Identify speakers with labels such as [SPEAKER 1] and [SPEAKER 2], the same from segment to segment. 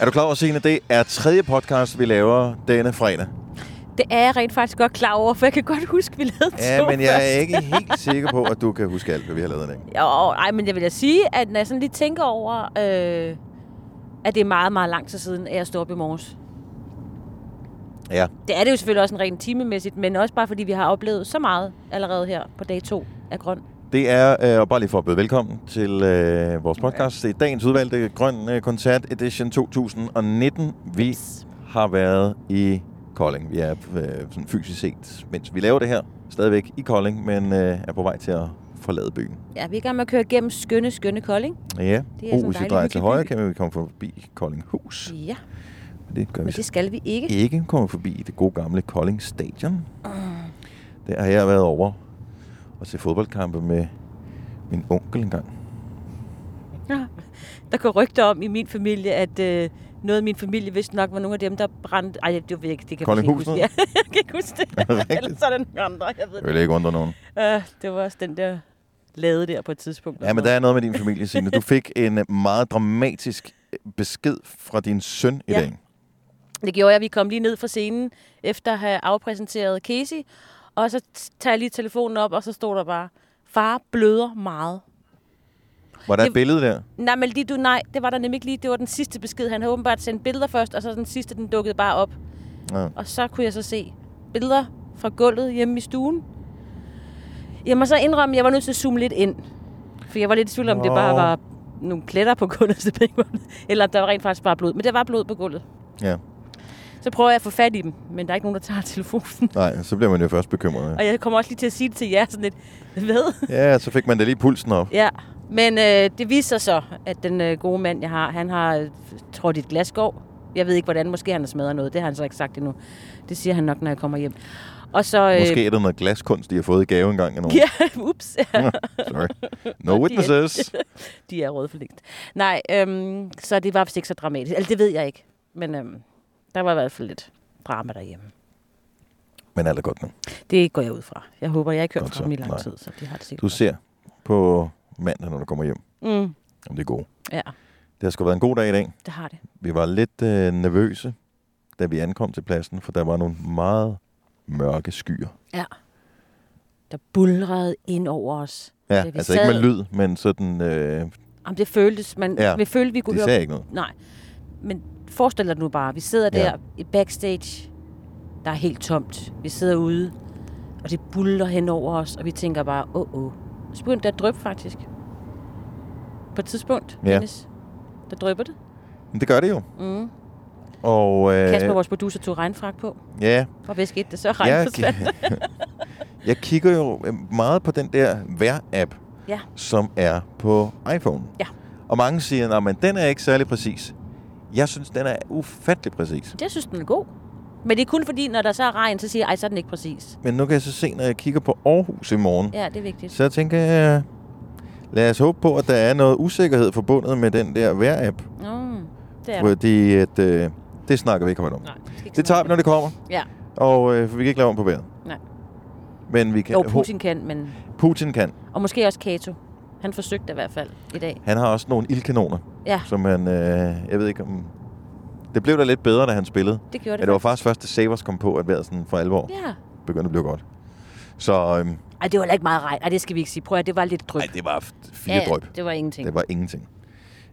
[SPEAKER 1] Er du klar over, Signe, det er tredje podcast, vi laver denne fredag?
[SPEAKER 2] Det er jeg rent faktisk godt klar over, for jeg kan godt huske, vi lavede
[SPEAKER 1] Ja,
[SPEAKER 2] to
[SPEAKER 1] men jeg er
[SPEAKER 2] først.
[SPEAKER 1] ikke helt sikker på, at du kan huske alt, hvad vi har lavet i dag.
[SPEAKER 2] Jo, ej, men jeg vil da sige, at når jeg sådan lige tænker over, øh, at det er meget, meget lang tid siden, at jeg stod op i morges.
[SPEAKER 1] Ja,
[SPEAKER 2] Det er det jo selvfølgelig også en rent timemæssigt, men også bare fordi vi har oplevet så meget allerede her på dag to af grøn.
[SPEAKER 1] det er, øh, og bare lige for at byde velkommen til øh, vores podcast, det er dagens udvalgte Grøn øh, Koncert Edition 2019. Vi har været i Kolding. Vi er øh, sådan fysisk set, mens vi laver det her, stadigvæk i Kolding, men øh, er på vej til at forlade byen.
[SPEAKER 2] Ja, vi er i gang med at køre igennem skønne, skønne Kolding.
[SPEAKER 1] Ja,
[SPEAKER 2] Det er
[SPEAKER 1] og hvis
[SPEAKER 2] sådan
[SPEAKER 1] vi
[SPEAKER 2] dejlig
[SPEAKER 1] drejer til
[SPEAKER 2] hyggelig
[SPEAKER 1] højre,
[SPEAKER 2] by.
[SPEAKER 1] kan vi komme forbi Koldinghus.
[SPEAKER 2] Ja,
[SPEAKER 1] Det gør vi
[SPEAKER 2] men
[SPEAKER 1] så
[SPEAKER 2] det skal vi ikke.
[SPEAKER 1] ikke komme forbi det gode gamle Kolding Stadion.
[SPEAKER 2] Ah.
[SPEAKER 1] Der har jeg været over og til fodboldkampe med min onkel engang.
[SPEAKER 2] Ja. Der går rygter om i min familie, at øh, noget af min familie vidste nok var nogle af dem, der brændte... Ej, det var ikke, det kan jeg ikke
[SPEAKER 1] Koldinghus
[SPEAKER 2] huske. Ja, jeg kan ikke huske det.
[SPEAKER 1] det rigtigt?
[SPEAKER 2] Eller så er der nogle andre, jeg ved
[SPEAKER 1] Jeg vil ikke undre nogen.
[SPEAKER 2] det. Øh, det var også den der lade der på et tidspunkt.
[SPEAKER 1] Ja, men der er noget med din familie, Signe. Du fik en øh, meget dramatisk øh, besked fra din søn i
[SPEAKER 2] Ja.
[SPEAKER 1] dag.
[SPEAKER 2] Det gjorde jeg, vi kom lige ned fra scenen, efter at have afpræsenteret Casey. Og så t- tager jeg lige telefonen op, og så stod der bare, far bløder meget.
[SPEAKER 1] Var der et
[SPEAKER 2] Det-
[SPEAKER 1] billede der?
[SPEAKER 2] Nej, men lige du, nej, det var der nemlig ikke lige. Det var den sidste besked. Han havde åbenbart sendt billeder først, og så den sidste, den dukkede bare op.
[SPEAKER 1] Ja.
[SPEAKER 2] Og så kunne jeg så se billeder fra gulvet hjemme i stuen. Jeg må så indrømme, at jeg var nødt til at zoome lidt ind. For jeg var lidt i tvivl om, det
[SPEAKER 1] Nå.
[SPEAKER 2] bare var nogle pletter på gulvet, så det ikke var- eller om der var rent faktisk bare blod. Men der var blod på gulvet.
[SPEAKER 1] ja.
[SPEAKER 2] Så prøver jeg at få fat i dem, men der er ikke nogen, der tager telefonen.
[SPEAKER 1] Nej, så bliver man jo først bekymret.
[SPEAKER 2] Og jeg kommer også lige til at sige det til jer sådan lidt, hvad?
[SPEAKER 1] Ja, så fik man da lige pulsen op.
[SPEAKER 2] Ja, men øh, det viser sig så, at den øh, gode mand, jeg har, han har øh, trådt i et glasgård. Jeg ved ikke, hvordan. Måske han har smadret noget. Det har han så ikke sagt endnu. Det siger han nok, når jeg kommer hjem. Og så... Øh,
[SPEAKER 1] Måske er der noget glaskunst, de har fået i gave engang af nogen.
[SPEAKER 2] Ja, ups. Ja,
[SPEAKER 1] Sorry. No witnesses.
[SPEAKER 2] de er røde for længst. Nej, øhm, så det var vist ikke så dramatisk. Altså, det ved jeg ikke. Men øhm, der var i hvert fald lidt drama derhjemme.
[SPEAKER 1] Men alt er godt nu.
[SPEAKER 2] Det går jeg ud fra. Jeg håber, jeg har ikke hørt
[SPEAKER 1] Godt
[SPEAKER 2] fra
[SPEAKER 1] så.
[SPEAKER 2] dem i lang
[SPEAKER 1] Nej.
[SPEAKER 2] tid, så de har det sikkert.
[SPEAKER 1] Du ser på mandag, når du kommer hjem,
[SPEAKER 2] godt. Mm,
[SPEAKER 1] om det er gode.
[SPEAKER 2] ja,
[SPEAKER 1] Det har sgu været en god dag i dag.
[SPEAKER 2] det har det.
[SPEAKER 1] Vi var lidt øh, nervøse, da vi ankom til pladsen, for der var nogle meget mørke skyer.
[SPEAKER 2] Ja. Der bulrede ind over os.
[SPEAKER 1] Ja,
[SPEAKER 2] vi
[SPEAKER 1] altså ikke med
[SPEAKER 2] sad-
[SPEAKER 1] lyd, men sådan... Øh,
[SPEAKER 2] Jamen, det føltes, man,
[SPEAKER 1] Ja,
[SPEAKER 2] ja, vi følte, vi kunne
[SPEAKER 1] de
[SPEAKER 2] høre...
[SPEAKER 1] sagde ikke noget.
[SPEAKER 2] Nej, men forestil dig nu bare, vi sidder
[SPEAKER 1] Ja.
[SPEAKER 2] der i backstage, der er helt tomt. Vi sidder ude, og det buller hen over os, og vi tænker bare, åh, åh. Så begyndte det at drøbe faktisk. På et tidspunkt,
[SPEAKER 1] Ja.
[SPEAKER 2] ja. Dennis, der drøber det.
[SPEAKER 1] Men det gør det jo.
[SPEAKER 2] Mm.
[SPEAKER 1] Og, øh,
[SPEAKER 2] Kasper, vores producer, tog regnfrak på.
[SPEAKER 1] ja,
[SPEAKER 2] Og hvad skete det så?
[SPEAKER 1] jeg,
[SPEAKER 2] Regnforsvand.
[SPEAKER 1] jeg kigger jo øh, meget på den der vejr-app,
[SPEAKER 2] Ja.
[SPEAKER 1] som er på iPhone.
[SPEAKER 2] Ja.
[SPEAKER 1] Og mange siger, at den er ikke særlig præcis. Jeg synes, den er ufattelig præcis.
[SPEAKER 2] Jeg synes, den er god. Men det er kun fordi, når der så er regn, så siger jeg, ej, så er den ikke præcis.
[SPEAKER 1] Men nu kan jeg så se, når jeg kigger på Aarhus i morgen,
[SPEAKER 2] Ja, det er vigtigt.
[SPEAKER 1] så tænker jeg, lad os håbe på, at der er noget usikkerhed forbundet med den der vejr-app.
[SPEAKER 2] Mm, det
[SPEAKER 1] Ja.
[SPEAKER 2] er
[SPEAKER 1] Fordi at, øh, det snakker vi ikke højt om.
[SPEAKER 2] Nej, det, skal ikke
[SPEAKER 1] Det tager vi, når det kommer,
[SPEAKER 2] Ja.
[SPEAKER 1] og øh, for vi kan ikke lave om på vejret.
[SPEAKER 2] Nej.
[SPEAKER 1] Men vi kan,
[SPEAKER 2] Jo, Putin kan, men...
[SPEAKER 1] Ho- Putin kan.
[SPEAKER 2] Og måske også Kato. Han forsøgte i hvert fald i dag.
[SPEAKER 1] Han har også nogle ildkanoner,
[SPEAKER 2] Ja,
[SPEAKER 1] som han, øh, jeg ved ikke om... Det blev da lidt bedre, da han spillede.
[SPEAKER 2] det gjorde
[SPEAKER 1] Ja,
[SPEAKER 2] det.
[SPEAKER 1] det var faktisk først, da Savers kom på, at vejret sådan for alvor
[SPEAKER 2] Ja.
[SPEAKER 1] begyndte at blive godt. Så øhm,
[SPEAKER 2] Ej, det var heller ikke meget regn. Ej, det skal vi ikke sige. Prøv at høre, det var lidt dryp.
[SPEAKER 1] ej, det var f- fire
[SPEAKER 2] ja, ja,
[SPEAKER 1] drøb.
[SPEAKER 2] det var ingenting.
[SPEAKER 1] Det var ingenting.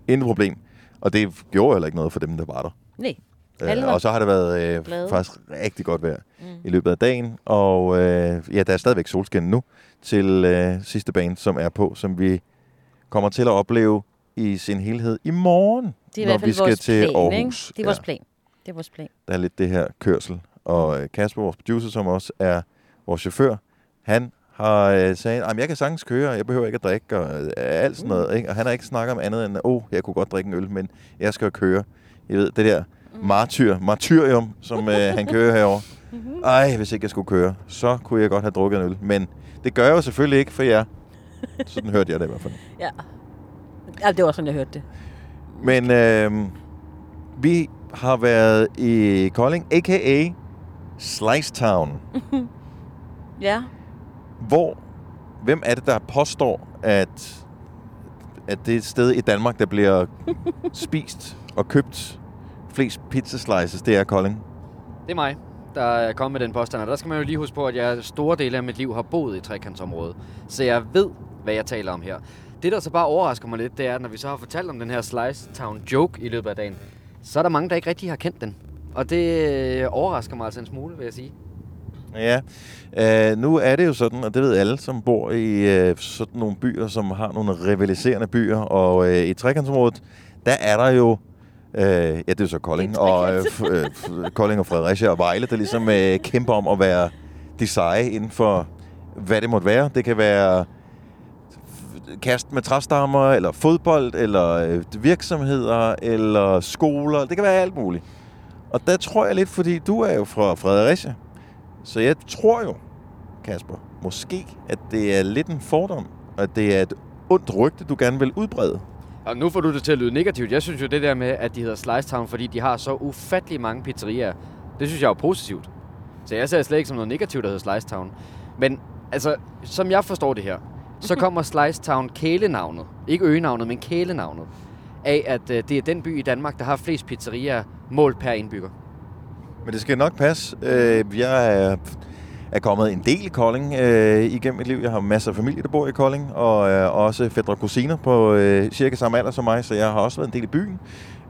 [SPEAKER 1] Intet problem. Og det gjorde heller ikke noget for dem, der var der.
[SPEAKER 2] Nej. Alle
[SPEAKER 1] Øh,
[SPEAKER 2] var
[SPEAKER 1] og så har det været øh,
[SPEAKER 2] glade.
[SPEAKER 1] faktisk rigtig godt vejr mm.
[SPEAKER 2] Mm.
[SPEAKER 1] i løbet af dagen. Og øh, ja, der er stadigvæk solskin nu til øh, sidste bane, som er på, som vi kommer til at opleve i sin helhed i morgen,
[SPEAKER 2] Det er i
[SPEAKER 1] når
[SPEAKER 2] hvert fald
[SPEAKER 1] vi skal
[SPEAKER 2] vores
[SPEAKER 1] til
[SPEAKER 2] plan,
[SPEAKER 1] Aarhus.
[SPEAKER 2] Ikke? Det er vores plan. Det er vores plan.
[SPEAKER 1] der er lidt det her kørsel. Og øh, Kasper, vores producer, som også er vores chauffør, han har øh, sagt, at jeg kan sagtens køre, og jeg behøver ikke at drikke, og øh, alt sådan noget. Ikke? Og han har ikke snakket om andet end, åh, oh, jeg kunne godt drikke en øl, men jeg skal køre. Jeg ved, det der martyr, martyrium, som øh, han kører herover. Ej, hvis ikke jeg skulle køre, så kunne jeg godt have drukket en øl. Men det gør jeg jo selvfølgelig ikke for jer. Sådan hørte jeg det i hvert fald.
[SPEAKER 2] Ja. ja. det var sådan, jeg hørte det.
[SPEAKER 1] Men øh, vi har været i Kolding, a.k.a. Slice Town.
[SPEAKER 2] Ja.
[SPEAKER 1] Hvor, hvem er det, der påstår, at, at det er et sted i Danmark, der bliver spist og købt flest pizza slices, det er Kolding.
[SPEAKER 3] Det er mig, der er kommet med den påstand. Og der skal man jo lige huske på, at jeg store dele af mit liv har boet i trekantsområdet. Så jeg ved, hvad jeg taler om her. Det, der så bare overrasker mig lidt, det er, at når vi så har fortalt om den her Slice Town joke i løbet af dagen, så er der mange, der ikke rigtig har kendt den. Og det øh, overrasker mig altså en smule, vil jeg sige.
[SPEAKER 1] Ja, øh, nu er det jo sådan, og det ved alle, som bor i øh, sådan nogle byer, som har nogle rivaliserende byer, og øh, i trekantsområdet, der er der jo, øh, ja, det er jo så Kolding
[SPEAKER 2] Det er
[SPEAKER 1] og, øh,
[SPEAKER 2] trekant.
[SPEAKER 1] f- øh, f- Kolding og Fredericia og Vejle, der ligesom øh, kæmper om at være de seje inden for, hvad det måtte være. Det kan være f- kast med træstammer, eller fodbold, eller øh, virksomheder, eller skoler. Det kan være alt muligt. Og der tror jeg lidt, fordi du er jo fra Fredericia, så jeg tror jo, Kasper, måske, at det er lidt en fordom, og at det er et ondt rygte, du gerne vil udbrede.
[SPEAKER 3] Og nu får du det til at lyde negativt. Jeg synes jo det der med, at de hedder Slice Town, fordi de har så ufattelig mange pizzerier, det synes jeg er jo positivt. Så jeg ser det slet ikke som noget negativt, at hedder Slice Town. Men altså, som jeg forstår det her, så kommer Slice Town kælenavnet. Ikke øgenavnet, men kælenavnet. Af, at øh, det er den by i Danmark, der har flest pizzerier målt per indbygger.
[SPEAKER 1] Men det skal nok passe. Øh, Jeg er, er kommet en del i Kolding øh, igennem mit liv. Jeg har masser af familie, der bor i Kolding, og øh, også fædre og kusiner på øh, cirka samme alder som mig, så jeg har også været en del i byen.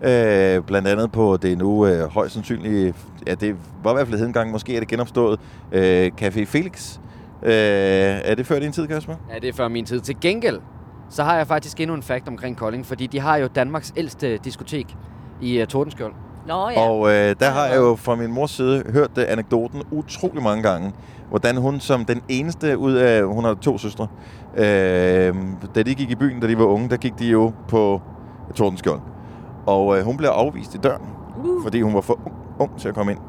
[SPEAKER 1] Øh, blandt andet på det nu øh, højst sandsynligt, ja, det var i hvert fald hed engang, måske er det genopstået, øh, Café Felix. Øh, er det før din tid, Kasper?
[SPEAKER 3] Ja, det er før min tid. Til gengæld, så har jeg faktisk endnu en fakt omkring Kolding, fordi de har jo Danmarks ældste diskotek i øh, Tordenskjold.
[SPEAKER 2] Nå ja.
[SPEAKER 1] Og øh, der har jeg jo fra min mors side hørt øh, anekdoten utrolig mange gange, hvordan hun som den eneste ud af, hun har to søstre, øh, da de gik i byen, da de var unge, der gik de jo på Tordenskjold. Og øh, hun blev afvist i døren,
[SPEAKER 2] Uh,
[SPEAKER 1] fordi hun var for ung, ung til at komme ind.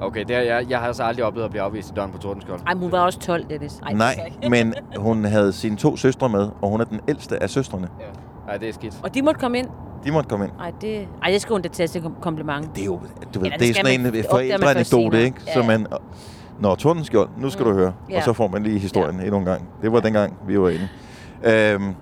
[SPEAKER 3] Okay, det har jeg, jeg har altså aldrig oplevet at blive afvist i døren på Tordenskjold.
[SPEAKER 2] ej, men hun var også 12, Dennis. Ej, det skal
[SPEAKER 1] Nej,
[SPEAKER 2] jeg ikke.
[SPEAKER 1] men hun havde sine to søstre med, og hun er den ældste af søstrene.
[SPEAKER 3] Nej, det er skidt.
[SPEAKER 2] Og de måtte komme ind.
[SPEAKER 1] De måtte komme ind.
[SPEAKER 2] Ej, det, ej, det skal hun da tage til kom- kompliment.
[SPEAKER 1] Det er jo, du ved,
[SPEAKER 2] Eller det
[SPEAKER 1] det er
[SPEAKER 2] skal
[SPEAKER 1] sådan
[SPEAKER 2] man-
[SPEAKER 1] en øh,
[SPEAKER 2] det opdager man først
[SPEAKER 1] forældreanekdote,
[SPEAKER 2] senere.
[SPEAKER 1] ikke?
[SPEAKER 2] Ja,
[SPEAKER 1] Så
[SPEAKER 2] ja.
[SPEAKER 1] man, Nå, Tordenskjold, nu skal mm. du høre.
[SPEAKER 2] Ja.
[SPEAKER 1] Og så får man lige historien endnu en gang. Det var dengang, vi var inde. Øhm,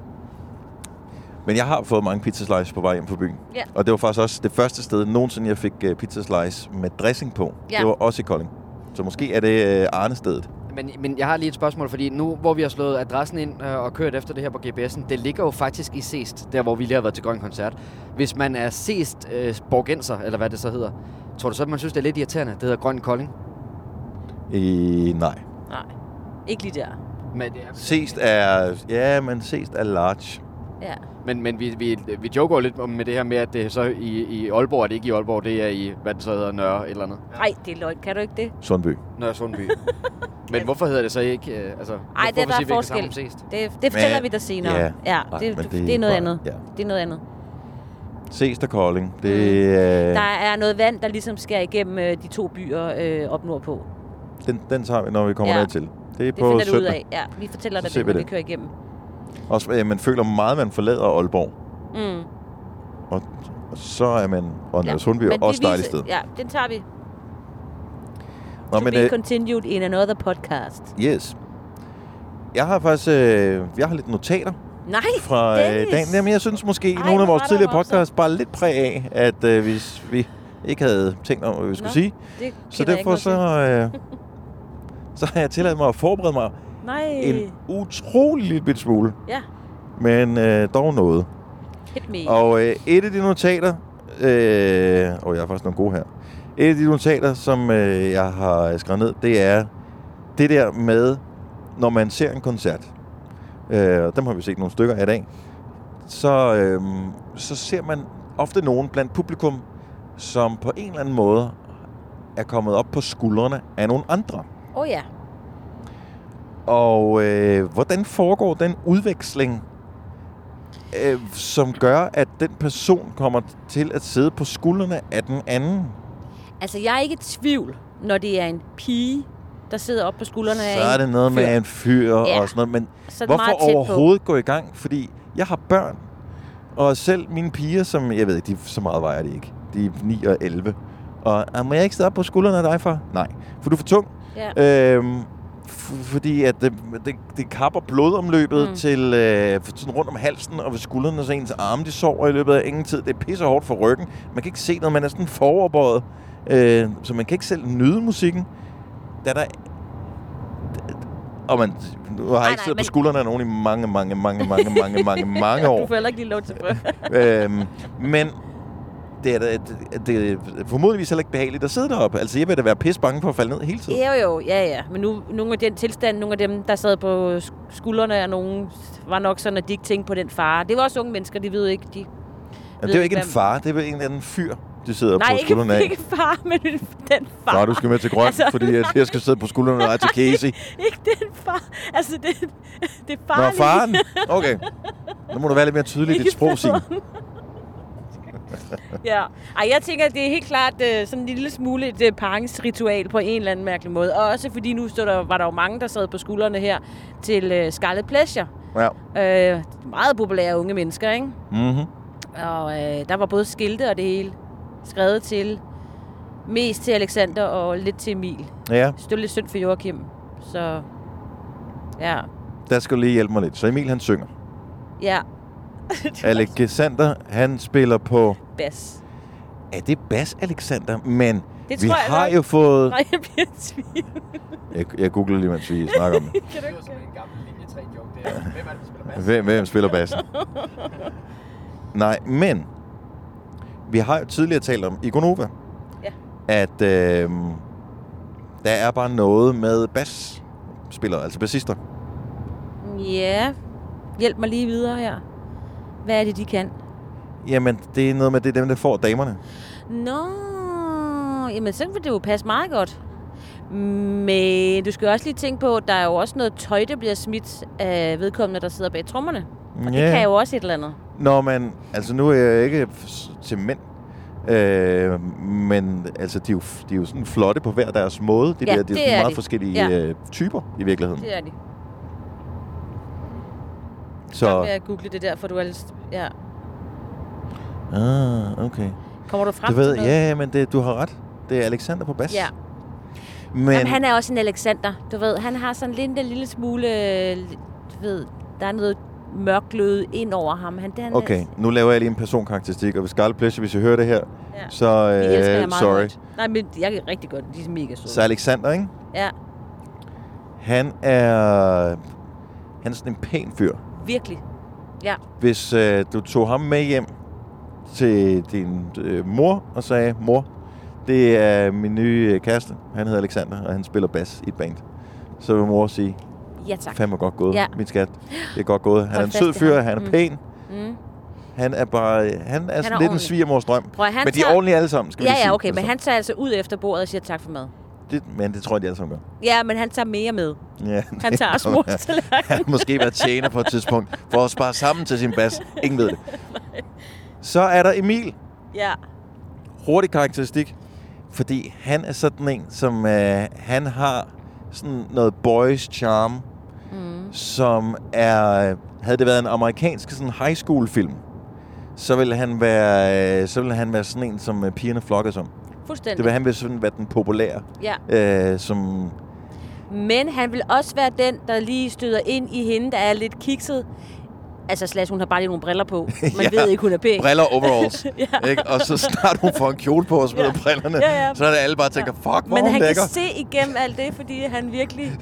[SPEAKER 1] men jeg har fået mange pizza slice på vej hjem fra byen.
[SPEAKER 2] Ja.
[SPEAKER 1] Og det var faktisk også det første sted nogensinde, jeg fik uh, pizza slice med dressing på.
[SPEAKER 2] Ja.
[SPEAKER 1] Det var også i Kolding. Så måske er det uh, Arnestedet.
[SPEAKER 3] Men, men jeg har lige et spørgsmål, fordi nu, hvor vi har slået adressen ind øh, og kørt efter det her på GPS'en, det ligger jo faktisk i Seest, der hvor vi lige har været til Grøn Koncert. Hvis man er Seest øh, Borgenser, eller hvad det så hedder, tror du så, at man synes, det er lidt irriterende? Det hedder Grøn Kolding.
[SPEAKER 1] I, nej.
[SPEAKER 2] Nej, ikke lige der.
[SPEAKER 3] Men, det er...
[SPEAKER 1] Sest er... Ja, men sest er large.
[SPEAKER 2] Ja.
[SPEAKER 3] men, men vi, vi, vi joker jo lidt om- med det her med, at det er så i, i Aalborg, er det ikke i Aalborg, det er i, hvad det så hedder, Nørre et eller andet.
[SPEAKER 2] Ej, det er løgn. Kan du ikke det?
[SPEAKER 1] Sundby.
[SPEAKER 3] Nørre Sundby. men hvorfor hedder det så ikke, øh, altså,
[SPEAKER 2] Ej,
[SPEAKER 3] hvorfor
[SPEAKER 2] det er der
[SPEAKER 3] siger vi ikke
[SPEAKER 2] forskel.
[SPEAKER 3] sammen Seest?
[SPEAKER 2] Det, det fortæller
[SPEAKER 1] Men-
[SPEAKER 2] vi dig senere.
[SPEAKER 1] Ja.
[SPEAKER 2] ja
[SPEAKER 1] Nej,
[SPEAKER 2] det,
[SPEAKER 1] men
[SPEAKER 2] det, det, er noget
[SPEAKER 1] bare-
[SPEAKER 2] andet.
[SPEAKER 1] Ja.
[SPEAKER 2] Det er noget andet.
[SPEAKER 1] Sest er Kolding. Det, øh,
[SPEAKER 2] Mm. Der er noget vand, der ligesom skærer igennem øh, de to byer øh, op nordpå. Det
[SPEAKER 1] den, den tager vi, når vi kommer
[SPEAKER 2] Ja.
[SPEAKER 1] ja. dertil. Det er på
[SPEAKER 2] finder du ud
[SPEAKER 1] søndag.
[SPEAKER 2] af. Ja, vi fortæller
[SPEAKER 1] Så
[SPEAKER 2] dig
[SPEAKER 1] ser
[SPEAKER 2] det,
[SPEAKER 1] vi
[SPEAKER 2] når vi
[SPEAKER 1] det.
[SPEAKER 2] kører igennem.
[SPEAKER 1] Også, øh, man føler meget, man forlader Aalborg.
[SPEAKER 2] Mm.
[SPEAKER 1] Og, og så er man... Og Nørre Sundby er
[SPEAKER 2] Men
[SPEAKER 1] også
[SPEAKER 2] vi
[SPEAKER 1] dejligt
[SPEAKER 2] viser-
[SPEAKER 1] sted.
[SPEAKER 2] Ja, den tager vi.
[SPEAKER 1] Nå,
[SPEAKER 2] To
[SPEAKER 1] men,
[SPEAKER 2] be
[SPEAKER 1] øh,
[SPEAKER 2] continued in another podcast.
[SPEAKER 1] yes. Jeg har faktisk... Øh, jeg har lidt notater
[SPEAKER 2] Nej,
[SPEAKER 1] fra øh,
[SPEAKER 2] Dennis.
[SPEAKER 1] dagen. Jamen, jeg synes måske,
[SPEAKER 2] Ej,
[SPEAKER 1] Ej, nogle af
[SPEAKER 2] hvor
[SPEAKER 1] vores
[SPEAKER 2] var der
[SPEAKER 1] tidligere
[SPEAKER 2] voksent.
[SPEAKER 1] podcasts bare lidt præg af, at øh, hvis vi ikke havde tænkt om, hvad vi skulle
[SPEAKER 2] Nå,
[SPEAKER 1] sige.
[SPEAKER 2] det
[SPEAKER 1] Så
[SPEAKER 2] kender jeg ikke
[SPEAKER 1] derfor så...
[SPEAKER 2] noget til.
[SPEAKER 1] Øh, så har jeg tilladt mig at forberede mig
[SPEAKER 2] Nej.
[SPEAKER 1] en utrolig lille bitte smule,
[SPEAKER 2] Ja,
[SPEAKER 1] men øh, dog noget.
[SPEAKER 2] hit me.
[SPEAKER 1] Og øh, et af de notater, øh, og jeg har faktisk nogle gode her. Et af de notater, som øh, jeg har skrevet ned, det er det der med, når man ser en koncert. Øh, og dem har vi set nogle stykker af i dag. Så, øh, så ser man ofte nogen blandt publikum, som på en eller anden måde er kommet op på skuldrene af nogle andre.
[SPEAKER 2] Åh oh, ja.
[SPEAKER 1] Og øh, hvordan foregår den udveksling, øh, som gør, at den person kommer til at sidde på skuldrene af den anden?
[SPEAKER 2] Altså, jeg er ikke i tvivl, når det er en pige, der sidder oppe på skuldrene af
[SPEAKER 1] Så er
[SPEAKER 2] en
[SPEAKER 1] det noget
[SPEAKER 2] fyr.
[SPEAKER 1] med en fyr
[SPEAKER 2] Ja.
[SPEAKER 1] ja. og sådan noget. Men
[SPEAKER 2] Så er det meget
[SPEAKER 1] hvorfor
[SPEAKER 2] tæt
[SPEAKER 1] overhovedet gå i gang? Fordi jeg har børn, og selv mine piger, som jeg ved ikke, de, så meget vejer de ikke. De er 9 og 11. Og "Ah, må jeg ikke sidde op på skuldrene af dig, far? Nej, for du er for tung.
[SPEAKER 2] På. Ja.
[SPEAKER 1] Øhm, f- fordi at det, det, det kapper blodomløbet
[SPEAKER 2] Mm.
[SPEAKER 1] mm. til øh, sådan rundt om halsen og ved skuldrene, så ens arme de sover i løbet af ingen tid. Det er pisse hårdt for ryggen. Man kan ikke se noget, man er sådan foroverbøjet. Øh, så man kan ikke selv nyde musikken. Da der... Og man, nu har
[SPEAKER 2] Nej,
[SPEAKER 1] jeg ikke
[SPEAKER 2] nej,
[SPEAKER 1] siddet på
[SPEAKER 2] men-
[SPEAKER 1] skuldrene af nogen i mange, mange, mange, mange, mange, mange, mange år
[SPEAKER 2] Du får heller ikke lige lov til at prøve.
[SPEAKER 1] øhm, men det er, da- det, det er formodentligvis heller ikke behageligt at sidde deroppe. Altså, jeg vil da være pis bange for at falde ned hele tiden.
[SPEAKER 2] Jo, jo, ja, ja. Men nu, nogle af den tilstand, nogle af dem, der sad på sk- skuldrene af nogen, var nok sådan, at de ikke tænkte på den fare. Det var også unge mennesker, de ved jo ikke. De...
[SPEAKER 1] Jamen, det er jo
[SPEAKER 2] ved
[SPEAKER 1] ikke en
[SPEAKER 2] hvem-
[SPEAKER 1] far, det er jo en eller anden fyr, de sidder
[SPEAKER 2] Nej,
[SPEAKER 1] på skuldrene
[SPEAKER 2] ikke,
[SPEAKER 1] af.
[SPEAKER 2] ikke far, men den far.
[SPEAKER 1] Nej, du skal med til grøn,
[SPEAKER 2] Altså-
[SPEAKER 1] altså... fordi at jeg skal sidde på skuldrene af til Casey.
[SPEAKER 2] Ikke den far. Altså, det, det er
[SPEAKER 1] Nå,
[SPEAKER 2] farligt.
[SPEAKER 1] faren? Okay. Nu må du være lidt mere tydelig i dit sprog, Signe.
[SPEAKER 2] ja. Ej, jeg tænker, at det er helt klart øh, sådan en lille smule et øh, paringsritual på en eller anden mærkelig måde. Og også fordi nu stod der, var der jo mange, der sad på skuldrene her til øh, Scarlet Pleasure.
[SPEAKER 1] Ja.
[SPEAKER 2] Øh, meget populære unge mennesker, ikke?
[SPEAKER 1] Mm-hmm.
[SPEAKER 2] Og øh, der var både skilte og det hele skrevet til. Mest til Alexander og lidt til Emil.
[SPEAKER 1] Ja,
[SPEAKER 2] Så det var lidt synd for Joachim. Så ja,
[SPEAKER 1] der skal du lige hjælpe mig lidt. Så Emil, han synger.
[SPEAKER 2] ja,
[SPEAKER 1] Alexander, han spiller på...
[SPEAKER 2] bas.
[SPEAKER 1] Er det Bas Alexander? Men
[SPEAKER 2] Det
[SPEAKER 1] vi
[SPEAKER 2] tror jeg
[SPEAKER 1] har
[SPEAKER 2] nok.
[SPEAKER 1] jo fået...
[SPEAKER 2] Nej, jeg bliver tvivl.
[SPEAKER 1] Jeg, jeg googler lige, mens vi snakker om det.
[SPEAKER 2] Kan du ikke gøre det?
[SPEAKER 3] en gammel linje 3 joke der. Hvem er det, der spiller
[SPEAKER 1] Hvem, hvem spiller bassen? Nej, men vi har jo tidligere talt om i Gonova,
[SPEAKER 2] Ja.
[SPEAKER 1] at øh, der er bare noget med basspillere, altså bassister.
[SPEAKER 2] Ja, hjælp mig lige videre her. Hvad er det, de kan?
[SPEAKER 1] Jamen, det er noget med, det er dem, der får damerne.
[SPEAKER 2] Nå, jamen så vil det jo passe meget godt. Men du skal jo også lige tænke på, at der er jo også noget tøj, der bliver smidt af vedkommende, der sidder bag trommerne. Og yeah. det kan jo også et eller andet.
[SPEAKER 1] Nå, men altså nu er jeg ikke s- til mænd, øh, men altså de er, jo, f- de er jo sådan flotte på hver deres måde. De,
[SPEAKER 2] Ja,
[SPEAKER 1] ja, der, de er,
[SPEAKER 2] det
[SPEAKER 1] sådan
[SPEAKER 2] er
[SPEAKER 1] meget
[SPEAKER 2] de.
[SPEAKER 1] forskellige
[SPEAKER 2] Ja.
[SPEAKER 1] øh, typer i virkeligheden.
[SPEAKER 2] Det er det. Så vil
[SPEAKER 1] Så,
[SPEAKER 2] jeg google det der, for du er lidt... Ja.
[SPEAKER 1] ah, okay.
[SPEAKER 2] Kommer du frem
[SPEAKER 1] Du ved,
[SPEAKER 2] til noget?
[SPEAKER 1] ja, men det, du har ret. Det er Alexander på bas.
[SPEAKER 2] Ja.
[SPEAKER 1] Men,
[SPEAKER 2] Jamen, han er også en Alexander, du ved. Han har sådan lidt en lille smule... øh, Du ved, der er noget mørkløde ind over ham. Han, det, han altså-
[SPEAKER 1] Okay, nu laver jeg lige en personkarakteristik, og hvis Scarlet Pleasure, hvis jeg hører det her,
[SPEAKER 2] Er, ja.
[SPEAKER 1] så...
[SPEAKER 2] Vi elsker jer
[SPEAKER 1] Øh,
[SPEAKER 2] meget
[SPEAKER 1] sorry.
[SPEAKER 2] Højt. Nej, men jeg kan rigtig godt. De er mega søde.
[SPEAKER 1] Så Alexander, ikke?
[SPEAKER 2] Ja,
[SPEAKER 1] Han er... Han er sådan en pæn fyr.
[SPEAKER 2] virkelig.
[SPEAKER 1] Hvis øh, du tog ham med hjem til din øh, mor og sagde, mor, det er min nye øh, kæreste, han hedder Alexander, og han spiller bas i et band, så vil mor sige,
[SPEAKER 2] Ja, tak.
[SPEAKER 1] fandme godt gået,
[SPEAKER 2] Ja.
[SPEAKER 1] min skat. Det er godt gået. Han
[SPEAKER 2] Hold
[SPEAKER 1] er en
[SPEAKER 2] fast
[SPEAKER 1] sød
[SPEAKER 2] i
[SPEAKER 1] fyr,
[SPEAKER 2] ham.
[SPEAKER 1] han er
[SPEAKER 2] Mm.
[SPEAKER 1] pæn,
[SPEAKER 2] Mm.
[SPEAKER 1] han er bare... øh, Han er, han
[SPEAKER 2] er
[SPEAKER 1] lidt en
[SPEAKER 2] ordentlig.
[SPEAKER 1] svigermors drøm.
[SPEAKER 2] Prøv, at, han
[SPEAKER 1] Men de er
[SPEAKER 2] tager...
[SPEAKER 1] ordentlige alle sammen, skal vi
[SPEAKER 2] Ja,
[SPEAKER 1] lige
[SPEAKER 2] ja,
[SPEAKER 1] sige.
[SPEAKER 2] okay, men han tager altså ud efter bordet og siger tak for mad.
[SPEAKER 1] Det, men det tror jeg, de alle sammen gør.
[SPEAKER 2] Ja, men han tager mere med.
[SPEAKER 1] Ja.
[SPEAKER 2] Han tager også mors tallerken.
[SPEAKER 1] han har måske været tjener på et tidspunkt, for at spare sammen til sin bas. Ingen ved det. Så er der Emil.
[SPEAKER 2] Ja,
[SPEAKER 1] Hurtig karakteristik. Fordi han er sådan en, som øh, han har sådan noget boys charm,
[SPEAKER 2] mm.
[SPEAKER 1] som er... Havde det været en amerikansk sådan high school film, så ville han være, øh, så ville han være sådan en, som øh, pigerne flokkes om.
[SPEAKER 2] fuldstændig.
[SPEAKER 1] Det vil han vil sådan være den populære,
[SPEAKER 2] Ja.
[SPEAKER 1] øh, som
[SPEAKER 2] Men han vil også være den, der lige støder ind i hende, der er lidt kikset. Altså, slash, hun har bare lige nogle briller på. Man
[SPEAKER 1] Ja.
[SPEAKER 2] ved ikke, hun er pæn.
[SPEAKER 1] briller overalls.
[SPEAKER 2] Ja.
[SPEAKER 1] ja. ikke? Og så snart hun får en kjole på og smider
[SPEAKER 2] Ja.
[SPEAKER 1] ja. brillerne,
[SPEAKER 2] Ja, ja.
[SPEAKER 1] så er det alle bare tænker, fuck, hvor er
[SPEAKER 2] Men
[SPEAKER 1] hun
[SPEAKER 2] han
[SPEAKER 1] lækker.
[SPEAKER 2] kan se igennem alt det, fordi han virkelig...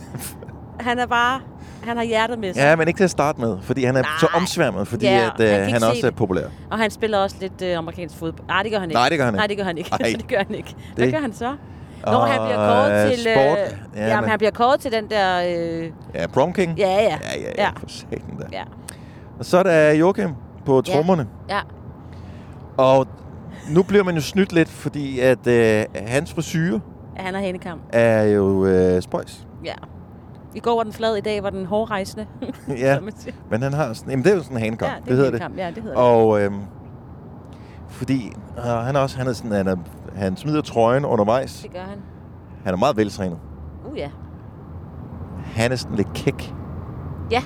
[SPEAKER 2] Han er bare... Han har hjertet med sig.
[SPEAKER 1] Ja, men ikke til at starte med, fordi han er Nej. så
[SPEAKER 2] Nej.
[SPEAKER 1] omsværmet, fordi
[SPEAKER 2] Ja,
[SPEAKER 1] ja,
[SPEAKER 2] han kan
[SPEAKER 1] at, øh,
[SPEAKER 2] ikke
[SPEAKER 1] han
[SPEAKER 2] se
[SPEAKER 1] også er
[SPEAKER 2] det.
[SPEAKER 1] populær.
[SPEAKER 2] Og han spiller også lidt øh, amerikansk fodbold. Nej, det gør han ikke.
[SPEAKER 1] Nej, det gør han ikke.
[SPEAKER 2] Nej, det gør han ikke.
[SPEAKER 1] Nej.
[SPEAKER 2] det gør han ikke. Hvad
[SPEAKER 1] Det-
[SPEAKER 2] gør han så? Når han bliver
[SPEAKER 1] Og,
[SPEAKER 2] kåret
[SPEAKER 1] øh,
[SPEAKER 2] til...
[SPEAKER 1] Sport.
[SPEAKER 2] Øh,
[SPEAKER 1] ja,
[SPEAKER 2] jamen,
[SPEAKER 1] men,
[SPEAKER 2] han bliver kåret til den der... Øh,
[SPEAKER 1] ja, prom king.
[SPEAKER 2] ja, ja.
[SPEAKER 1] ja, ja,
[SPEAKER 2] ja.
[SPEAKER 1] ja. For satan da.
[SPEAKER 2] Ja.
[SPEAKER 1] Og så er der Joachim på
[SPEAKER 2] Ja.
[SPEAKER 1] trommerne.
[SPEAKER 2] Ja.
[SPEAKER 1] Og nu bliver man jo snydt lidt, fordi at øh, hans frisyre
[SPEAKER 2] ja han har handikamp.
[SPEAKER 1] er jo øh, spøjs.
[SPEAKER 2] Ja. I går var den flad, i dag var den hårdrejsende.
[SPEAKER 1] ja,
[SPEAKER 2] som man siger.
[SPEAKER 1] men han har sådan... Jamen, det er jo sådan en handkamp.
[SPEAKER 2] ja,
[SPEAKER 1] det, hedder det.
[SPEAKER 2] handikamp. Ja, det hedder
[SPEAKER 1] Og øhm, fordi øh, han er også han er sådan, han, er, han smider trøjen
[SPEAKER 2] det.
[SPEAKER 1] undervejs.
[SPEAKER 2] Det gør han.
[SPEAKER 1] Han er meget veltrænet.
[SPEAKER 2] Uh ja.
[SPEAKER 1] Han er sådan lidt kæk.
[SPEAKER 2] Ja.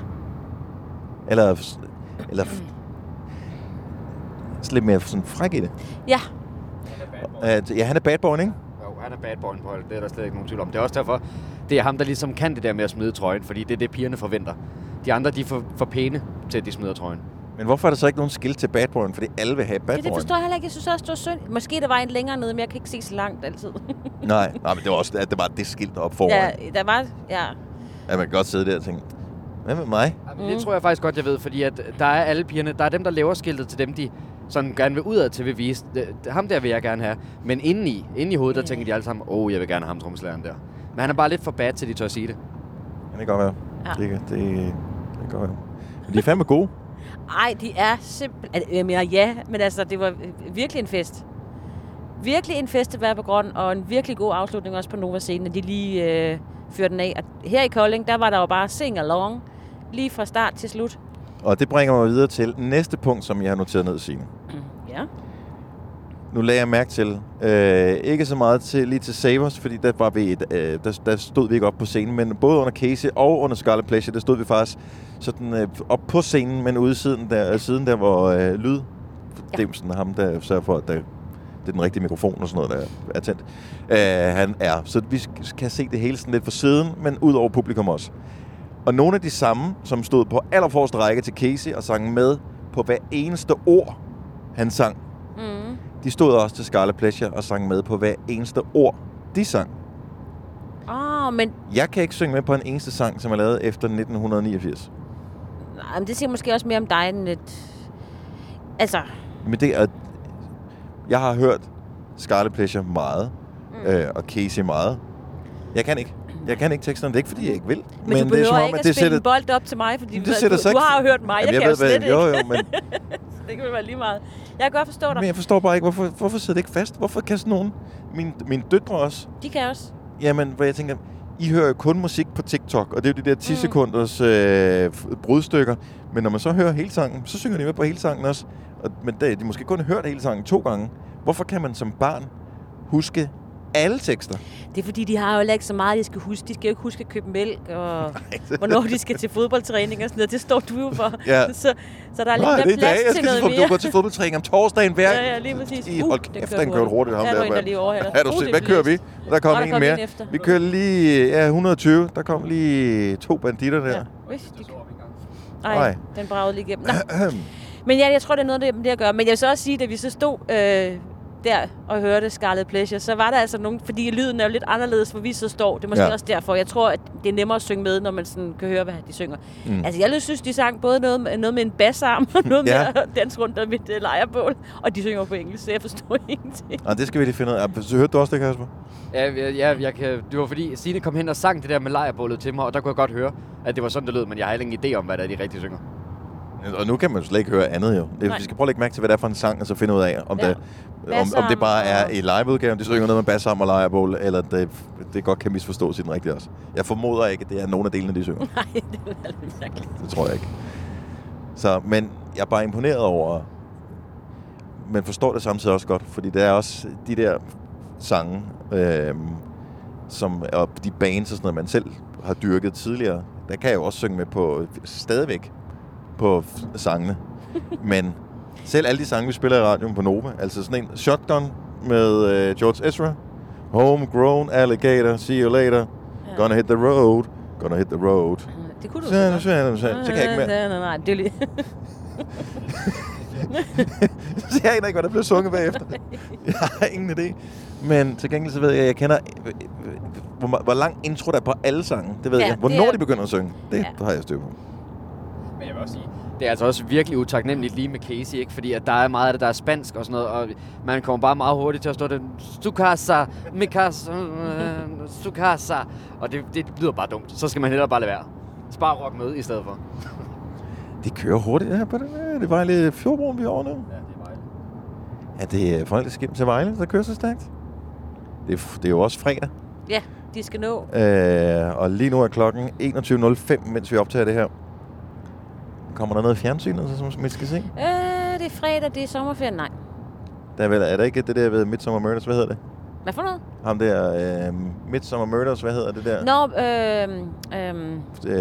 [SPEAKER 1] Eller, f- eller f- sådan lidt mere sådan fræk i det.
[SPEAKER 2] Ja,
[SPEAKER 1] At, ja, han er bad boy, ikke?
[SPEAKER 3] Jo, han er bad boy på holdet. Det er der slet ikke nogen tvivl om. Det er også derfor, Det er ham, der ligesom kan det der med at smide trøjen, fordi det er det, pigerne forventer. De andre, de er for, for pæne til, at de smider trøjen.
[SPEAKER 1] Men hvorfor er der så ikke nogen skilt til badboyen? Fordi alle vil have badboyen.
[SPEAKER 2] Det, det forstår jeg heller ikke. Jeg synes også, det var synd. Måske der var en længere nede, men jeg kan ikke se så langt altid.
[SPEAKER 1] Nej, nej, men det var også at det var det skilt op foran.
[SPEAKER 2] ja,
[SPEAKER 1] Ja.
[SPEAKER 2] der var... Ja.
[SPEAKER 1] At man kan godt sidde der og tænke, hvad med mig?
[SPEAKER 3] Mm. Det tror jeg faktisk godt, jeg ved, fordi at der er alle pigerne, der er dem, der laver skiltet til dem, de sådan gerne vil udad til vil vise, "Det- det- ham der vil jeg gerne have. Men indeni, inde i hovedet, der tænker de alle sammen, åh, oh, jeg vil gerne have ham tromslæren der. Men han er bare lidt for bad til, de tør at sige det.
[SPEAKER 1] Ja, det kan godt være.
[SPEAKER 2] Ja.
[SPEAKER 1] Det, kan- det, det kan godt være. Men de er fandme gode.
[SPEAKER 2] Ej, de er simpelthen... Jeg mener, ja, men altså, det var virkelig en fest. Virkelig en fest at være på Grøn, og en virkelig god afslutning også på Nova Scenen, at de lige øh, fyrte den af. Og her i Kolding, der var der jo bare sing along, lige fra start til slut.
[SPEAKER 1] Og det bringer mig videre til næste punkt, som jeg har noteret ned, Signe.
[SPEAKER 2] Ja.
[SPEAKER 1] Nu lagde jeg mærke til, øh, ikke så meget til, lige til Savers, fordi der, var vi et, øh, der, der stod vi ikke op på scenen, men både under Casey og under Scarlet Pleasure, der stod vi faktisk sådan, øh, op på scenen, men ude siden der, siden der hvor øh, lyd, ja. ham der sørger for, at der, det er den rigtige mikrofon og sådan noget, der er tændt, øh, han er. Så vi sk- kan se det hele sådan lidt fra siden, men ud over publikum også. Og nogle af de samme, som stod på allerforreste række til Casey og sang med på hver eneste ord, han sang,
[SPEAKER 2] Mm.
[SPEAKER 1] de stod også til Scarlet Pleasure og sang med på hver eneste ord, de sang.
[SPEAKER 2] Åh, oh, men
[SPEAKER 1] Jeg kan ikke synge med på en eneste sang, som er lavet efter 1989.
[SPEAKER 2] Nej, men det siger måske også mere om dig end lidt... Altså,
[SPEAKER 1] Men det er... Jeg har hørt Scarlet Pleasure meget, mm. øh, og Casey meget. Jeg kan ikke. Jeg kan ikke teksterne. Det er ikke, fordi jeg ikke vil.
[SPEAKER 2] men, men du
[SPEAKER 1] det er
[SPEAKER 2] behøver
[SPEAKER 1] som om,
[SPEAKER 2] ikke at
[SPEAKER 1] det
[SPEAKER 2] spille
[SPEAKER 1] sætter,
[SPEAKER 2] en bold op til mig, fordi
[SPEAKER 1] det
[SPEAKER 2] du,
[SPEAKER 1] sætter sig
[SPEAKER 2] du, du
[SPEAKER 1] ikke-
[SPEAKER 2] har jo hørt mig,
[SPEAKER 1] Jamen,
[SPEAKER 2] jeg, jeg kan jo
[SPEAKER 1] ved,
[SPEAKER 2] slet
[SPEAKER 1] hvad- jo,
[SPEAKER 2] ikke.
[SPEAKER 1] jo, men,
[SPEAKER 2] Det kan være lige meget. Jeg kan godt forstå dig.
[SPEAKER 1] men jeg forstår bare ikke, hvorfor, hvorfor sidder det ikke fast? Hvorfor kan sådan nogen... Min, mine døtre også
[SPEAKER 2] De kan også.
[SPEAKER 1] Jamen, hvor jeg tænker, I hører jo kun musik på TikTok, og det er jo de der 10 sekunders øh, f- brudstykker. Men når man så hører hele sangen, så synger de med på hele sangen også. Og, men det, de har måske kun hørt hele sangen to gange. Hvorfor kan man som barn huske alle tekster?
[SPEAKER 2] Det er fordi, de har jo heller ikke så meget, de skal huske. De skal jo ikke huske at købe mælk, og hvornår de skal til fodboldtræning og sådan noget. Det står du jo for.
[SPEAKER 1] Ja.
[SPEAKER 2] Så, så der er
[SPEAKER 1] Nå,
[SPEAKER 2] lidt
[SPEAKER 1] det er
[SPEAKER 2] mere
[SPEAKER 1] i dag,
[SPEAKER 2] plads
[SPEAKER 1] jeg
[SPEAKER 2] til
[SPEAKER 1] skal
[SPEAKER 2] noget
[SPEAKER 1] til fodbold.
[SPEAKER 2] mere.
[SPEAKER 1] Du går til fodboldtræning om torsdagen hver.
[SPEAKER 2] Ja, ja, lige præcis.
[SPEAKER 1] I,
[SPEAKER 2] Uh,
[SPEAKER 1] hold
[SPEAKER 2] den
[SPEAKER 1] kæft,
[SPEAKER 2] kørte
[SPEAKER 1] den kørte hurtigt, ham
[SPEAKER 2] Der er
[SPEAKER 1] der.
[SPEAKER 2] en, der
[SPEAKER 1] mand.
[SPEAKER 2] lige overhaler.
[SPEAKER 1] Er du
[SPEAKER 2] Uh,
[SPEAKER 1] uh,
[SPEAKER 2] det
[SPEAKER 1] Hvad
[SPEAKER 2] blev
[SPEAKER 1] kører vi?
[SPEAKER 2] læst.
[SPEAKER 1] Der kom
[SPEAKER 2] Nå, der
[SPEAKER 1] en
[SPEAKER 2] kom en
[SPEAKER 1] mere.
[SPEAKER 2] efter.
[SPEAKER 1] Vi kører lige ja, 120. Der kom lige to banditter der.
[SPEAKER 2] Ja. Ui, de... Ej,
[SPEAKER 1] Ej.
[SPEAKER 2] den bragede lige igennem. Nå. Men ja, jeg tror, det er noget det med det at gøre. Men jeg vil så også sige, at da vi så stod øh, der og hørte Scarlet Pleasure, så var der altså nogen, fordi lyden er jo lidt anderledes, hvor vi så står. Det er måske
[SPEAKER 1] Ja.
[SPEAKER 2] ja. også derfor. Jeg tror, at det er nemmere at synge med, når man sådan kan høre, hvad de synger. Mm. Altså, jeg synes, de sang både noget med, noget med en bassarm og noget
[SPEAKER 1] Ja.
[SPEAKER 2] ja. med at danse rundt om et øh, lejrbål. Og de synger på engelsk, så jeg forstår ingenting.
[SPEAKER 1] Og det skal vi lige finde ud af. Så hørte du også det, Kasper?
[SPEAKER 3] Ja, ja, ja jeg kan, det var fordi Signe kom hen og sang det der med lejrbålet til mig, og der kunne jeg godt høre, at det var sådan, det lød, men jeg har heller ingen idé om, hvad der er, de rigtig synger.
[SPEAKER 1] Og nu kan man jo slet ikke høre andet jo. Det,
[SPEAKER 2] Nej.
[SPEAKER 1] vi skal prøve at lægge mærke til, hvad det er for en sang, og så finde ud af, om, ja.
[SPEAKER 2] Ja.
[SPEAKER 1] det, om, om det bare er i liveudgaven, de synger noget med bass sammen og lejrebål, eller det, det godt kan misforstås i den rigtige også. Jeg formoder ikke, at det er nogen af delene, de synger.
[SPEAKER 2] Nej, det er lidt mærkeligt.
[SPEAKER 1] det tror jeg ikke. Så, men jeg er bare imponeret over, men forstår det samtidig også godt, fordi det er også de der sange, øh, som, og de bands og sådan noget, man selv har dyrket tidligere, der kan jeg jo også synge med på, stadigvæk på f- sangene. men selv alle de sange, vi spiller i radioen på Nova, altså sådan en Shotgun med øh, George Ezra, Homegrown Alligator, See You Later, Gonna Hit The Road, Gonna Hit The Road.
[SPEAKER 2] Det kunne du
[SPEAKER 1] Så,
[SPEAKER 2] jo
[SPEAKER 1] så, så, så, så kan jeg ikke mere.
[SPEAKER 2] Nej, nej, nej, det er jo lige...
[SPEAKER 1] Så jeg aner ikke, hvad der blev sunget bagefter. Jeg har ingen idé. Men til gengæld så ved jeg, at jeg kender, øh, øh, hvor, ma- hvor lang intro der er på alle sange. Det ved
[SPEAKER 2] Ja,
[SPEAKER 1] jeg.
[SPEAKER 2] det
[SPEAKER 1] Hvornår
[SPEAKER 2] er-
[SPEAKER 1] de begynder at synge, det
[SPEAKER 2] Ja.
[SPEAKER 1] har jeg styr på.
[SPEAKER 3] Men jeg vil også sige, det er altså også virkelig utaknemmeligt lige med Casey, ikke? fordi at der er meget af det, der er spansk og sådan noget, og man kommer bare meget hurtigt til at stå den Stukasa, Mikasa, øh, Stukasa, og det, det lyder bare dumt. Så skal man hellere bare lade være. Så bare rock med i stedet for.
[SPEAKER 1] Det kører hurtigt her på den her. Det var lidt fjordbroen, vi er over nu. Ja, det er folk, der til Vejle, der kører så stærkt. Det er, f- det er jo også fredag.
[SPEAKER 2] Ja, de skal nå.
[SPEAKER 1] Øh, og lige nu er klokken 21.05, mens vi optager det her. Kommer der noget fjernsyn, altså, som som vi skal se?
[SPEAKER 2] Øh, det er fredag, det er sommerferien. Nej.
[SPEAKER 1] Der er, vel, er der ikke det der ved Midsummer Murders? Hvad hedder det?
[SPEAKER 2] Hvad for noget?
[SPEAKER 1] Ham der øh, Midsummer Murders, hvad hedder det der?
[SPEAKER 2] Nå, øhm, øhm,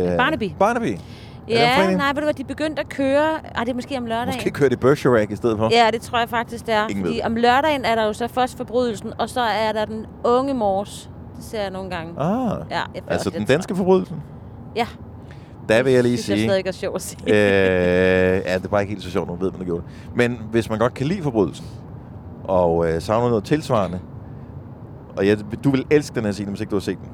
[SPEAKER 1] Øh,
[SPEAKER 2] Barnaby.
[SPEAKER 1] Barnaby. det om
[SPEAKER 2] ja,
[SPEAKER 1] fredagen?
[SPEAKER 2] nej, ved du hvad, de begyndte at køre, ah, det er måske om lørdagen.
[SPEAKER 1] Måske kører det Bergerac i stedet for.
[SPEAKER 2] Ja, det tror jeg faktisk, det er.
[SPEAKER 1] Ingen ved
[SPEAKER 2] fordi
[SPEAKER 1] det.
[SPEAKER 2] om lørdagen er der jo så først forbrydelsen, og så er der den unge mors, Det ser jeg nogle gange.
[SPEAKER 1] Ah,
[SPEAKER 2] Ja, jeg får
[SPEAKER 1] altså
[SPEAKER 2] også
[SPEAKER 1] den
[SPEAKER 2] lidt
[SPEAKER 1] danske forbrydelse?
[SPEAKER 2] Ja.
[SPEAKER 1] Der vil jeg lige
[SPEAKER 2] Det synes jeg
[SPEAKER 1] sige...
[SPEAKER 2] stadig er sjovt at sige.
[SPEAKER 1] øh, ja, det er bare ikke helt så sjovt, når man ved, man har gjort det. Men hvis man godt kan lide forbrydelsen, og øh, savner noget tilsvarende, og ja, du vil elske den her scene, hvis ikke du har set den,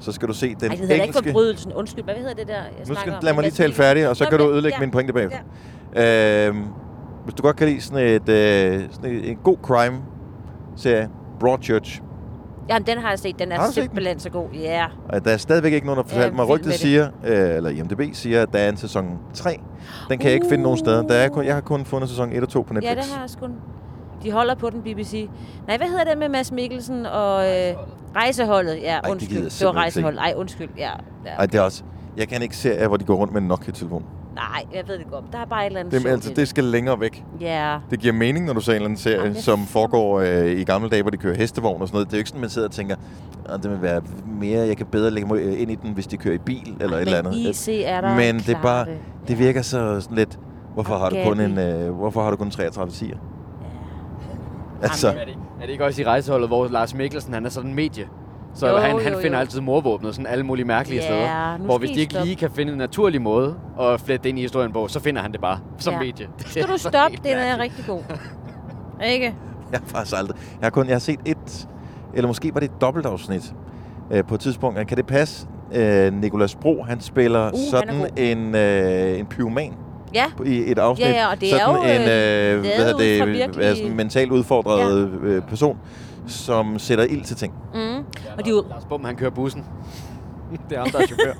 [SPEAKER 1] så skal du se den
[SPEAKER 2] Ej, det hedder da ikke
[SPEAKER 1] engelske...
[SPEAKER 2] forbrydelsen. Undskyld, hvad hedder det der, jeg
[SPEAKER 1] nu skal,
[SPEAKER 2] snakker om?
[SPEAKER 1] lad mig lige tale færdig, og så
[SPEAKER 2] Nå,
[SPEAKER 1] kan du
[SPEAKER 2] men-
[SPEAKER 1] ødelægge
[SPEAKER 2] ja.
[SPEAKER 1] min pointe bagefter. Ja. Øhm, hvis du godt kan lide sådan, et, øh, sådan et, en god crime-serie, Broadchurch,
[SPEAKER 2] Jamen, den har jeg set. Den er
[SPEAKER 1] Har du set den?
[SPEAKER 2] simpelthen så god. Ja.
[SPEAKER 1] Og der er stadigvæk ikke nogen, der har fortalt
[SPEAKER 2] Ja,
[SPEAKER 1] mig.
[SPEAKER 2] vild
[SPEAKER 1] Rygtet
[SPEAKER 2] med det.
[SPEAKER 1] siger, øh, eller IMDB siger, at der er en sæson 3. Den kan jeg ikke finde nogen steder. Der er kun, jeg har kun fundet sæson 1 og 2 på Netflix.
[SPEAKER 2] Ja, det har jeg sgu. De holder på den, BBC. Nej, hvad hedder det med Mads Mikkelsen og... Øh, rejseholdet, ja,
[SPEAKER 1] det
[SPEAKER 2] undskyld.
[SPEAKER 1] gider jeg simpelthen
[SPEAKER 2] det, var
[SPEAKER 1] ikke se.
[SPEAKER 2] rejseholdet. Ej, undskyld, ja. ja.
[SPEAKER 1] Ej, det er også... Jeg kan ikke se, hvor de går rundt med en Nokia-telefon.
[SPEAKER 2] Nej, jeg ved det godt. Der er bare et eller andet
[SPEAKER 1] Det,
[SPEAKER 2] sjovt
[SPEAKER 1] altså,
[SPEAKER 2] i
[SPEAKER 1] det skal længere væk.
[SPEAKER 2] Ja.
[SPEAKER 1] Det giver mening, når du ser en eller anden serie,
[SPEAKER 2] Jamen, jeg-
[SPEAKER 1] som foregår øh, i gamle dage, hvor de kører hestevogn og sådan noget. Det er jo ikke sådan, man sidder og tænker, at det vil være mere, jeg kan bedre lægge mig øh, ind i den, hvis de kører i bil eller et eller andet. Øh,
[SPEAKER 2] Men IC er der
[SPEAKER 1] Men det er
[SPEAKER 2] klart øh,
[SPEAKER 1] bare,
[SPEAKER 2] det.
[SPEAKER 1] det virker så sådan lidt, hvorfor har, du kun en,
[SPEAKER 2] Gabi.
[SPEAKER 1] øh, hvorfor har du kun 33 siger? Altså-
[SPEAKER 2] Jamen,
[SPEAKER 3] Er det, er det ikke også i rejseholdet, hvor Lars Mikkelsen han er sådan en medie? Så
[SPEAKER 2] Jo,
[SPEAKER 3] jo, han, han
[SPEAKER 2] jo, jo.
[SPEAKER 3] finder altid morvåbnet sådan alle mulige mærkelige
[SPEAKER 2] Ja,
[SPEAKER 3] steder.
[SPEAKER 2] nu
[SPEAKER 3] Hvor
[SPEAKER 2] skal
[SPEAKER 3] hvis
[SPEAKER 2] I
[SPEAKER 3] de ikke
[SPEAKER 2] stoppe.
[SPEAKER 3] lige kan finde en naturlig måde at flette det ind i historien på, så finder han det bare som
[SPEAKER 2] Ja.
[SPEAKER 3] medie.
[SPEAKER 2] Skal du stoppe? Den er rigtig god. Ikke?
[SPEAKER 1] Jeg har faktisk aldrig. Jeg har kun jeg har set et, eller måske var det et dobbeltafsnit øh, på et tidspunkt. Kan det passe? Øh, Nikolas Bro, han spiller
[SPEAKER 2] Uh,
[SPEAKER 1] sådan
[SPEAKER 2] han er god.
[SPEAKER 1] en, øh, en pyroman
[SPEAKER 2] Ja,
[SPEAKER 1] på- i et afsnit.
[SPEAKER 2] Ja, ja, og det er
[SPEAKER 1] sådan
[SPEAKER 2] jo, øh,
[SPEAKER 1] en øh,
[SPEAKER 2] lavet
[SPEAKER 1] hvad hedder
[SPEAKER 2] ud fra
[SPEAKER 1] det,
[SPEAKER 2] virkelige-
[SPEAKER 1] hvad er sådan en mentalt udfordret ja. øh, person, som sætter ild til ting.
[SPEAKER 2] mm. og de er
[SPEAKER 3] Lars,
[SPEAKER 2] jo,
[SPEAKER 3] Lars Bum, han kører bussen. det er ham, der er chauffør.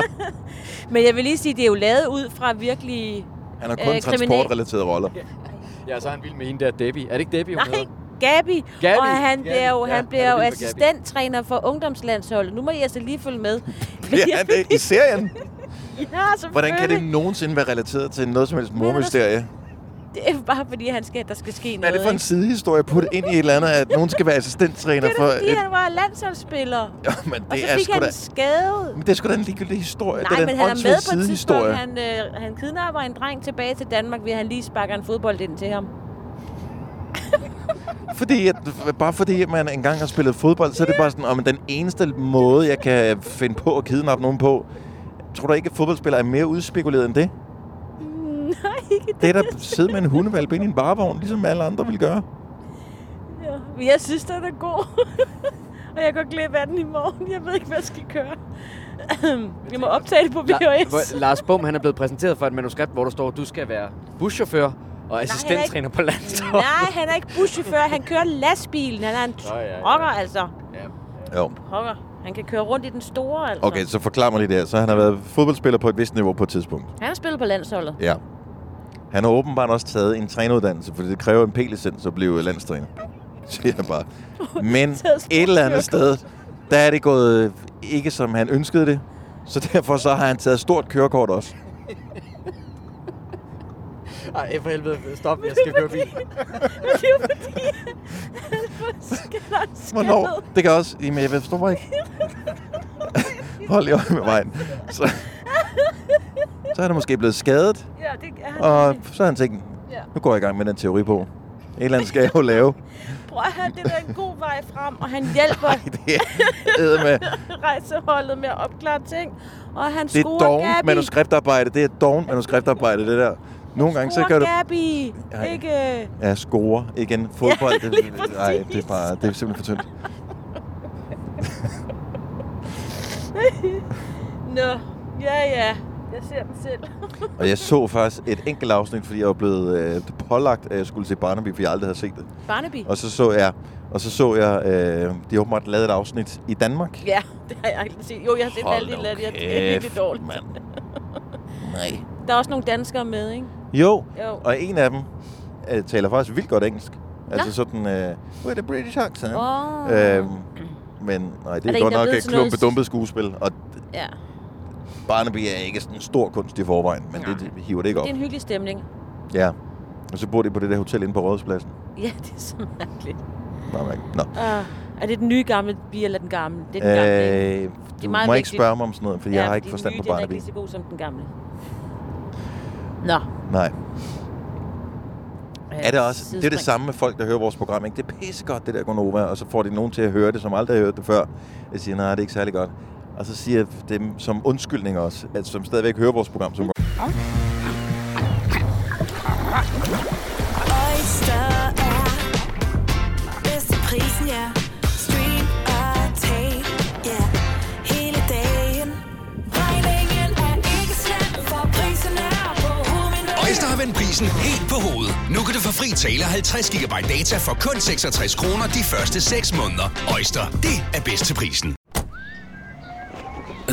[SPEAKER 2] men jeg vil lige sige, det er jo lavet ud fra virkelig...
[SPEAKER 1] Han har kun
[SPEAKER 2] Øh,
[SPEAKER 1] øh,
[SPEAKER 2] kriminal-
[SPEAKER 1] transportrelaterede roller.
[SPEAKER 3] ja, så er han vild med en der Debbie. Er det ikke Debbie, hun
[SPEAKER 2] Nej,
[SPEAKER 3] hedder?
[SPEAKER 2] Gabi.
[SPEAKER 3] Gabi,
[SPEAKER 2] Og han bliver jo,
[SPEAKER 3] Gabi, ja,
[SPEAKER 2] han bliver
[SPEAKER 3] han er
[SPEAKER 2] jo
[SPEAKER 3] vild med Gabi.
[SPEAKER 2] assistenttræner for ungdomslandsholdet. Nu må I altså lige følge med. Men
[SPEAKER 1] Ja,
[SPEAKER 2] jeg-
[SPEAKER 1] det er i serien.
[SPEAKER 2] ja, selvfølgelig.
[SPEAKER 1] Hvordan kan det nogensinde være relateret til noget som helst mormysterie?
[SPEAKER 2] Det er bare fordi, han skal, der skal ske
[SPEAKER 1] Hvad er
[SPEAKER 2] noget.
[SPEAKER 1] det for en
[SPEAKER 2] ikke?
[SPEAKER 1] sidehistorie at putte ind i et eller andet, at nogen skal være assistenttræner
[SPEAKER 2] det er
[SPEAKER 1] for
[SPEAKER 2] da, fordi
[SPEAKER 1] et...
[SPEAKER 2] han var landsholdsspiller.
[SPEAKER 1] Jamen,
[SPEAKER 2] Og så
[SPEAKER 1] det er
[SPEAKER 2] fik
[SPEAKER 1] sgu
[SPEAKER 2] han
[SPEAKER 1] da...
[SPEAKER 2] en skade.
[SPEAKER 1] Men det er sgu da en ligegyldig historie. det
[SPEAKER 2] Nej,
[SPEAKER 1] er da
[SPEAKER 2] men
[SPEAKER 1] en
[SPEAKER 2] han er
[SPEAKER 1] åndssvag
[SPEAKER 2] med på et tidspunkt.
[SPEAKER 1] sidehistorie.
[SPEAKER 2] Han, øh, han kidnapper en dreng tilbage til Danmark, ved at han lige sparker en fodbold ind til ham.
[SPEAKER 1] Fordi at, bare fordi at man engang har spillet fodbold, så er det bare sådan, om den eneste måde, jeg kan finde på at kidnappe nogen på, tror du ikke, at fodboldspillere er mere udspekuleret end det?
[SPEAKER 2] Mm, Nej, ikke det.
[SPEAKER 1] Det er da at sidde med en hundevalp ind i en barevogn, ligesom alle andre vil gøre.
[SPEAKER 2] Ja. Men jeg synes, den er god. og jeg går glip af den i morgen. Jeg ved ikke, hvad jeg skal gøre. jeg må optage det på
[SPEAKER 3] La-
[SPEAKER 2] VHS.
[SPEAKER 3] hvor- Lars Bum, han er blevet præsenteret for et manuskript, hvor der står, du skal være buschauffør og assistenttræner på landsholdet.
[SPEAKER 2] Nej, han er ikke buschauffør. Han kører lastbilen. Han er en
[SPEAKER 3] Nå, ja, ja.
[SPEAKER 2] rocker, altså.
[SPEAKER 3] Ja.
[SPEAKER 1] Jo.
[SPEAKER 2] Rocker. Han kan køre rundt i den store, altså.
[SPEAKER 1] Okay, så forklar mig lige det her. Så han har været fodboldspiller på et vist niveau på et tidspunkt.
[SPEAKER 2] Han har spillet på landsholdet.
[SPEAKER 1] Ja. Han har åbenbart også taget en træneruddannelse, fordi det kræver en P-licens at blive landstræner. Siger jeg bare. Men et eller andet sted, der er det gået ikke som han ønskede det. Så derfor så har han taget stort kørekort også.
[SPEAKER 3] Ej, for helvede, stop, jeg skal køre bil.
[SPEAKER 2] Men det er jo fordi, han får skadet.
[SPEAKER 1] Hvornår? Det kan også... Jamen, jeg forstår bare ikke. Hold i øje med vejen. Så, så er han måske blevet skadet,
[SPEAKER 2] Ja, det er han.
[SPEAKER 1] og så har han tænkt,
[SPEAKER 2] Ja.
[SPEAKER 1] nu går jeg i gang med den teori på. Et eller andet skal jeg jo lave.
[SPEAKER 2] Prøv at høre, det der er en god vej frem, og han hjælper
[SPEAKER 1] Det er med
[SPEAKER 2] rejseholdet med at opklare ting. Og han
[SPEAKER 1] Det er
[SPEAKER 2] scorer
[SPEAKER 1] dovent
[SPEAKER 2] Gabi.
[SPEAKER 1] manuskriptarbejde. Det er dovent manuskriptarbejde, det der. Nogle gange, så
[SPEAKER 2] Scorer
[SPEAKER 1] kan du...
[SPEAKER 2] Gabi.
[SPEAKER 1] Ej.
[SPEAKER 2] Ikke?
[SPEAKER 1] Ja, score igen. Fodbold.
[SPEAKER 2] Ja,
[SPEAKER 1] Ja,
[SPEAKER 2] lige
[SPEAKER 1] det, nej, det
[SPEAKER 2] præcis.
[SPEAKER 1] er, bare, det er simpelthen for tyndt.
[SPEAKER 2] øh, Nå, ja ja. Jeg ser den selv.
[SPEAKER 1] Og jeg så faktisk et enkelt afsnit, fordi jeg var blevet øh, pålagt, at jeg skulle se Barnaby, for jeg aldrig havde set det.
[SPEAKER 2] Barnaby.
[SPEAKER 1] Og så så jeg, og så så jeg øh, de har åbenbart lavet et afsnit i Danmark.
[SPEAKER 2] Ja, det har jeg aldrig set. Jo, jeg har set
[SPEAKER 1] Hold
[SPEAKER 2] alt det
[SPEAKER 1] nu
[SPEAKER 2] der. Det er
[SPEAKER 1] kæft,
[SPEAKER 2] virkelig dårligt.
[SPEAKER 1] mand. Nej.
[SPEAKER 2] Der er også nogle danskere med, ikke?
[SPEAKER 1] Jo,
[SPEAKER 2] Jo.
[SPEAKER 1] og en af dem øh, taler faktisk vildt godt engelsk. Altså
[SPEAKER 2] Nå.
[SPEAKER 1] sådan, øh, with a British accent.
[SPEAKER 2] Åh.
[SPEAKER 1] Øhm, men nej, det
[SPEAKER 2] der
[SPEAKER 1] er,
[SPEAKER 2] en,
[SPEAKER 1] er godt
[SPEAKER 2] der
[SPEAKER 1] nok
[SPEAKER 2] ved
[SPEAKER 1] et
[SPEAKER 2] sådan noget-
[SPEAKER 1] klumpe dumpet skuespil, og
[SPEAKER 2] Ja.
[SPEAKER 1] Barnaby er ikke sådan en stor kunst i forvejen, men det, det hiver det ikke op.
[SPEAKER 2] Det er en hyggelig stemning.
[SPEAKER 1] Ja. Og så bor de på det der hotel inde på Rådhuspladsen.
[SPEAKER 2] Ja, det er så mærkeligt.
[SPEAKER 1] Nå, mærkeligt. Nå.
[SPEAKER 2] Uh, er det den nye gamle bil eller den gamle? Det er den gamle, ikke?
[SPEAKER 1] Øh,
[SPEAKER 2] Det er
[SPEAKER 1] du
[SPEAKER 2] meget
[SPEAKER 1] må ikke
[SPEAKER 2] vigtigt.
[SPEAKER 1] spørge mig om sådan noget, for ja, jeg har
[SPEAKER 2] fordi
[SPEAKER 1] ikke
[SPEAKER 2] den
[SPEAKER 1] forstand
[SPEAKER 2] nye,
[SPEAKER 1] på
[SPEAKER 2] den er ikke
[SPEAKER 1] Barnaby.
[SPEAKER 2] lige så god som den gamle. Nå,
[SPEAKER 1] Nej.
[SPEAKER 2] Øh,
[SPEAKER 1] er det også, det er det samme med folk, der hører vores program. Ikke? Det er pissegodt, det der Gonova, og så får de nogen til at høre det, som aldrig har hørt det før. Jeg siger, nej, det er ikke særlig godt. Og så siger jeg dem som undskyldning også, at som stadigvæk hører vores program. Som
[SPEAKER 4] Oyster er bedst til prisen, ja. Stream og tag, ja. Hele dagen. Regningen er ikke slem, for prisen er på hovedet.
[SPEAKER 5] Øjster har vendt prisen helt på hovedet. Nu kan du få fri tale og 50 GB data for kun 66 kroner de første 6 måneder. Øjster, det er bedst til prisen.
[SPEAKER 6] Er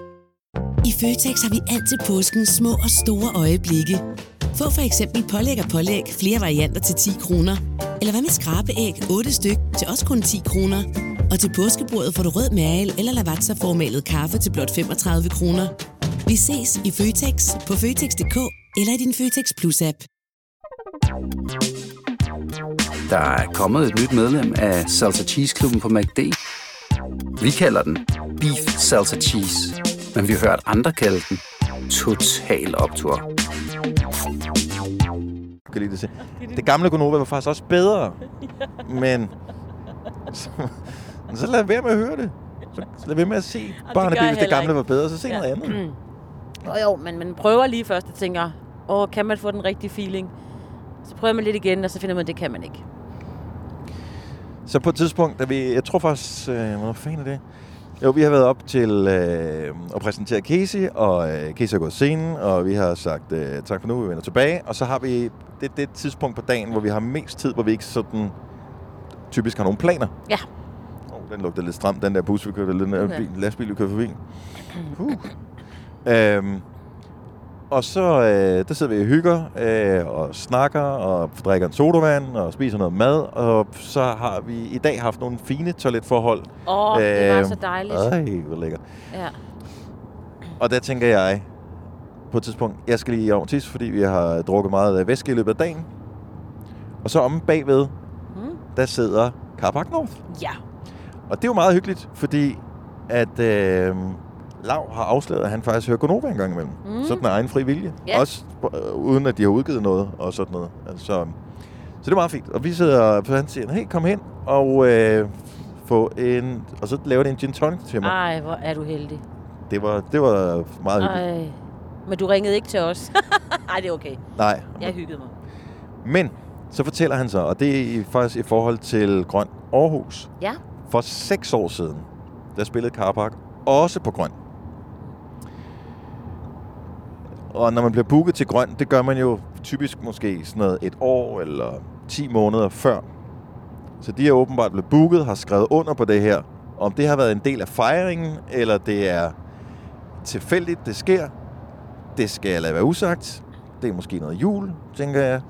[SPEAKER 7] I Føtex har vi alt til påsken små og store øjeblikke. Få for eksempel pålæg og pålæg flere varianter til 10 kroner. Eller hvad med skrabeæg 8 styk til også kun 10 kroner. Og til påskebordet får du rød mal eller lavatserformalet kaffe til blot 35 kroner. Vi ses i Føtex på Føtex.dk eller i din Føtex Plus-app.
[SPEAKER 8] Der er kommet et nyt medlem af Salsa Cheese Klubben på MACD. Vi kalder den Beef Salsa Cheese, men vi har hørt andre kalde den Total Optor.
[SPEAKER 1] kan lide det til. Det gamle Gonova var faktisk også bedre. Men så, så lad være med at høre det. Så, så lad være med at se
[SPEAKER 2] gør
[SPEAKER 1] Barnaby,
[SPEAKER 2] jeg
[SPEAKER 1] hvis det
[SPEAKER 2] heller
[SPEAKER 1] gamle
[SPEAKER 2] ikke.
[SPEAKER 1] var bedre. Så se
[SPEAKER 2] Ja.
[SPEAKER 1] noget andet.
[SPEAKER 2] Åh jo, men man prøver lige først og tænker, åh, kan man få den rigtige feeling? Så prøver man lidt igen, og så finder man, at det kan man ikke.
[SPEAKER 1] Så på et tidspunkt, da vi... Jeg tror faktisk... Øh, hvad fanden er det? Jo, vi har været op til øh, at præsentere Casey, og øh, Casey er gået scenen, og vi har sagt øh, tak for nu, vi vender tilbage. Og så har vi det, det tidspunkt på dagen, hvor vi har mest tid, hvor vi ikke sådan typisk har nogen planer.
[SPEAKER 2] Ja.
[SPEAKER 1] Oh, den lugter lidt stramt, den der bus, vi kørte, eller den der
[SPEAKER 2] Okay.
[SPEAKER 1] bil, lastbil, vi kørte forbi. Uh. øhm, og så øh, der sidder vi og hygger øh, og snakker og drikker en sodavand og spiser noget mad. Og så har vi i dag haft nogle fine toiletforhold.
[SPEAKER 2] Åh, øh, det var
[SPEAKER 1] Øhm,
[SPEAKER 2] så dejligt.
[SPEAKER 1] Ej, hvor lækkert.
[SPEAKER 2] Ja.
[SPEAKER 1] Og der tænker jeg på et tidspunkt, jeg skal lige over tisse, fordi vi har drukket meget øh, væske i løbet af dagen. Og så omme bagved,
[SPEAKER 2] Mm.
[SPEAKER 1] der sidder Carpark North.
[SPEAKER 2] Ja.
[SPEAKER 1] Og det er jo meget hyggeligt, fordi at øh, Lav har afsløret, at han faktisk hører Gonova en gang imellem. Mm. Sådan af egen fri vilje.
[SPEAKER 2] Ja.
[SPEAKER 1] Også øh, uden at de har udgivet noget og sådan noget. Altså, så det er meget fint. Og vi sidder, så han siger, hey, kom hen og øh, få en... Og så laver det en gin tonic til mig. Ah.
[SPEAKER 2] Ej, hvor er du heldig.
[SPEAKER 1] Det, var, det var meget hyggeligt.
[SPEAKER 2] Ej. Men du ringede ikke til os. Nej, det er okay.
[SPEAKER 1] Nej.
[SPEAKER 2] Jeg hyggede mig.
[SPEAKER 1] Men så fortæller han så, og det er i- faktisk i forhold til Grøn Aarhus.
[SPEAKER 2] Ja.
[SPEAKER 1] For seks år siden, der spillede Carpark også på grøn. Og når man bliver booket til grøn, det gør man jo typisk måske sådan noget et år eller 10 måneder før. Så de er åbenbart blevet booket, har skrevet under på det her. Om det har været en del af fejringen, eller det er tilfældigt, det sker, det skal jeg lade være usagt. Det er måske noget jul, tænker jeg.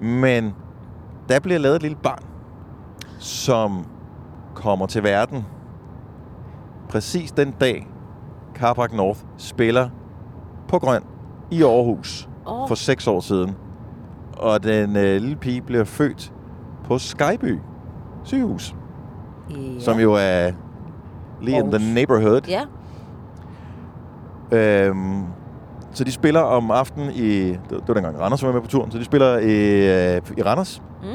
[SPEAKER 1] Men der bliver lavet et lille barn, som kommer til verden. Præcis den dag, Carpark North spiller på Grøn i Aarhus
[SPEAKER 2] Åh.
[SPEAKER 1] for seks år siden. Og den øh, lille pige bliver født på Skyby sygehus,
[SPEAKER 2] Ja.
[SPEAKER 1] som jo er lige in
[SPEAKER 2] Aarhus.
[SPEAKER 1] the neighborhood.
[SPEAKER 2] Ja.
[SPEAKER 1] Øhm, så de spiller om aftenen i... Det var, det var dengang Randers var med på turen. Så de spiller i, øh, i Randers. Mm.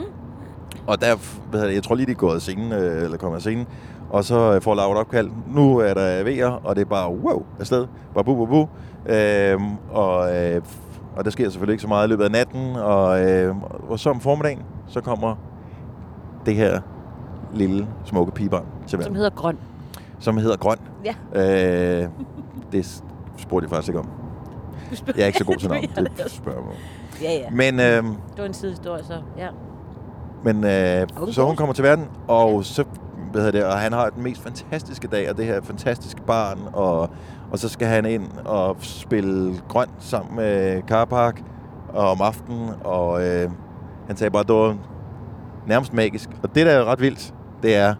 [SPEAKER 1] Og der, hvad hedder det, jeg tror lige, de er gået af scenen, øh, eller kommet af scenen. Og så øh, får Laura et opkald. Nu er der VR, og det er bare wow afsted. Bare bu, bu, bu. Øhm, og, øh, og der sker selvfølgelig ikke så meget i løbet af natten. Og, øh, og så om formiddagen, så kommer det her lille, smukke pigebarn til verden,
[SPEAKER 2] Som
[SPEAKER 1] som,
[SPEAKER 2] hedder Grøn.
[SPEAKER 1] som hedder Grøn.
[SPEAKER 2] Ja.
[SPEAKER 1] Øh, det s- spurgte jeg faktisk ikke om. Jeg er ikke så god til navn. Det spørger mig.
[SPEAKER 2] Ja, ja.
[SPEAKER 1] Men, øh,
[SPEAKER 2] Det var en sidehistorie, så. Ja.
[SPEAKER 1] men øh,
[SPEAKER 2] Okay.
[SPEAKER 1] så hun kommer til verden, og så hvad hedder det, og han har den mest fantastiske dag, og det her fantastiske barn, og, og så skal han ind og spille grøn sammen med Carpark og om aftenen, og øh, han sagde bare, det var nærmest magisk. Og det, der er ret vildt, det er,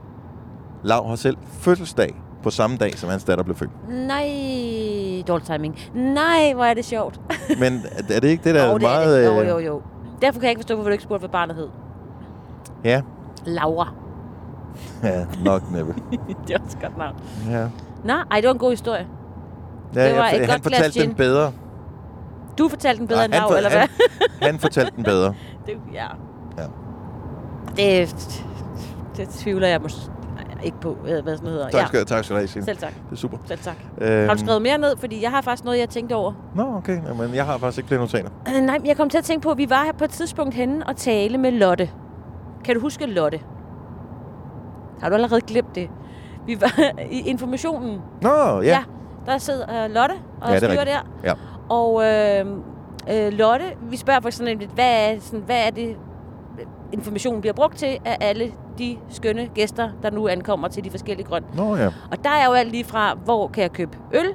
[SPEAKER 1] Lav har selv fødselsdag på samme dag, som hans datter blev født.
[SPEAKER 2] Nej, dårlig timing. Nej, hvor er det sjovt.
[SPEAKER 1] Men er det ikke det, der
[SPEAKER 2] Jo,
[SPEAKER 1] er meget...
[SPEAKER 2] det er det. Jo,
[SPEAKER 1] øh,
[SPEAKER 2] jo, jo. Derfor kan jeg ikke forstå, hvorfor du ikke spurgte, hvad barnet hed.
[SPEAKER 1] Ja,
[SPEAKER 2] Laura.
[SPEAKER 1] ja nok næppe.
[SPEAKER 2] det er også et godt navn.
[SPEAKER 1] Ja.
[SPEAKER 2] Nå, ej, det var en god historie.
[SPEAKER 1] Ja,
[SPEAKER 2] Det var
[SPEAKER 1] jeg,
[SPEAKER 2] et
[SPEAKER 1] han
[SPEAKER 2] godt glas
[SPEAKER 1] fortalte den
[SPEAKER 2] gin.
[SPEAKER 1] bedre.
[SPEAKER 2] Du fortalte den bedre
[SPEAKER 1] Nej,
[SPEAKER 2] end Lav,
[SPEAKER 1] for-
[SPEAKER 2] eller hvad?
[SPEAKER 1] Han, han fortalte den bedre.
[SPEAKER 2] Det, ja.
[SPEAKER 1] Ja.
[SPEAKER 2] Det, det tvivler jeg måske ikke på, hvad hvad sådan noget hedder.
[SPEAKER 1] Tak skal, tak skal du have, Signe.
[SPEAKER 2] Selv tak.
[SPEAKER 1] Det er super.
[SPEAKER 2] Selv tak.
[SPEAKER 1] Øhm,
[SPEAKER 2] Har du skrevet mere ned? Fordi jeg har faktisk noget, jeg tænkte over.
[SPEAKER 1] Nå, okay. Jamen, jeg har faktisk ikke flere notater.
[SPEAKER 2] Øh, nej, men jeg kom til at tænke på, at vi var her på et tidspunkt henne og tale med Lotte. Kan du huske Lotte? Har du allerede glemt det? Vi var i informationen.
[SPEAKER 1] Nå, ja.
[SPEAKER 2] Ja. Der sidder øh, Lotte og
[SPEAKER 1] Ja, det er
[SPEAKER 2] styrer der.
[SPEAKER 1] rigtigt. Ja.
[SPEAKER 2] Og øh, øh, Lotte, vi spørger for eksempel, lidt, hvad er, sådan, hvad er det, øh, informationen bliver brugt til af alle de skønne gæster, der nu ankommer til de forskellige grøn.
[SPEAKER 1] Nå, ja.
[SPEAKER 2] Og der er jo alt lige fra, hvor kan jeg købe øl,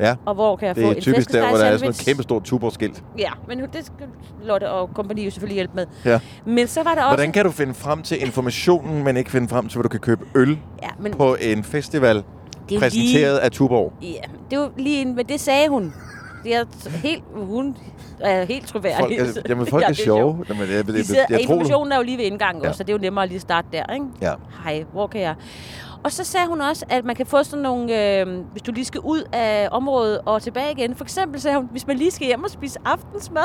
[SPEAKER 1] Ja.
[SPEAKER 2] og hvor kan jeg
[SPEAKER 1] Det
[SPEAKER 2] få
[SPEAKER 1] er
[SPEAKER 2] en
[SPEAKER 1] typisk der, hvor der er sådan et
[SPEAKER 2] flæskesteg-sandwich.
[SPEAKER 1] kæmpe stort tuborgskilt.
[SPEAKER 2] Ja, men det skal Lotte og kompagni jo selvfølgelig hjælpe med.
[SPEAKER 1] Ja.
[SPEAKER 2] Men så var der også...
[SPEAKER 1] Hvordan kan du finde frem til informationen, men ikke finde frem til, hvor du kan købe øl
[SPEAKER 2] Ja, men
[SPEAKER 1] på en festival
[SPEAKER 2] det er jo lige...
[SPEAKER 1] præsenteret af Tuborg?
[SPEAKER 2] Ja, det var lige en, men det sagde hun. Det er t- helt, hun er helt troværdig.
[SPEAKER 1] Folk er, jamen, folk
[SPEAKER 2] Ja,
[SPEAKER 1] er
[SPEAKER 2] det
[SPEAKER 1] sjove. Jamen, jeg, jeg,
[SPEAKER 2] De
[SPEAKER 1] jeg,
[SPEAKER 2] sidder,
[SPEAKER 1] jeg tror, du-
[SPEAKER 2] informationen er jo lige ved indgangen
[SPEAKER 1] Ja.
[SPEAKER 2] ja. også, så det er jo nemmere lige at starte der, ikke?
[SPEAKER 1] Ja.
[SPEAKER 2] Hej, hvor kan jeg? Og så sagde hun også, at man kan få sådan nogle, øh, hvis du lige skal ud af området og tilbage igen. For eksempel sagde hun, hvis man lige skal hjem og spise aftensmad.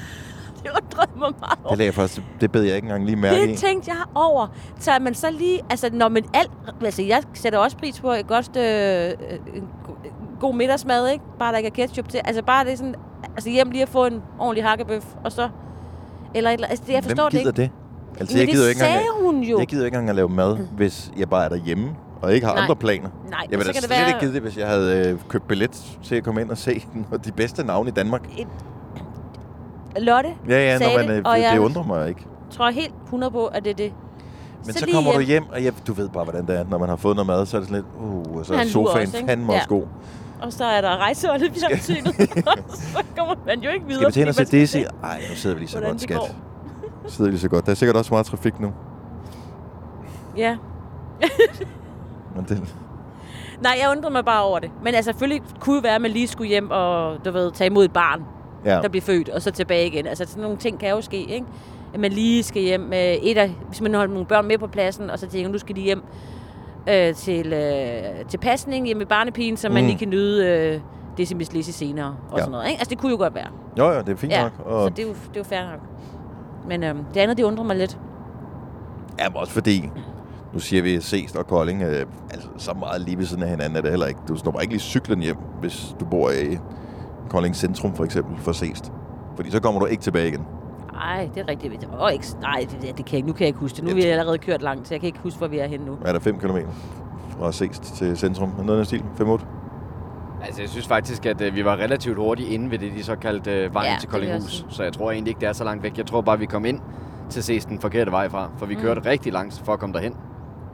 [SPEAKER 2] det undrede mig meget over.
[SPEAKER 1] det, lagde jeg faktisk, det bed jeg ikke engang lige mærke i.
[SPEAKER 2] Det tænkte jeg over. Tager man så lige... Altså, når man alt... Altså, jeg sætter også pris på et godt... Øh, øh, en go- god middagsmad, ikke? Bare der ikke er ketchup til. Altså, bare det er sådan... Altså, hjem lige at få en ordentlig hakkebøf, og så... Eller, et eller altså, det, jeg forstår
[SPEAKER 1] Hvem
[SPEAKER 2] det
[SPEAKER 1] gider
[SPEAKER 2] ikke.
[SPEAKER 1] det? Altså,
[SPEAKER 2] Men
[SPEAKER 1] jeg gider jo
[SPEAKER 2] det
[SPEAKER 1] ikke engang,
[SPEAKER 2] sagde hun jo. Mm.
[SPEAKER 1] jeg gider jo ikke engang at lave mad, hvis jeg bare er derhjemme og ikke har
[SPEAKER 2] Nej.
[SPEAKER 1] andre planer.
[SPEAKER 2] Nej,
[SPEAKER 1] Jeg
[SPEAKER 2] men
[SPEAKER 1] ville
[SPEAKER 2] så
[SPEAKER 1] da
[SPEAKER 2] kan det
[SPEAKER 1] slet
[SPEAKER 2] være...
[SPEAKER 1] ikke gide altså, det, hvis jeg havde øh, købt billet til at komme ind og se den, og de bedste navne i Danmark.
[SPEAKER 2] Lotte
[SPEAKER 1] Ja, ja,
[SPEAKER 2] sagde
[SPEAKER 1] når man,
[SPEAKER 2] det,
[SPEAKER 1] øh,
[SPEAKER 2] og
[SPEAKER 1] det,
[SPEAKER 2] jeg
[SPEAKER 1] det undrer mig ikke.
[SPEAKER 2] tror helt 100 på, at det er det.
[SPEAKER 1] Men så,
[SPEAKER 2] lige øh,
[SPEAKER 1] kommer du hjem, og jeg, du ved bare, hvordan det er. Når man har fået noget mad, så er det sådan lidt, uh, og så er
[SPEAKER 2] Han lurer
[SPEAKER 1] sofaen
[SPEAKER 2] også, ikke?
[SPEAKER 1] fandme også
[SPEAKER 2] Ja.
[SPEAKER 1] god.
[SPEAKER 2] Og så er der rejseholdet i fjernsynet. så kommer man jo ikke videre.
[SPEAKER 1] Skal vi til hen og se
[SPEAKER 2] fordi man
[SPEAKER 1] DC? Ej, nu sidder vi lige så
[SPEAKER 2] hvordan
[SPEAKER 1] godt,
[SPEAKER 2] det
[SPEAKER 1] skat.
[SPEAKER 2] går.
[SPEAKER 1] Sidder vi lige så godt. Der er sikkert også meget trafik nu.
[SPEAKER 2] Ja.
[SPEAKER 1] Men det,
[SPEAKER 2] Nej, jeg undrede mig bare over det. Men altså, selvfølgelig kunne det være, at man lige skulle hjem og du ved, tage imod et barn,
[SPEAKER 1] ja.
[SPEAKER 2] ja. der bliver født, og så tilbage igen. Altså, sådan nogle ting kan jo ske, ikke? At man lige skal hjem med et af, hvis man holder nogle børn med på pladsen, og så tænker, nu skal de hjem øh, til, øh, til pasning hjemme med barnepigen, så man
[SPEAKER 1] Mm.
[SPEAKER 2] lige kan nyde øh, det, som Lisse senere og
[SPEAKER 1] Ja.
[SPEAKER 2] ja. sådan noget, ikke? Altså, det kunne jo godt være.
[SPEAKER 1] Jo, jo, det er fint
[SPEAKER 2] Ja,
[SPEAKER 1] nok.
[SPEAKER 2] så
[SPEAKER 1] Og,
[SPEAKER 2] det er jo, det er jo fair nok. Men øhm, det andet, det undrer mig lidt.
[SPEAKER 1] ja, men også fordi, nu siger vi ses og Kolding, øh, altså så meget lige ved siden af hinanden er det heller ikke. Du snupper ikke lige cyklen hjem, hvis du bor i Kolding Centrum for eksempel, for sest. Fordi så kommer du ikke tilbage igen.
[SPEAKER 2] Nej, det er rigtigt. Åh, ikke, nej, det, det, kan jeg ikke. Nu kan jeg ikke huske det. Nu har vi allerede kørt langt, så jeg kan ikke huske, hvor vi er henne nu.
[SPEAKER 1] Er der 5 km fra sest til centrum? Noget af den stil? 5-8?
[SPEAKER 3] Altså, jeg synes faktisk, at øh, vi var relativt hurtigt inde ved det, de såkaldte øh, vejen
[SPEAKER 2] Ja,
[SPEAKER 3] til
[SPEAKER 2] det vil jeg
[SPEAKER 3] Koldinghus.
[SPEAKER 2] også
[SPEAKER 3] Så jeg tror egentlig ikke, det er så langt væk. Jeg tror bare, vi kom ind til ses den forkerte vej fra. For vi
[SPEAKER 2] Mm.
[SPEAKER 3] kørte rigtig langt for at komme derhen.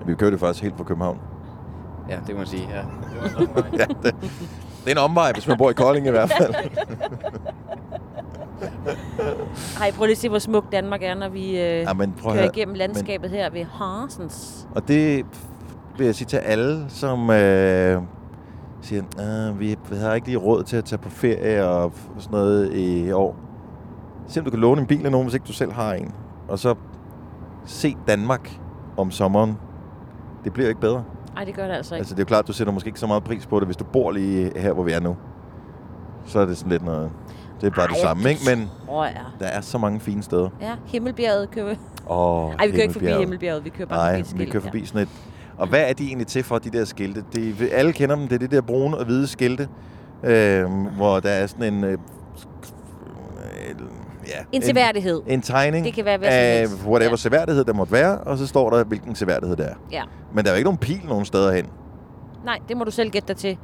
[SPEAKER 1] Vi kørte jo faktisk helt fra København.
[SPEAKER 3] Ja, det kan man sige. Ja.
[SPEAKER 1] ja, det, det er en omvej, hvis man bor i Kolding i hvert fald.
[SPEAKER 2] Ej, prøv lige at se, hvor smukt Danmark er, når vi øh, ja,
[SPEAKER 1] men prøv at
[SPEAKER 2] kører
[SPEAKER 1] høre,
[SPEAKER 2] igennem landskabet men... her ved Harsens.
[SPEAKER 1] Og det vil jeg sige til alle, som øh, siger, øh, vi har ikke lige råd til at tage på ferie og f- sådan noget i år. Se om du kan låne en bil af nogen, hvis ikke du selv har en. Og så se Danmark om sommeren. Det bliver jo ikke bedre.
[SPEAKER 2] Ej, det gør det altså ikke.
[SPEAKER 1] Altså, det er jo klart, du sætter måske ikke så meget pris på det, hvis du bor lige her, hvor vi er nu. Så er det sådan lidt noget... Det er bare Ej, det
[SPEAKER 2] Ej,
[SPEAKER 1] samme,
[SPEAKER 2] det
[SPEAKER 1] ikke? Men
[SPEAKER 2] Tror jeg.
[SPEAKER 1] der er så mange fine steder.
[SPEAKER 2] Ja, Himmelbjerget kører vi.
[SPEAKER 1] Åh,
[SPEAKER 2] Ej, vi kører ikke forbi
[SPEAKER 1] Himmelbjerget.
[SPEAKER 2] Himmelbjerget, vi kører bare
[SPEAKER 1] Nej,
[SPEAKER 2] forbi et
[SPEAKER 1] vi
[SPEAKER 2] skilt,
[SPEAKER 1] kører forbi sådan et. Og hvad er de egentlig til for, de der skilte? De, alle kender dem, det er det der brune og hvide skilte, øh, hvor der er sådan en... Øh, øh, ja,
[SPEAKER 2] En seværdighed.
[SPEAKER 1] En, en tegning
[SPEAKER 2] Det kan være hvad som
[SPEAKER 1] af
[SPEAKER 2] helst.
[SPEAKER 1] whatever ja.
[SPEAKER 2] Ja.
[SPEAKER 1] seværdighed der måtte være, og så står der, hvilken seværdighed der er.
[SPEAKER 2] Ja.
[SPEAKER 1] Men der er jo ikke nogen pil nogen steder hen.
[SPEAKER 2] Ja. Nej, det må du selv gætte dig til.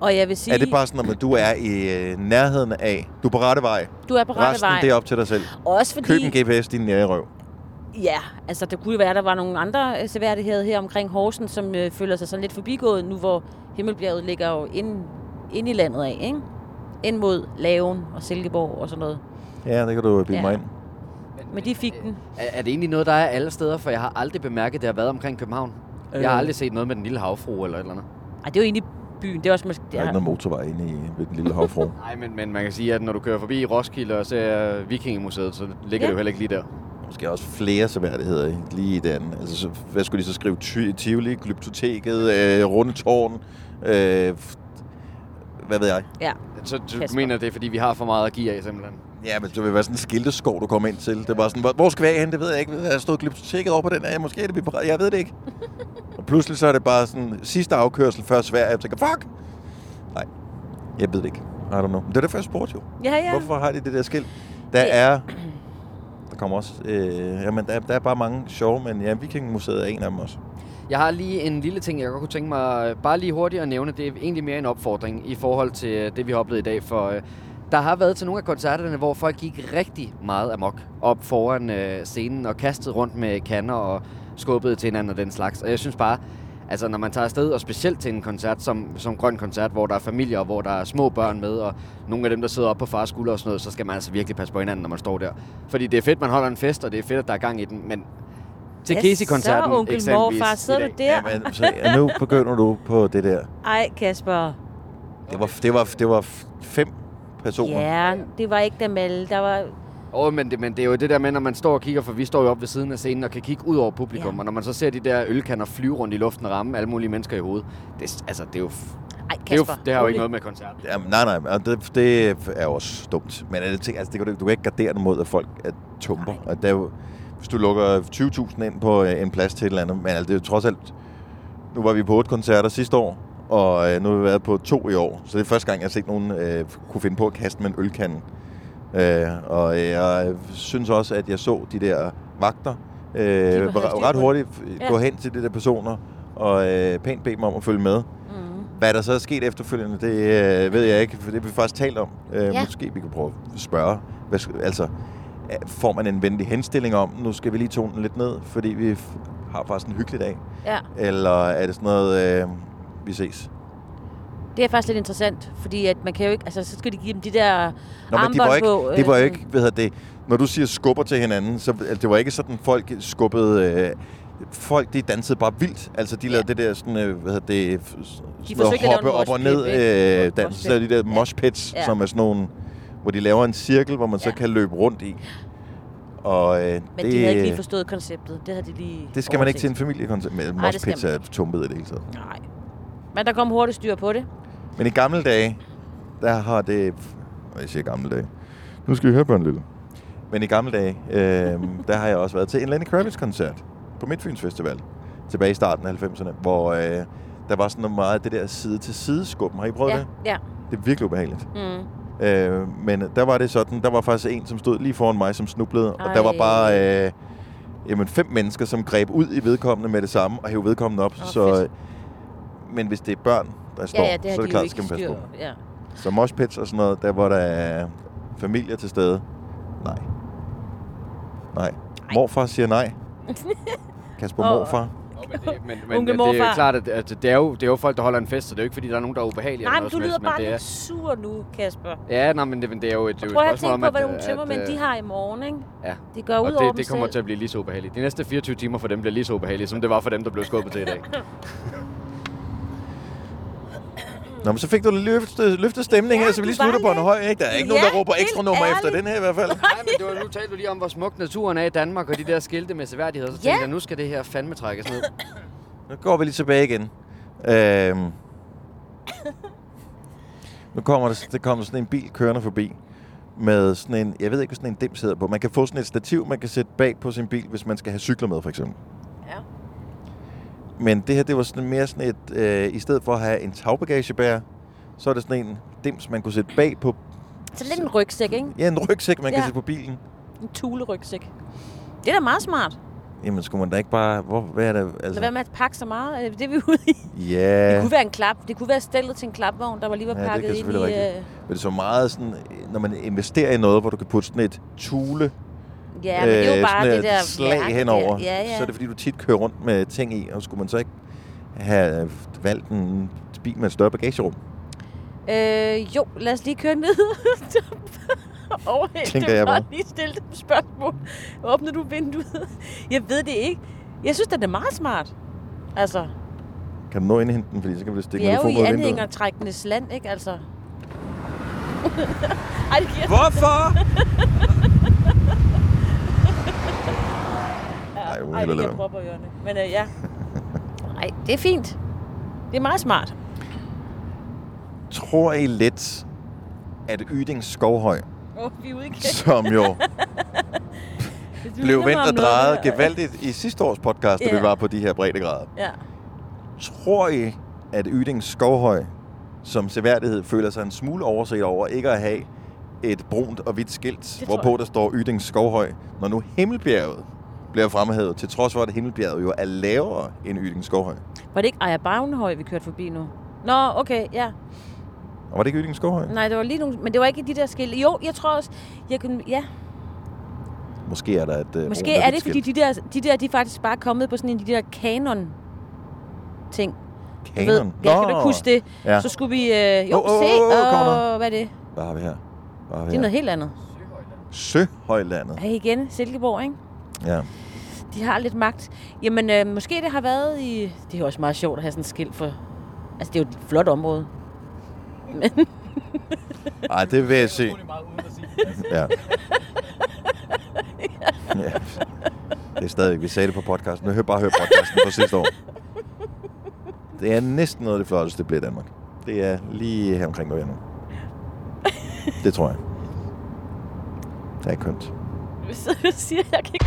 [SPEAKER 2] Og jeg vil sige,
[SPEAKER 1] Er det bare sådan, at du er i øh, nærheden af... Du er på rette vej.
[SPEAKER 2] du er på rette
[SPEAKER 1] Resten,
[SPEAKER 2] vej.
[SPEAKER 1] det er op til dig selv.
[SPEAKER 2] Også fordi,
[SPEAKER 1] Køb en GPS, din nære røv.
[SPEAKER 2] ja, altså det kunne jo være, at der var nogle andre øh, seværdigheder her omkring Horsen, som øh, føler sig sådan lidt forbigået nu, hvor Himmelbjerget ligger jo inde, inde i landet af, ikke? Ind mod Laven og Silkeborg og sådan noget.
[SPEAKER 1] Ja, det kan du bilde ja.
[SPEAKER 2] Ja.
[SPEAKER 1] mig ind.
[SPEAKER 2] Men de
[SPEAKER 3] øh,
[SPEAKER 2] fik den.
[SPEAKER 3] Er, er det egentlig noget, der er alle steder? For jeg har aldrig bemærket, at det har været omkring København. Jeg har
[SPEAKER 2] Øh.
[SPEAKER 3] aldrig set noget med den lille havfru eller et eller andet.
[SPEAKER 2] Ej, det er jo egentlig byen. Det er også måske...
[SPEAKER 1] Der er ikke noget motorvej inde i ved den lille havfru.
[SPEAKER 3] Nej, men, men man kan sige, at når du kører forbi Roskilde og ser Vikingemuseet, så
[SPEAKER 2] Ja.
[SPEAKER 3] ligger det jo heller ikke lige der.
[SPEAKER 1] Måske også flere seværdigheder ikke? lige i den. Altså, så, hvad skulle de så skrive? Ty- Tivoli, Glyptoteket, øh, Rundetårn, øh, f- hvad ved jeg?
[SPEAKER 2] Ja.
[SPEAKER 3] Så du
[SPEAKER 2] Kasper.
[SPEAKER 3] Kasper. mener, det er, fordi vi har for meget at give af, simpelthen?
[SPEAKER 1] Ja, men det vil være sådan en skilteskov, du kommer ind til. Det var sådan, hvor, hvor skal vi af hen? Det ved jeg ikke. Jeg har stået glyptoteket over på den her. Måske er det vi på- Jeg ved det ikke. og pludselig så er det bare sådan sidste afkørsel før Sverige. Jeg tænker, fuck! Nej, jeg ved det ikke. I don't know. Men Det er derfor, jeg spurgte jo.
[SPEAKER 2] Ja, ja.
[SPEAKER 1] Hvorfor har de det der skilt? Der
[SPEAKER 2] Det-
[SPEAKER 1] er... Der kommer også... Øh, jamen, der, der er bare mange sjove, men ja, Vikingmuseet er en af dem også.
[SPEAKER 3] Jeg har lige en lille ting, jeg godt kunne tænke mig øh, bare lige hurtigt at nævne. Det er egentlig mere en opfordring i forhold til øh, det, vi har oplevet i dag. For øh, der har været til nogle af koncerterne, hvor folk gik rigtig meget amok op foran øh, scenen og kastede rundt med kander og skubbede til hinanden og den slags. Og jeg synes bare, altså når man tager afsted, og specielt til en koncert som, som Grøn Koncert, hvor der er familier, og hvor der er små børn med, og nogle af dem, der sidder oppe på fars skulder og sådan noget, så skal man altså virkelig passe på hinanden, når man står der. Fordi det er fedt, man holder en fest, og det er fedt, at der er gang i den, men til
[SPEAKER 2] Ja,
[SPEAKER 3] Casey-koncerten
[SPEAKER 2] så, onkel
[SPEAKER 3] eksempelvis
[SPEAKER 2] morfar,
[SPEAKER 3] i
[SPEAKER 2] sidder
[SPEAKER 3] dag.
[SPEAKER 2] du der?
[SPEAKER 1] Jamen, så, ja, nu begynder du på det der.
[SPEAKER 2] Ej, Kasper.
[SPEAKER 1] Det var, det var, det var f- fem personer.
[SPEAKER 2] Ja, det var ikke dem alle. Der var...
[SPEAKER 3] Åh, oh, men, det, men det er jo det der med, når man står og kigger, for vi står jo op ved siden af scenen og kan kigge ud over publikum,
[SPEAKER 2] Ja.
[SPEAKER 3] ja. og når man så ser de der ølkander flyve rundt i luften og ramme alle mulige mennesker i hovedet, det, er- altså, det er jo... f-
[SPEAKER 2] Ej,
[SPEAKER 3] Det, er jo,
[SPEAKER 2] Kasper.
[SPEAKER 3] f- det har jo
[SPEAKER 2] rolig.
[SPEAKER 3] ikke noget med koncert.
[SPEAKER 1] Jamen, nej, nej, men det, det er jo også dumt. Men er det ting, altså, det kan du, du kan ikke gardere dig mod, at folk er tumper.
[SPEAKER 2] Nej.
[SPEAKER 1] Og det er jo, hvis du lukker 20.000 ind på øh, en plads til et eller andet, men altså, det er jo trods alt... Nu var vi på otte koncerter sidste år, og øh, nu har vi været på to i år. Så det er første gang, jeg har set nogen øh, kunne finde på at kaste med en ølkande. Øh, og øh, jeg synes også, at jeg så de der vagter øh,
[SPEAKER 2] havde styr på
[SPEAKER 1] ret
[SPEAKER 2] det.
[SPEAKER 1] hurtigt
[SPEAKER 2] Ja.
[SPEAKER 1] ja. gå hen til de der personer og øh, pænt bede dem om at følge med.
[SPEAKER 2] Mm.
[SPEAKER 1] Hvad der så er sket efterfølgende, det øh, ved jeg ikke, for det har vi faktisk talt om. Øh,
[SPEAKER 2] Ja.
[SPEAKER 1] ja. Måske vi kan prøve at spørge. Hvad, sk- altså, øh, får man en venlig henstilling om, nu skal vi lige tone den lidt ned, fordi vi f- har faktisk en hyggelig dag?
[SPEAKER 2] Ja.
[SPEAKER 1] Eller er det sådan noget, øh, vi ses?
[SPEAKER 2] Det er faktisk lidt interessant, fordi at man kan jo ikke... Altså, så skal de give dem de der
[SPEAKER 1] Nå, men det
[SPEAKER 2] armbånd
[SPEAKER 1] var ikke,
[SPEAKER 2] på. øh,
[SPEAKER 1] det var jo
[SPEAKER 2] sådan-
[SPEAKER 1] ikke hvad hedder det, når du siger skubber til hinanden, så altså, det var ikke sådan, folk skubbede... Øh, folk, de dansede bare vildt. Altså, de lavede det der sådan, øh, hvad hedder det, f- sådan noget
[SPEAKER 2] forsøgte at lave en
[SPEAKER 1] hoppe op og ned
[SPEAKER 2] moshpit,
[SPEAKER 1] øh,
[SPEAKER 2] ikke?
[SPEAKER 1] dans. Så
[SPEAKER 2] Moshpit.
[SPEAKER 1] lavede de der moshpits,
[SPEAKER 2] Ja.
[SPEAKER 1] ja. som er sådan nogle, hvor de laver en cirkel, hvor man så
[SPEAKER 2] Ja.
[SPEAKER 1] kan løbe rundt i. Og øh,
[SPEAKER 2] Men det... de havde ikke lige
[SPEAKER 1] det,
[SPEAKER 2] forstået konceptet. Det havde de lige
[SPEAKER 1] det skal man ikke til en
[SPEAKER 2] overset.
[SPEAKER 1] familiekoncert. Men
[SPEAKER 2] Nej, det skal
[SPEAKER 1] moshpits
[SPEAKER 2] man
[SPEAKER 1] er tumpet i det hele taget.
[SPEAKER 2] Nej. Men der kom hurtigt styr på det.
[SPEAKER 1] Men i gamle dage, der har det... Og Jeg siger gamle dage. Nu skal vi høre på en lille. Men i gamle dage, øh, der har jeg også været til en Lenny Kravitz-koncert på Midtfyns Festival. Tilbage i starten af 90'erne, hvor øh, der var sådan noget meget af det der side-til-side-skubben. Har I prøvet
[SPEAKER 2] ja,
[SPEAKER 1] det?
[SPEAKER 2] ja.
[SPEAKER 1] Det er virkelig ubehageligt.
[SPEAKER 2] Mm.
[SPEAKER 1] Øh, men der var det sådan, der var faktisk en, som stod lige foran mig, som snublede. Ej. Og der var
[SPEAKER 2] Ej.
[SPEAKER 1] bare øh, jamen, fem mennesker, som greb ud i vedkommende med det samme og hævde vedkommende op.
[SPEAKER 2] Åh,
[SPEAKER 1] så,
[SPEAKER 2] fedt.
[SPEAKER 1] men hvis det er børn, der står,
[SPEAKER 2] Ja, ja, det
[SPEAKER 1] så
[SPEAKER 2] har
[SPEAKER 1] er
[SPEAKER 2] de
[SPEAKER 1] det
[SPEAKER 2] jo
[SPEAKER 1] klart,
[SPEAKER 2] ikke
[SPEAKER 1] skal man passe
[SPEAKER 2] styr
[SPEAKER 1] på.
[SPEAKER 2] på. Ja.
[SPEAKER 1] Så moshpits og sådan noget, der hvor der er familier til stede. Nej. Nej. Morfar siger nej. Kasper
[SPEAKER 2] Åh.
[SPEAKER 1] morfar.
[SPEAKER 3] Nå, men det, men, men
[SPEAKER 2] Onkel
[SPEAKER 3] det er
[SPEAKER 2] morfar.
[SPEAKER 3] jo klart, at, at det, er jo, det er jo folk, der holder en fest, så det er jo ikke, fordi der er nogen, der er ubehagelige.
[SPEAKER 2] Nej,
[SPEAKER 3] eller
[SPEAKER 2] men
[SPEAKER 3] noget
[SPEAKER 2] du
[SPEAKER 3] som
[SPEAKER 2] lyder
[SPEAKER 3] helst, men
[SPEAKER 2] bare
[SPEAKER 3] det
[SPEAKER 2] lidt sur nu, Kasper.
[SPEAKER 3] er, Ja, nej, men det, men det er jo det er jo et
[SPEAKER 2] Prøv at
[SPEAKER 3] spørgsmål
[SPEAKER 2] tænke
[SPEAKER 3] om,
[SPEAKER 2] på,
[SPEAKER 3] at...
[SPEAKER 2] hvad nogle
[SPEAKER 3] at,
[SPEAKER 2] tømmermænd
[SPEAKER 3] øh,
[SPEAKER 2] de har i morgen, ikke?
[SPEAKER 3] Ja.
[SPEAKER 2] Det går ud
[SPEAKER 3] Og
[SPEAKER 2] over
[SPEAKER 3] det,
[SPEAKER 2] dem
[SPEAKER 3] det kommer
[SPEAKER 2] selv.
[SPEAKER 3] til at blive lige så ubehageligt. De næste 24 timer for dem bliver lige så ubehagelige, som det var for dem, der blev skubbet til i dag.
[SPEAKER 1] Nå, men så fik du løftet, løftet stemningen
[SPEAKER 2] Ja,
[SPEAKER 1] ja, her, så vi
[SPEAKER 2] du
[SPEAKER 1] lige
[SPEAKER 2] var
[SPEAKER 1] slutter på en
[SPEAKER 2] lidt-
[SPEAKER 1] høj, ikke? Der er ikke ja,
[SPEAKER 2] Ja,
[SPEAKER 1] nogen, der råber
[SPEAKER 2] helt
[SPEAKER 1] ekstra nummer efter
[SPEAKER 2] ærligt.
[SPEAKER 1] den her i hvert fald.
[SPEAKER 3] Nej, men det var, nu talte du lige om, hvor smuk naturen er i Danmark, og de der skilte med seværdigheder. Så
[SPEAKER 2] Ja.
[SPEAKER 3] tænkte jeg, nu skal det her fandme trækkes ned.
[SPEAKER 1] Nu går vi lige tilbage igen. Øhm. Nu kommer der, der kommer sådan en bil kørende forbi med sådan en, jeg ved ikke, hvad sådan en dims hedder på. Man kan få sådan et stativ, man kan sætte bag på sin bil, hvis man skal have cykler med, for eksempel.
[SPEAKER 2] Ja.
[SPEAKER 1] Men det her, det var sådan mere sådan et, øh, i stedet for at have en tagbagagebærer, så er det sådan en dims, man kunne sætte bag på,
[SPEAKER 2] Så lidt en rygsæk, ikke?
[SPEAKER 1] ja, en rygsæk, man ja.
[SPEAKER 2] Ja.
[SPEAKER 1] kan sætte på bilen.
[SPEAKER 2] En tulerygsæk. Det er da meget smart.
[SPEAKER 1] Jamen, skulle man da ikke bare, hvor, hvad er det,
[SPEAKER 2] Lad
[SPEAKER 1] altså,
[SPEAKER 2] være med at pakke så meget. Er det det, vi er ude i?
[SPEAKER 1] ja,
[SPEAKER 2] Det kunne være en klap. Det kunne være stillet til en klapvogn, der var lige var
[SPEAKER 1] Ja, det
[SPEAKER 2] pakket
[SPEAKER 1] kan
[SPEAKER 2] ind i...
[SPEAKER 1] selvfølgelig være
[SPEAKER 2] øh,
[SPEAKER 1] men det er så meget sådan, øh, når man investerer i noget, hvor du kan putte sådan et tule øh,
[SPEAKER 2] Ja, men det er jo bare
[SPEAKER 1] sådan
[SPEAKER 2] det
[SPEAKER 1] et
[SPEAKER 2] der...
[SPEAKER 1] slag
[SPEAKER 2] mærke
[SPEAKER 1] henover,
[SPEAKER 2] der. Ja, ja.
[SPEAKER 1] så er det fordi, du tit kører rundt med ting i, og skulle man så ikke have øh, valgt en bil med et større bagagerum?
[SPEAKER 2] Øh, jo, lad os lige køre ned. Overhælde
[SPEAKER 1] Tænker
[SPEAKER 2] dem
[SPEAKER 1] jeg
[SPEAKER 2] og
[SPEAKER 1] bare.
[SPEAKER 2] lige stille dem spørgsmål. Åbner du vinduet? Jeg ved det ikke. Jeg synes, det er meget smart. Altså,
[SPEAKER 1] Kan du nå ind i hente den, fordi så kan vi stikke
[SPEAKER 2] Vi er jo
[SPEAKER 1] mikrofonen
[SPEAKER 2] i
[SPEAKER 1] ud af vinduet.
[SPEAKER 2] anhængertrækkenes land, ikke altså? Ej, det giver
[SPEAKER 5] Hvorfor?
[SPEAKER 1] Ej, hvor
[SPEAKER 2] Ej,
[SPEAKER 1] hellere
[SPEAKER 2] det
[SPEAKER 1] lade
[SPEAKER 2] giver
[SPEAKER 1] være.
[SPEAKER 2] propper i ørerne. Men øh, ja. Ej, det er fint. Det er meget smart.
[SPEAKER 1] Tror I lidt, at Yding Skovhøj,
[SPEAKER 2] Åh, oh, vi er ude igen.
[SPEAKER 1] som jo
[SPEAKER 2] Det minder
[SPEAKER 1] blev
[SPEAKER 2] mig
[SPEAKER 1] vendt
[SPEAKER 2] om
[SPEAKER 1] og
[SPEAKER 2] noget.
[SPEAKER 1] drejet gevaldigt i sidste års podcast, da
[SPEAKER 2] Ja.
[SPEAKER 1] vi var på de her breddegrader.
[SPEAKER 2] Ja.
[SPEAKER 1] Tror I, at Yding Skovhøj som seværdighed føler sig en smule overset over ikke at have et brunt og hvidt skilt,
[SPEAKER 2] tror
[SPEAKER 1] hvorpå
[SPEAKER 2] jeg.
[SPEAKER 1] der står Yding Skovhøj, når nu Himmelbjerget bliver fremhævet, til trods for, at Himmelbjerget jo er lavere end Yding Skovhøj.
[SPEAKER 2] Var det ikke Ejer Bagnhøj, vi kørte forbi nu? Nå, okay, ja.
[SPEAKER 1] Og var det ikke Yding Skovhøj?
[SPEAKER 2] Nej, det var lige nogle... Men det var ikke i de der skilte. Jo, jeg tror også... Jeg kunne, ja,
[SPEAKER 1] Måske er der et øh,
[SPEAKER 2] Måske
[SPEAKER 1] brunt og
[SPEAKER 2] er
[SPEAKER 1] hvidt
[SPEAKER 2] det, fordi
[SPEAKER 1] skilt.
[SPEAKER 2] de der, de der, de er faktisk bare kommet på sådan en af de der kanon-ting.
[SPEAKER 1] Kanon.
[SPEAKER 2] ja, kan du ikke huske det?
[SPEAKER 1] Ja.
[SPEAKER 2] Ja. Så skulle vi... Øh, jo,
[SPEAKER 1] Åh, åh,
[SPEAKER 2] se,
[SPEAKER 1] åh, åh, kom
[SPEAKER 2] og
[SPEAKER 1] der.
[SPEAKER 2] hvad er det?
[SPEAKER 1] Hvad har vi her? Hvad har vi
[SPEAKER 2] Det er noget
[SPEAKER 1] her?
[SPEAKER 2] helt andet.
[SPEAKER 1] Søhøjlandet.
[SPEAKER 2] Hey, igen, Silkeborg, ikke?
[SPEAKER 1] Ja.
[SPEAKER 2] De har lidt magt. Jamen, øh, måske det har været i... Det er også meget sjovt at have sådan et skilt for... Altså, det er jo et flot område.
[SPEAKER 1] Ej, det vil jeg se. Ja. ja. Det er stadigvæk, vi sagde det på podcasten. Hør bare hør podcasten fra sidste år. Det er næsten noget af det flotteste, det bliver i Danmark. Det er lige her omkring, hvor jeg er nu. Det tror jeg. Det er kønt.
[SPEAKER 2] Så siger jeg, jeg kan ikke...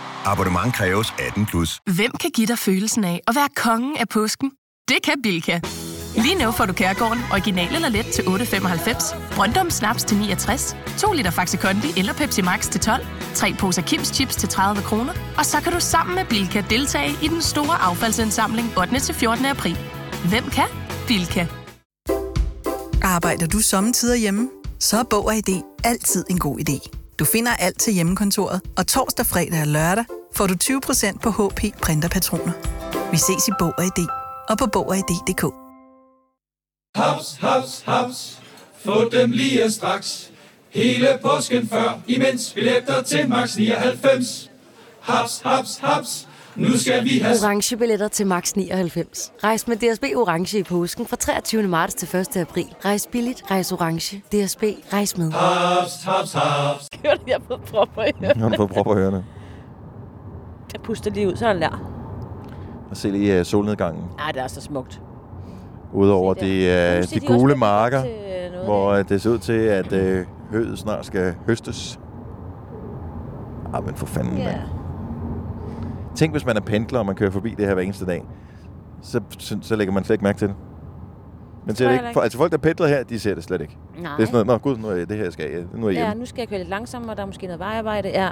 [SPEAKER 5] Abonnement kræves 18 plus.
[SPEAKER 9] Hvem kan give dig følelsen af at være kongen af påsken? Det kan Bilka! Lige nu får du Kærgården original eller let til 8.95, Brøndum Snaps til 69, 2 liter Faxi Kondi eller Pepsi Max til 12, 3 poser Kims Chips til 30 kroner, og så kan du sammen med Bilka deltage i den store affaldsindsamling 8. til 14. april. Hvem kan? Bilka.
[SPEAKER 10] Arbejder du sommetider hjemme? Så er Bog og ID altid en god idé. Du finder alt til hjemmekontoret, og torsdag, fredag og lørdag får du 20% på HP Printerpatroner. Vi ses i Bog og ID og på Bog og ID.dk.
[SPEAKER 11] Haps, haps, haps. Få dem lige straks. Hele påsken før, imens billetter til max 99. Haps, haps, haps. Nu skal vi have
[SPEAKER 12] Orange billetter til max 99. Rejs med DSB Orange i påsken fra 23. marts til 1. april. Rejs billigt, rejs orange. DSB, rejs med.
[SPEAKER 11] haps, haps, haps.
[SPEAKER 2] Hørte jeg, jeg har fået propper i ørerne.
[SPEAKER 1] Nu har du fået propper i ørerne.
[SPEAKER 2] Jeg puster lige ud, så er den der.
[SPEAKER 1] Og se lige øh, solnedgangen.
[SPEAKER 2] Ej, det er så smukt.
[SPEAKER 1] Udover
[SPEAKER 2] Se der.
[SPEAKER 1] de,
[SPEAKER 2] Nu
[SPEAKER 1] øh, de
[SPEAKER 2] siger de også
[SPEAKER 1] gule
[SPEAKER 2] begyndt
[SPEAKER 1] marker,
[SPEAKER 2] til noget
[SPEAKER 1] hvor
[SPEAKER 2] her.
[SPEAKER 1] øh, det ser ud til, at øh, høet snart skal høstes. Ah, men for fanden, yeah.
[SPEAKER 2] Ja.
[SPEAKER 1] mand. Tænk, hvis man er pendler, og man kører forbi det her hver eneste dag. Så, så, så lægger man slet ikke mærke til det. Men ser det
[SPEAKER 2] jeg heller
[SPEAKER 1] ikke.
[SPEAKER 2] ikke.
[SPEAKER 1] For, altså folk, der pendler her, de ser det slet ikke.
[SPEAKER 2] Nej.
[SPEAKER 1] Det er sådan noget, nå gud, nu er jeg det her, jeg skal jeg- Nu er jeg
[SPEAKER 2] Ja,
[SPEAKER 1] hjemme.
[SPEAKER 2] nu skal jeg køre lidt langsommere, der er måske noget vejarbejde, ja.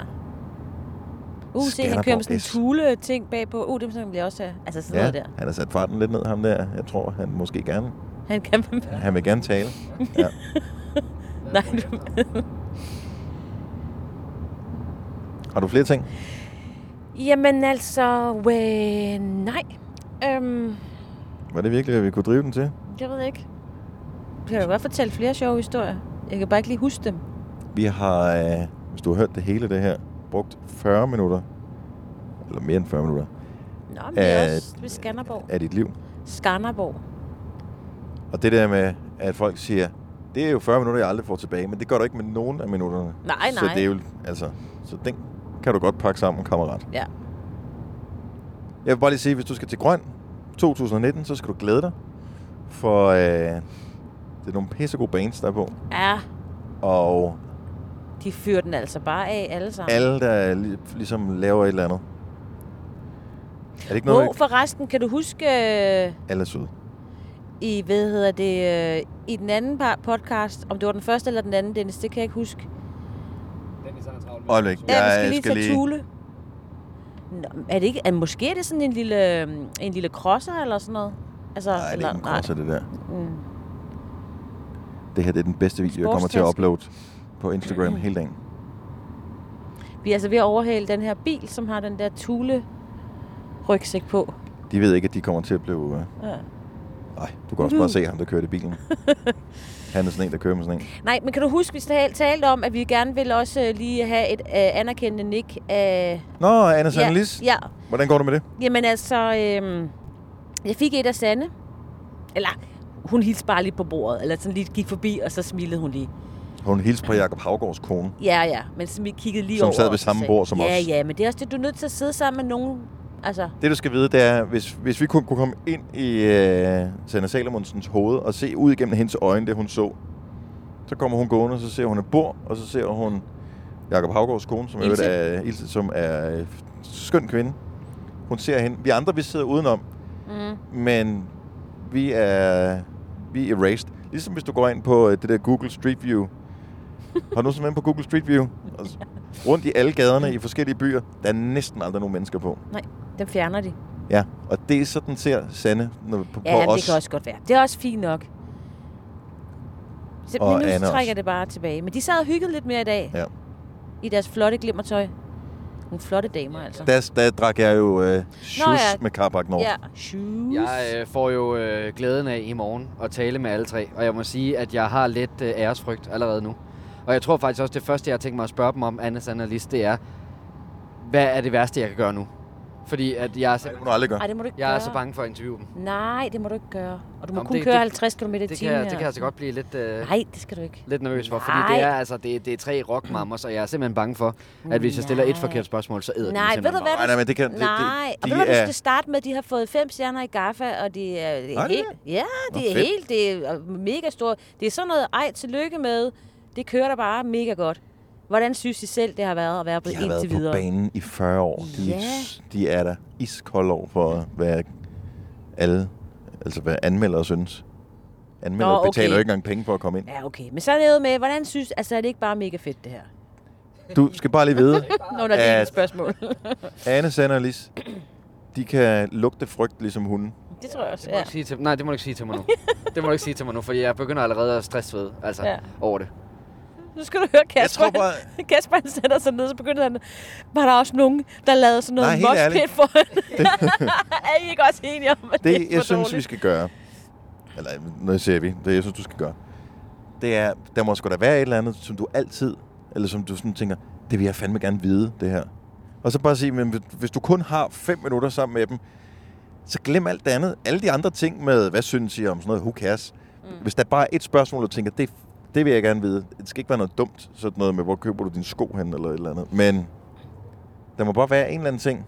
[SPEAKER 2] Uh, se, han
[SPEAKER 1] Skanderborg
[SPEAKER 2] kører med sådan en
[SPEAKER 1] S.
[SPEAKER 2] tule-ting bagpå. Uh, dem sådan vil jeg også have. Altså sådan
[SPEAKER 1] Ja,
[SPEAKER 2] noget der.
[SPEAKER 1] han har sat farten lidt ned, ham der. Jeg tror, han måske gerne.
[SPEAKER 2] Han kan...
[SPEAKER 1] Han vil gerne tale. Ja.
[SPEAKER 2] Nej, du...
[SPEAKER 1] Har du flere ting?
[SPEAKER 2] Jamen altså, øh, nej. Øhm,
[SPEAKER 1] Var det virkelig, at vi kunne drive den til?
[SPEAKER 2] jeg ved ikke. Jeg kan da godt fortælle flere sjove historier. Jeg kan bare ikke lige huske dem.
[SPEAKER 1] Vi har, øh, hvis du har hørt det hele det her, brugt 40 minutter, eller mere end 40 minutter,
[SPEAKER 2] Nå, men det er
[SPEAKER 1] Øh,
[SPEAKER 2] også ved Skanderborg.
[SPEAKER 1] af dit liv.
[SPEAKER 2] Skanderborg.
[SPEAKER 1] Og det der med, at folk siger, det er jo 40 minutter, jeg aldrig får tilbage, men det gør du ikke med nogen af minutterne.
[SPEAKER 2] Nej,
[SPEAKER 1] Så
[SPEAKER 2] nej.
[SPEAKER 1] det er jo, altså, så den kan du godt pakke sammen, kammerat.
[SPEAKER 2] Ja.
[SPEAKER 1] Jeg vil bare lige sige, hvis du skal til Grøn 2019, så skal du glæde dig, for øh, det er nogle pissegode bands, der er på.
[SPEAKER 2] Ja,
[SPEAKER 1] Og
[SPEAKER 2] de fyrer den altså bare af alle sammen.
[SPEAKER 1] alle, der li- ligesom laver et eller andet. Er det ikke noget,
[SPEAKER 2] Hvor forresten, kan du huske øh,
[SPEAKER 1] alle er søde?
[SPEAKER 2] i, hvad hedder det, øh, i den anden par- podcast, om det var den første eller den anden, Dennis, det kan jeg ikke huske.
[SPEAKER 1] Øjeblik,
[SPEAKER 2] Ja, vi
[SPEAKER 1] jeg
[SPEAKER 2] skal lige tage Tule. Nå, er det ikke, er, måske er øh, det sådan en lille, øhm, en lille crosser eller sådan noget? Altså,
[SPEAKER 1] Nej, det er
[SPEAKER 2] eller,
[SPEAKER 1] ikke en crosser, det der.
[SPEAKER 2] Mm.
[SPEAKER 1] det her det er den bedste video, jeg kommer til at uploade på Instagram hele dagen.
[SPEAKER 2] Vi er altså ved at overhale den her bil, som har den der tule rygsæk på.
[SPEAKER 1] De ved ikke, at de kommer til at blive... Øh,
[SPEAKER 2] Ja. Mm.
[SPEAKER 1] Nej, du kan også bare se ham, der kører i bilen. Han er sådan en, der kører med sådan en.
[SPEAKER 2] Nej, men kan du huske, vi tal- talte om, at vi gerne vil også øh, lige have et øh, anerkendende nik af...
[SPEAKER 1] Nå, Anna Sandelis.
[SPEAKER 2] Ja, ja.
[SPEAKER 1] Hvordan går det med det?
[SPEAKER 2] Jamen altså, øhm, jeg fik et af Sande. Eller, hun hilste bare lige på bordet, eller sådan lige gik forbi, og så smilede hun lige.
[SPEAKER 1] Hun hilste på Jacob Havgårds kone.
[SPEAKER 2] Ja, ja, men som vi kiggede lige
[SPEAKER 1] Som
[SPEAKER 2] over.
[SPEAKER 1] sad ved
[SPEAKER 2] og så
[SPEAKER 1] samme
[SPEAKER 2] sagde-
[SPEAKER 1] bord som
[SPEAKER 2] ja,
[SPEAKER 1] os.
[SPEAKER 2] Ja, ja, men det er også det, du er nødt til at sidde sammen med nogen. Altså,
[SPEAKER 1] Det, du skal vide, det er, hvis, hvis vi kunne, kunne komme ind i øh, Sanna Salomonsens hoved og se ud igennem hendes øjne, det hun så, så kommer hun gående, og så ser hun et bord, og så ser hun Jakob Havgårds kone, som, i øvrigt
[SPEAKER 13] Ilse.
[SPEAKER 1] er, Ilse, som er øh, skøn kvinde. Hun ser hende. Vi andre, vi sidder udenom,
[SPEAKER 13] Mm.
[SPEAKER 1] men vi er, vi er erased. Ligesom hvis du går ind på øh, det der Google Street View. Har du nogensinde været inde på Google Street View? Og s- Rundt i alle gaderne i forskellige byer, der er næsten aldrig nogen mennesker på.
[SPEAKER 2] nej, den fjerner de.
[SPEAKER 1] Ja, og det er sådan ser Sande når- på,
[SPEAKER 2] Ja,
[SPEAKER 1] på
[SPEAKER 2] men
[SPEAKER 1] os.
[SPEAKER 2] det kan også godt være. Det er også fint nok. Så,
[SPEAKER 1] Og
[SPEAKER 2] men nu
[SPEAKER 1] Anna
[SPEAKER 2] trækker
[SPEAKER 1] også.
[SPEAKER 2] det bare tilbage. Men de sad og hyggede lidt mere i dag.
[SPEAKER 1] Ja.
[SPEAKER 2] I deres flotte glimmertøj. Nogle flotte damer, altså.
[SPEAKER 1] Der, der drak jeg jo øh, shoes
[SPEAKER 2] ja.
[SPEAKER 1] med Carbac Nord.
[SPEAKER 2] Ja, shoes.
[SPEAKER 3] Jeg øh, får jo øh, glæden af i morgen at tale med alle tre, og jeg må sige, at jeg har lidt øh, æresfrygt allerede nu. Og jeg tror faktisk også, det første, jeg har tænkt mig at spørge dem om, Annas analyst, det er, hvad er det værste, jeg kan gøre nu? Fordi at jeg er simpelthen...
[SPEAKER 1] må du aldrig
[SPEAKER 2] gøre. Ej, det må du ikke
[SPEAKER 3] jeg er
[SPEAKER 2] gøre.
[SPEAKER 3] så bange for at interviewe dem.
[SPEAKER 2] Nej, det må du ikke gøre. Og du må
[SPEAKER 3] Jamen,
[SPEAKER 2] kun
[SPEAKER 3] det-
[SPEAKER 2] køre
[SPEAKER 3] det-
[SPEAKER 2] 50 km i timen.
[SPEAKER 3] det kan jeg- det kan jeg altså godt blive lidt... Øh,
[SPEAKER 2] Nej, det skal du ikke.
[SPEAKER 3] lidt nervøs for, fordi det
[SPEAKER 2] Nej.
[SPEAKER 3] er, altså, det, det er tre rockmammers, og jeg er simpelthen bange for, at hvis jeg stiller et forkert spørgsmål, så æder de
[SPEAKER 2] Nej,
[SPEAKER 3] mig
[SPEAKER 2] ved du
[SPEAKER 3] simpelthen
[SPEAKER 2] hvad?
[SPEAKER 3] op.
[SPEAKER 2] du- Nej, og ved du hvad, du skal starte med? De har fået fem stjerner i Gaffa, og det er, det
[SPEAKER 3] Har
[SPEAKER 2] er
[SPEAKER 3] de
[SPEAKER 2] helt... Ja,
[SPEAKER 3] Nå,
[SPEAKER 2] det er
[SPEAKER 3] fedt.
[SPEAKER 2] helt... Det er mega stort. Det er sådan noget, ej, tillykke med. Det kører da bare mega godt. Hvordan synes I selv, det har været at være på
[SPEAKER 1] De har
[SPEAKER 2] indtil
[SPEAKER 1] været på
[SPEAKER 2] videre?
[SPEAKER 1] banen i 40 år. De,
[SPEAKER 2] Ja.
[SPEAKER 1] de er der iskolde over for, hvad alle, altså hvad anmeldere synes. Anmeldere
[SPEAKER 2] Nå, okay.
[SPEAKER 1] betaler jo ikke engang penge for at komme ind.
[SPEAKER 2] Ja, okay. Men så er det jo med, hvordan synes... Altså, er det ikke bare mega fedt, det her?
[SPEAKER 1] Du skal bare lige vide,
[SPEAKER 2] Nå, når det er et
[SPEAKER 1] at
[SPEAKER 2] spørgsmål.
[SPEAKER 1] Anne, Sande og Lis, de kan lugte frygt ligesom hunden.
[SPEAKER 2] det tror jeg også,
[SPEAKER 3] Det må du
[SPEAKER 2] ja.
[SPEAKER 3] ikke sige til, nej, det må du ikke sige til mig nu. det må du ikke sige til mig nu, fordi jeg begynder allerede at stresse ved, altså,
[SPEAKER 2] Ja.
[SPEAKER 3] ja. over det.
[SPEAKER 2] Nu skal du høre Kasper.
[SPEAKER 3] Jeg
[SPEAKER 2] Jeg
[SPEAKER 3] tror
[SPEAKER 2] bare... Kasper han sætter sig ned, så begynder han... Var der også nogen, der lavede sådan
[SPEAKER 1] Nej,
[SPEAKER 2] noget
[SPEAKER 1] helt
[SPEAKER 2] moshpit
[SPEAKER 1] ærligt.
[SPEAKER 2] for Er I ikke også enige om, at det,
[SPEAKER 1] Det,
[SPEAKER 2] er
[SPEAKER 1] jeg
[SPEAKER 2] for
[SPEAKER 1] synes,
[SPEAKER 2] dårligt?
[SPEAKER 1] vi skal gøre, eller noget ser vi, det jeg synes, du skal gøre, det er, der må sgu da være et eller andet, som du altid, eller som du sådan tænker, det vil jeg fandme gerne vide, det her. Og så bare sige, men hvis- hvis du kun har fem minutter sammen med dem, så glem alt det andet. Alle de andre ting med, hvad synes I om sådan noget, who cares? Mm. Hvis der bare er et spørgsmål, du tænker, det, det vil jeg gerne vide. Det skal ikke være noget dumt, sådan noget med, hvor køber du dine sko hen, eller et eller andet. Men der må bare være en eller anden ting.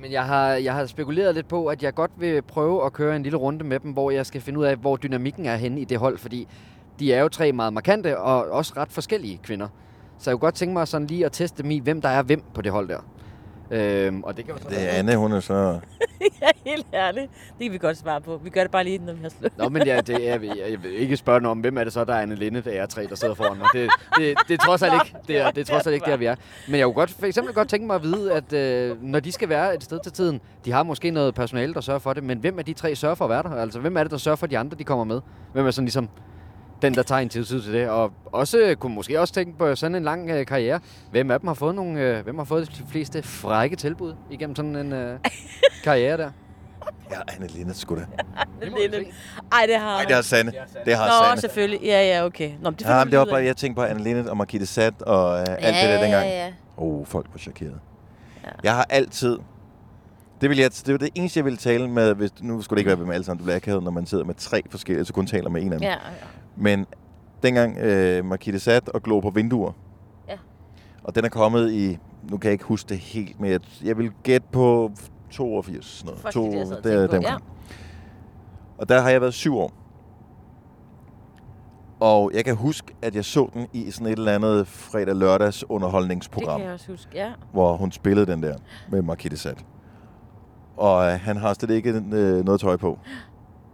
[SPEAKER 3] Men jeg har, jeg har spekuleret lidt på, at jeg godt vil prøve at køre en lille runde med dem, hvor jeg skal finde ud af, hvor dynamikken er henne i det hold, fordi de er jo tre meget markante og også ret forskellige kvinder. Så jeg kunne godt tænke mig sådan lige at teste dem i, hvem der er hvem på det hold der. Øhm, og det kan jo så
[SPEAKER 1] Det er Anne, hun er så...
[SPEAKER 2] ja, helt ærligt. Det kan vi godt svare på. Vi gør det bare lige, når vi har slået.
[SPEAKER 3] Nå, men ja, det er, jeg, jeg vil ikke spørge noget om, hvem er det så, der er Anne Linde, der er tre, der sidder foran mig. Det, det, det er trods alt ikke, det er, det er trods alt ikke der, vi er. Men jeg kunne godt, for eksempel godt tænke mig at vide, at øh, når de skal være et sted til tiden, de har måske noget personale, der sørger for det, men hvem af de tre sørger for at være der? Altså, hvem er det, der sørger for, at de andre de kommer med? Hvem er sådan ligesom den, der tager en tid til det? Og også øh, kunne måske også tænke på sådan en lang øh, karriere. Hvem af dem har fået, nogle, øh, hvem har fået de fleste frække tilbud igennem sådan en øh, karriere der?
[SPEAKER 1] Ja, Anne Linde, sgu da.
[SPEAKER 2] Linde. Ej, det har...
[SPEAKER 1] Nej, det har Sande. Det har
[SPEAKER 2] Nå,
[SPEAKER 1] Sande.
[SPEAKER 2] selvfølgelig. Ja, ja, okay. Nå, men det,
[SPEAKER 1] Det, ja, men det var
[SPEAKER 2] lyder-
[SPEAKER 1] bare, jeg tænkte på Anne Linnet og Margitte Sat og øh, alt det der
[SPEAKER 2] ja,
[SPEAKER 1] dengang.
[SPEAKER 2] ja.
[SPEAKER 1] Oh, folk var chokeret. Ja. Jeg har altid... Det, vil jeg, det var det eneste, jeg ville tale med. Hvis, nu skulle det ikke være med dem alle sammen. Det bliver akavet, når man sidder med tre forskellige, så kun taler med en af dem.
[SPEAKER 2] Ja, ja.
[SPEAKER 1] Men dengang øh, Margitte Sat og glo på vinduer.
[SPEAKER 2] Ja.
[SPEAKER 1] Og den er kommet i... Nu kan jeg ikke huske det helt, men jeg, jeg vil gætte på 82. Sådan noget.
[SPEAKER 13] Fuck, det er det, jeg sad og
[SPEAKER 1] det er
[SPEAKER 13] tænkte på,
[SPEAKER 1] den
[SPEAKER 13] ja.
[SPEAKER 1] kom. Og der har jeg været syv år. Og jeg kan huske, at jeg så den i sådan et eller andet fredag-lørdags
[SPEAKER 2] det
[SPEAKER 1] underholdningsprogram
[SPEAKER 2] kan jeg også huske. Ja.
[SPEAKER 1] hvor hun spillede den der med Marquette Sat. Og øh, han har slet ikke øh, noget tøj på.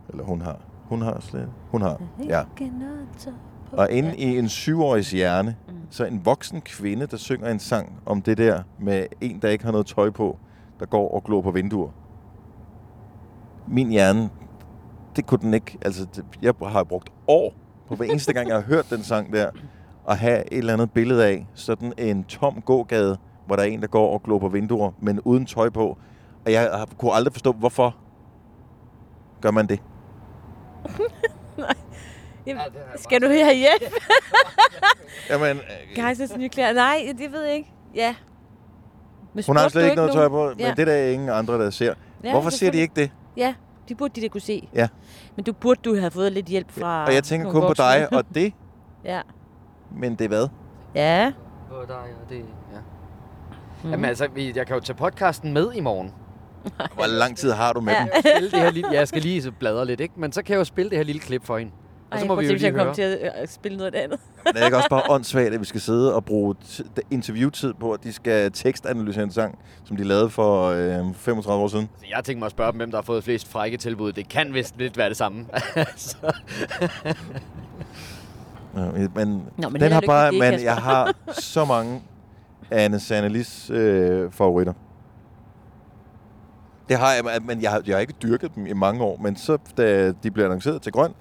[SPEAKER 1] Eller hun har. Hun har slet. Hun har. Ja.
[SPEAKER 2] Ikke noget tøj på.
[SPEAKER 1] Og inde i en syvårigs hjerne,
[SPEAKER 2] Mm.
[SPEAKER 1] så en voksen kvinde, der synger en sang om det der med en, der ikke har noget tøj på, der går og glor på vinduer. Min hjerne, det kunne den ikke. Altså, det, jeg har brugt år på hver eneste gang, jeg har hørt den sang der, at have et eller andet billede af sådan en tom gågade, hvor der er en, der går og glor på vinduer, men uden tøj på. Og jeg har- kunne aldrig forstå, hvorfor gør man det?
[SPEAKER 2] Jamen, skal du her hjælp?
[SPEAKER 1] Jamen,
[SPEAKER 2] Kejsers nye klæder. Nej, det ved jeg ikke. Ja. Men
[SPEAKER 1] hun har
[SPEAKER 2] spurgte
[SPEAKER 1] slet
[SPEAKER 2] du
[SPEAKER 1] ikke noget tøj på,
[SPEAKER 2] nogen?
[SPEAKER 1] men det er der ingen andre, der ser.
[SPEAKER 2] Ja,
[SPEAKER 1] Hvorfor ser de
[SPEAKER 2] selvfølgelig.
[SPEAKER 1] ikke det?
[SPEAKER 2] Ja, de burde de da kunne se.
[SPEAKER 1] Ja.
[SPEAKER 2] Men du burde du have fået lidt hjælp fra
[SPEAKER 1] Og jeg tænker
[SPEAKER 2] nogle
[SPEAKER 1] kun på
[SPEAKER 2] voksne.
[SPEAKER 1] dig og det,
[SPEAKER 2] ja.
[SPEAKER 1] men det er hvad?
[SPEAKER 2] Ja.
[SPEAKER 3] På dig og det, ja.
[SPEAKER 2] Mhm.
[SPEAKER 3] Mm. Jamen altså, vi- jeg kan jo tage podcasten med i morgen.
[SPEAKER 1] Hvor lang tid har du med
[SPEAKER 3] ja.
[SPEAKER 1] dem?
[SPEAKER 3] Jeg, spille det her lille, ja, jeg skal lige så bladre lidt, ikke? Men så kan jeg jo spille det her lille klip for hende. Og så
[SPEAKER 2] Ej,
[SPEAKER 3] må
[SPEAKER 2] prøv
[SPEAKER 3] vi
[SPEAKER 2] at
[SPEAKER 3] jo
[SPEAKER 2] tænke, hvis
[SPEAKER 3] lige
[SPEAKER 2] jeg kom
[SPEAKER 3] høre.
[SPEAKER 2] til at øh, spille noget andet.
[SPEAKER 1] Men er det ikke også bare åndssvagt, at vi skal sidde og bruge t- interviewtid på, at de skal tekstanalysere en sang, som de lavede for øh, 35 år siden?
[SPEAKER 3] Jeg tænkte mig at spørge dem, hvem der har fået flest frække tilbud. Det kan vist lidt være det samme. Altså.
[SPEAKER 1] Ja, men,
[SPEAKER 3] Nå, men
[SPEAKER 1] den
[SPEAKER 3] held og
[SPEAKER 1] har
[SPEAKER 3] lykke
[SPEAKER 1] bare,
[SPEAKER 3] med det,
[SPEAKER 1] men
[SPEAKER 3] Kasper.
[SPEAKER 1] jeg har så mange Anne Sannelis øh, favoritter. Det har jeg, men jeg har, jeg har ikke dyrket dem i mange år, men så da de blev annonceret til grøn,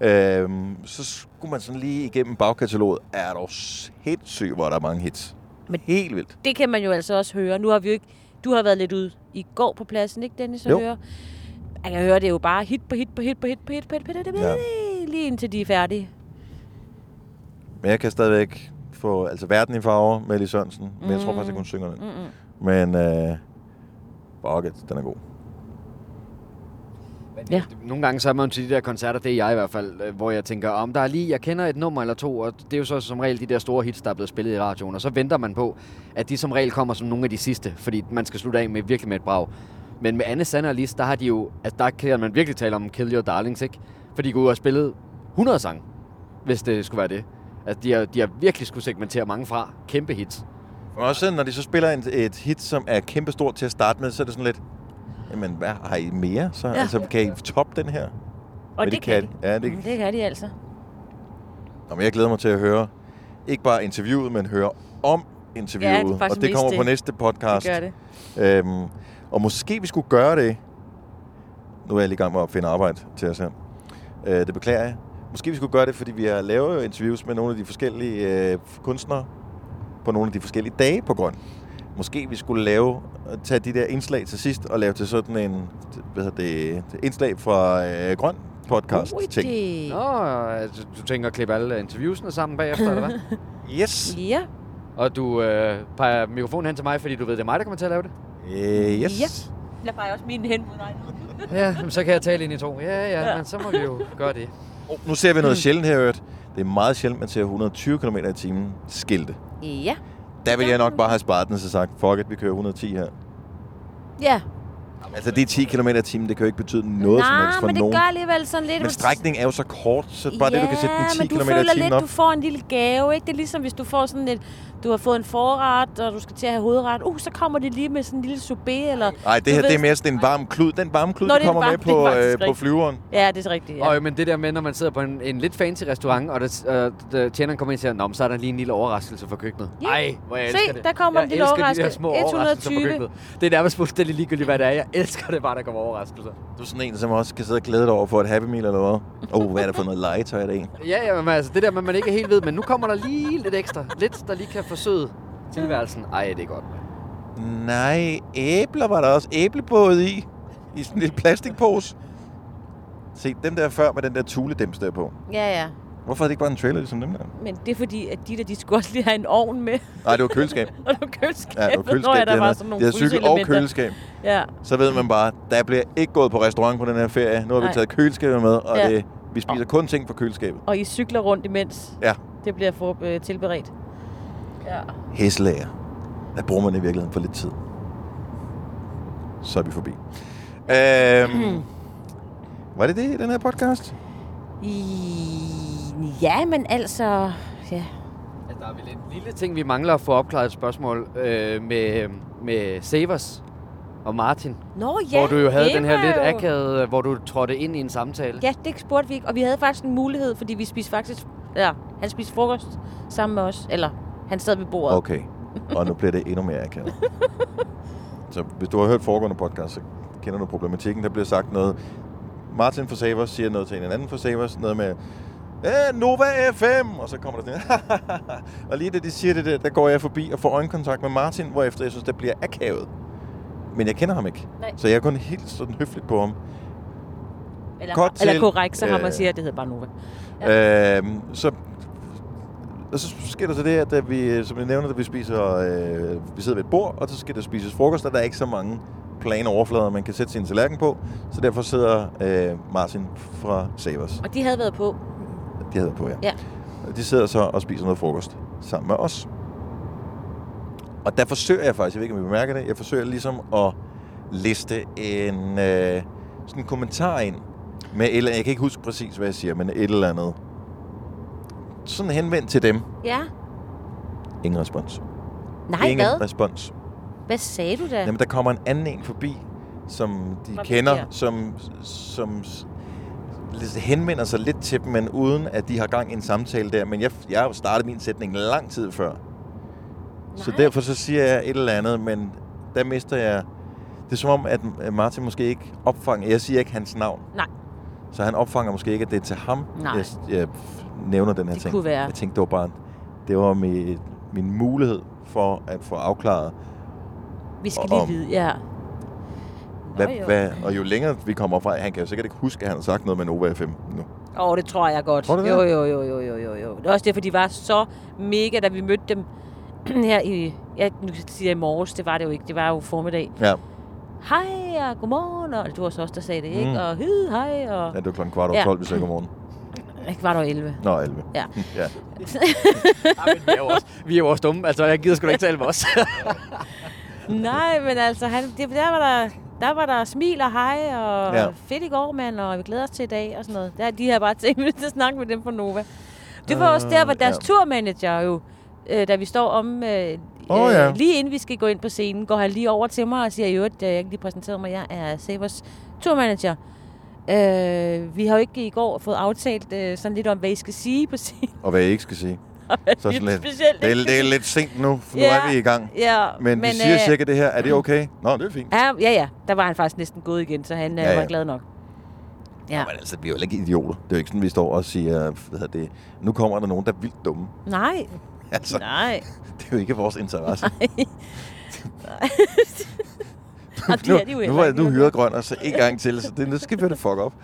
[SPEAKER 1] øh, så skulle man sådan lige igennem bagkataloget. Er dog sindssygt, hvor der er mange hits. Men Helt vildt.
[SPEAKER 2] Det kan man jo altså også høre. Nu har vi jo ikke... Du har været lidt ude i går på pladsen, ikke Dennis?
[SPEAKER 1] Jo.
[SPEAKER 2] Og høre. Jeg kan høre, det er jo bare hit på hit på hit på hit på hit på hit på hit på hit,
[SPEAKER 1] Ja.
[SPEAKER 2] lige indtil de er færdige.
[SPEAKER 1] Men jeg kan stadigvæk få altså, Verden i farver med Elie Sørensen, men jeg tror faktisk
[SPEAKER 3] Mm.
[SPEAKER 1] ikke, hun synger den.
[SPEAKER 2] Mm-mm.
[SPEAKER 1] Men øh, Bucket, den er god.
[SPEAKER 3] Ja. Nogle gange så er man jo til de der koncerter, det er jeg i hvert fald, øh, hvor jeg tænker, om der er lige, jeg kender et nummer eller to, og det er jo så som regel de der store hits, der er blevet spillet i radioen, og så venter man på, at de som regel kommer som nogle af de sidste, fordi man skal slutte af med virkelig med et brag. Men med Anne Sander og Lis, der har de jo, altså der kan man virkelig tale om Kill Your Darlings, ikke? For de kunne jo have spillet 100 sange, hvis det skulle være det. Altså de har, de har virkelig skulle segmentere mange fra. Kæmpe hits.
[SPEAKER 1] Men også når de så spiller en, et hit, som er kæmpestort til at starte med, så er det sådan lidt, jamen hvad har I mere? Så, ja.
[SPEAKER 2] Ja.
[SPEAKER 1] Altså kan I toppe den her?
[SPEAKER 2] Og
[SPEAKER 1] Men
[SPEAKER 2] det kan
[SPEAKER 1] de. Ja, det,
[SPEAKER 2] Det, det kan de altså.
[SPEAKER 1] Nå, men jeg glæder mig til at høre, ikke bare interviewet, men høre om interviewet.
[SPEAKER 2] Ja, det er faktisk
[SPEAKER 1] og det
[SPEAKER 2] mest
[SPEAKER 1] kommer
[SPEAKER 2] det.
[SPEAKER 1] på næste podcast.
[SPEAKER 2] Det gør
[SPEAKER 1] det. Øhm, og måske vi skulle gøre det. Nu er jeg lige i gang med at finde arbejde til os her. Øh, det beklager jeg. Måske vi skulle gøre det, fordi vi har lavet interviews med nogle af de forskellige øh, kunstnere på nogle af de forskellige dage på grund. Måske vi skulle lave, tage de der indslag til sidst og lave til sådan en hvad hedder det, indslag fra øh, Grøn podcast ting.
[SPEAKER 3] Nå, altså, du tænker at klippe alle interviewsene sammen bagefter, eller hvad?
[SPEAKER 1] Yes.
[SPEAKER 2] Ja.
[SPEAKER 3] Og du øh, peger mikrofonen hen til mig, fordi du ved, det er mig, der kommer til at lave det?
[SPEAKER 1] Øh, yes.
[SPEAKER 2] Ja. Lad bare også min hen mod dig.
[SPEAKER 3] Ja, jamen, så kan jeg tale ind i to. Ja, ja, ja, men så må vi jo gøre det.
[SPEAKER 1] Oh, Nu ser vi noget sjældent her, i øvrigt. Det er meget sjældent, man ser 120 km i timen skilte.
[SPEAKER 2] Ja.
[SPEAKER 1] Der vil jeg nok bare have sparet den, så sagt, fuck it, vi kører 110 her.
[SPEAKER 2] Ja.
[SPEAKER 1] Altså, det er 10 km i timen, det kan jo ikke betyde noget som helst
[SPEAKER 2] Nej,
[SPEAKER 1] for
[SPEAKER 2] men det
[SPEAKER 1] nogen.
[SPEAKER 2] gør alligevel sådan lidt...
[SPEAKER 1] Men strækningen er jo så kort, så bare det, du kan sætte
[SPEAKER 2] Ja,
[SPEAKER 1] den 10
[SPEAKER 2] men du
[SPEAKER 1] km
[SPEAKER 2] føler
[SPEAKER 1] i timen
[SPEAKER 2] lidt,
[SPEAKER 1] op.
[SPEAKER 2] du får en lille gave, ikke? Det er ligesom, hvis du får sådan et... Du har fået en forret, og du skal til at have hovedret. Uh, så kommer det lige med sådan en lille soubé, eller...
[SPEAKER 1] Nej, det
[SPEAKER 2] du
[SPEAKER 1] her det
[SPEAKER 2] ved-
[SPEAKER 1] er mere sådan en varm klud. Den varme klud,
[SPEAKER 2] Nå,
[SPEAKER 1] der
[SPEAKER 2] det er
[SPEAKER 1] kommer med
[SPEAKER 2] varm- det er
[SPEAKER 1] på,
[SPEAKER 2] faktisk
[SPEAKER 1] øh, på
[SPEAKER 2] rigtigt.
[SPEAKER 1] flyveren.
[SPEAKER 2] Ja, det er rigtigt, ja.
[SPEAKER 3] Og øh, men det der med, når man sidder på en, en lidt fancy restaurant, og der, øh, der tjeneren kommer ind og siger, Nå, men så er der lige en lille overraskelse for køkkenet.
[SPEAKER 2] Ja.
[SPEAKER 3] Ej, hvor jeg
[SPEAKER 2] Se,
[SPEAKER 3] elsker det.
[SPEAKER 2] der kommer
[SPEAKER 3] jeg
[SPEAKER 2] en lille
[SPEAKER 3] elsker de der
[SPEAKER 2] overraskelse.
[SPEAKER 3] små overraskelser på
[SPEAKER 2] 120.
[SPEAKER 3] køkkenet. Det er nærmest fuldstændig ligegyldigt, hvad det er. Jeg elsker det bare, der kommer overraskelser.
[SPEAKER 1] Du er sådan en, som også kan sidde og glæde dig over for et Happy Meal eller hvad. Åh, oh, hvad er det for noget legetøj i dag?
[SPEAKER 3] Ja, ja, men altså, det der med, at man ikke helt ved, men nu kommer der lige lidt ekstra. Lidt, der lige kan forsøde tilværelsen. Ej, det er godt.
[SPEAKER 1] Nej, æbler var der også æblebåde i. I sådan en lille plastikpose. Se, dem der før med den der tuledems der på.
[SPEAKER 2] Ja, ja.
[SPEAKER 1] Hvorfor er det ikke bare en trailer ligesom dem der?
[SPEAKER 2] Men det er fordi, at de der, de skulle også lige have en ovn med.
[SPEAKER 1] Nej, det var køleskab.
[SPEAKER 2] og det var køleskab.
[SPEAKER 1] Ja, det var køleskab.
[SPEAKER 2] Nå, ja, der
[SPEAKER 1] det
[SPEAKER 2] var
[SPEAKER 1] havde-
[SPEAKER 2] sådan nogle
[SPEAKER 1] det havde cykel og
[SPEAKER 2] fryseelementer.
[SPEAKER 1] køleskab.
[SPEAKER 2] Ja.
[SPEAKER 1] Så ved man bare, der bliver ikke gået på restaurant på den her ferie. Nu har vi
[SPEAKER 2] Nej.
[SPEAKER 1] taget køleskabet med, og
[SPEAKER 2] Ja.
[SPEAKER 1] det, vi spiser kun ting fra køleskabet.
[SPEAKER 2] Og I cykler rundt imens.
[SPEAKER 1] Ja,
[SPEAKER 2] Det bliver for, øh, tilberedt. Ja.
[SPEAKER 1] hæslager. Der bruger man i virkeligheden for lidt tid. Så er vi forbi. Øhm, var det det i den her podcast?
[SPEAKER 2] I... Ja, men altså... Ja.
[SPEAKER 3] Altså, Der er vel en lille ting, vi mangler at få opklaret et spørgsmål øh, med, med Severs og Martin.
[SPEAKER 2] Nå ja,
[SPEAKER 3] Hvor du jo havde
[SPEAKER 2] det
[SPEAKER 3] den her
[SPEAKER 2] var
[SPEAKER 3] lidt
[SPEAKER 2] jo-
[SPEAKER 3] akavede, hvor du trådte ind i en samtale.
[SPEAKER 2] Ja, det spurgte vi ikke. Og vi havde faktisk en mulighed, fordi vi spiste faktisk... Ja, han spiste frokost sammen med os. Eller han sad ved bordet.
[SPEAKER 1] Okay, og nu bliver det endnu mere akavet. Så hvis du har hørt foregående podcast, så kender du problematikken. Der bliver sagt noget. Martin for Savers siger noget til en anden for Savers. Noget med, "Øh, Nova FM! Og så kommer der sådan Og lige da de siger det der, der går jeg forbi og får øjenkontakt med Martin, hvorefter jeg synes, det bliver akavet. Men jeg kender ham ikke.
[SPEAKER 2] Nej.
[SPEAKER 1] Så jeg er kun helt sådan høfligt på ham.
[SPEAKER 2] Eller,
[SPEAKER 1] Godt
[SPEAKER 2] eller
[SPEAKER 1] til,
[SPEAKER 2] korrekt, så har
[SPEAKER 1] øh,
[SPEAKER 2] man siger, at det hedder bare Nova.
[SPEAKER 1] Ja. Øhm, så, og så sker der så det, at da vi, som jeg nævner, at vi spiser, øh, vi sidder ved et bord, og så skal der spises frokost, og der er ikke så mange plane overflader, man kan sætte sin tallerken på. Så derfor sidder øh, Martin fra Savers,
[SPEAKER 2] Og de havde været på.
[SPEAKER 1] de hedder på her.
[SPEAKER 2] Ja.
[SPEAKER 1] De sidder så og spiser noget frokost sammen med os. Og der forsøger jeg faktisk, jeg ved ikke, om I bemærker det, jeg forsøger ligesom at liste en øh, sådan en kommentar ind. Med et eller, jeg kan ikke huske præcis, hvad jeg siger, men et eller andet. Sådan henvendt til dem.
[SPEAKER 2] Ja.
[SPEAKER 1] Ingen respons.
[SPEAKER 2] Nej,
[SPEAKER 1] Ingen
[SPEAKER 2] hvad?
[SPEAKER 1] respons.
[SPEAKER 2] Hvad sagde du da?
[SPEAKER 1] Jamen, der kommer en anden en forbi, som de
[SPEAKER 2] Hvor
[SPEAKER 1] kender,
[SPEAKER 2] vigtigere.
[SPEAKER 1] som, som s- lidt henvender sig lidt til dem, men uden at de har gang i en samtale der. Men jeg, jeg har jo startet min sætning lang tid før. Nej. Så derfor så siger jeg et eller andet, men der mister jeg... Det er som om, at at Martin måske ikke opfanger... Jeg siger ikke hans navn.
[SPEAKER 2] Nej.
[SPEAKER 1] Så han opfanger måske ikke, at det er til ham,
[SPEAKER 2] Nej.
[SPEAKER 1] jeg, jeg nævner den her ting.
[SPEAKER 2] kunne være.
[SPEAKER 1] Jeg tænkte, det var bare... Det var min, min mulighed for at få afklaret,
[SPEAKER 2] Vi skal
[SPEAKER 1] og-
[SPEAKER 2] lige
[SPEAKER 1] om-
[SPEAKER 2] vide, ja.
[SPEAKER 1] Hvad,
[SPEAKER 2] jo.
[SPEAKER 1] hvad, og jo længere vi kommer fra, han kan jo sikkert ikke huske, at han har sagt noget med Nova FM nu.
[SPEAKER 2] Åh, oh, det tror jeg godt.
[SPEAKER 1] Tror du det?
[SPEAKER 2] jo, jo, jo, jo, jo, jo, jo. Det er også derfor, de var så mega, da vi mødte dem her i... Ja, nu siger jeg i morges, det var det jo ikke. Det var jo formiddag.
[SPEAKER 1] Ja,
[SPEAKER 2] Hej og godmorgen, og du var så også, der sagde det, ikke?
[SPEAKER 1] Mm.
[SPEAKER 2] Mm. Og hyd, hej, og...
[SPEAKER 1] ja det var klokken kvart over
[SPEAKER 2] Ja.
[SPEAKER 1] 12, vi sagde godmorgen.
[SPEAKER 2] Ikke var der 11.
[SPEAKER 1] Nå, 11.
[SPEAKER 2] Ja.
[SPEAKER 1] ja.
[SPEAKER 3] Vi er jo også, vi er jo også dumme. Altså, jeg gider sgu da ikke tale med os.
[SPEAKER 2] Nej, men altså, han, det, der, var der, der var der smil og hej, og
[SPEAKER 3] Ja.
[SPEAKER 2] ja. fedt i går, mand, og vi glæder os til i dag, og sådan noget. Der, de har bare tænkt mig til at snakke med dem på Nova. Det var også der, hvor
[SPEAKER 12] Øh,
[SPEAKER 2] deres
[SPEAKER 12] ja.
[SPEAKER 2] ja. turmanager jo, øh, da vi står om, øh,
[SPEAKER 12] Åh,
[SPEAKER 2] øh,
[SPEAKER 12] ja.
[SPEAKER 2] lige inden vi skal gå ind på scenen, går han lige over til mig og siger, jo, at jeg ikke lige præsenteret mig, jeg er Sabers turmanager. Øh, vi har jo ikke i går fået aftalt øh, sådan lidt om, hvad I skal sige på scenen.
[SPEAKER 1] Og hvad jeg ikke skal sige.
[SPEAKER 2] Det
[SPEAKER 1] Så
[SPEAKER 2] er
[SPEAKER 1] sådan lidt,
[SPEAKER 2] specielt,
[SPEAKER 1] det, er,
[SPEAKER 2] ikke?
[SPEAKER 1] det er lidt sent nu, for nu
[SPEAKER 2] Ja,
[SPEAKER 1] er vi i gang.
[SPEAKER 2] ja,
[SPEAKER 1] men, vi
[SPEAKER 2] men,
[SPEAKER 1] siger
[SPEAKER 2] øh,
[SPEAKER 1] cirka det her. Er det okay? Nå, det er fint.
[SPEAKER 2] Ja, ja, ja. Der var han faktisk næsten gået igen, så han øh,
[SPEAKER 1] Ja,
[SPEAKER 2] ja,
[SPEAKER 1] ja.
[SPEAKER 2] var glad nok. Ja.
[SPEAKER 1] Men altså, vi er jo heller ikke idioter. Det er jo ikke sådan, vi står og siger, hvad hedder det, nu kommer der nogen, der er vildt dumme.
[SPEAKER 2] Nej.
[SPEAKER 1] Altså,
[SPEAKER 2] Nej.
[SPEAKER 1] Det er jo ikke vores interesse.
[SPEAKER 2] Og
[SPEAKER 1] nu,
[SPEAKER 2] det er de jo
[SPEAKER 1] nu
[SPEAKER 2] heller
[SPEAKER 1] var jeg
[SPEAKER 2] ikke.
[SPEAKER 1] nu hyregrøn, og så en gang til, så det, nu skal vi have det fuck op.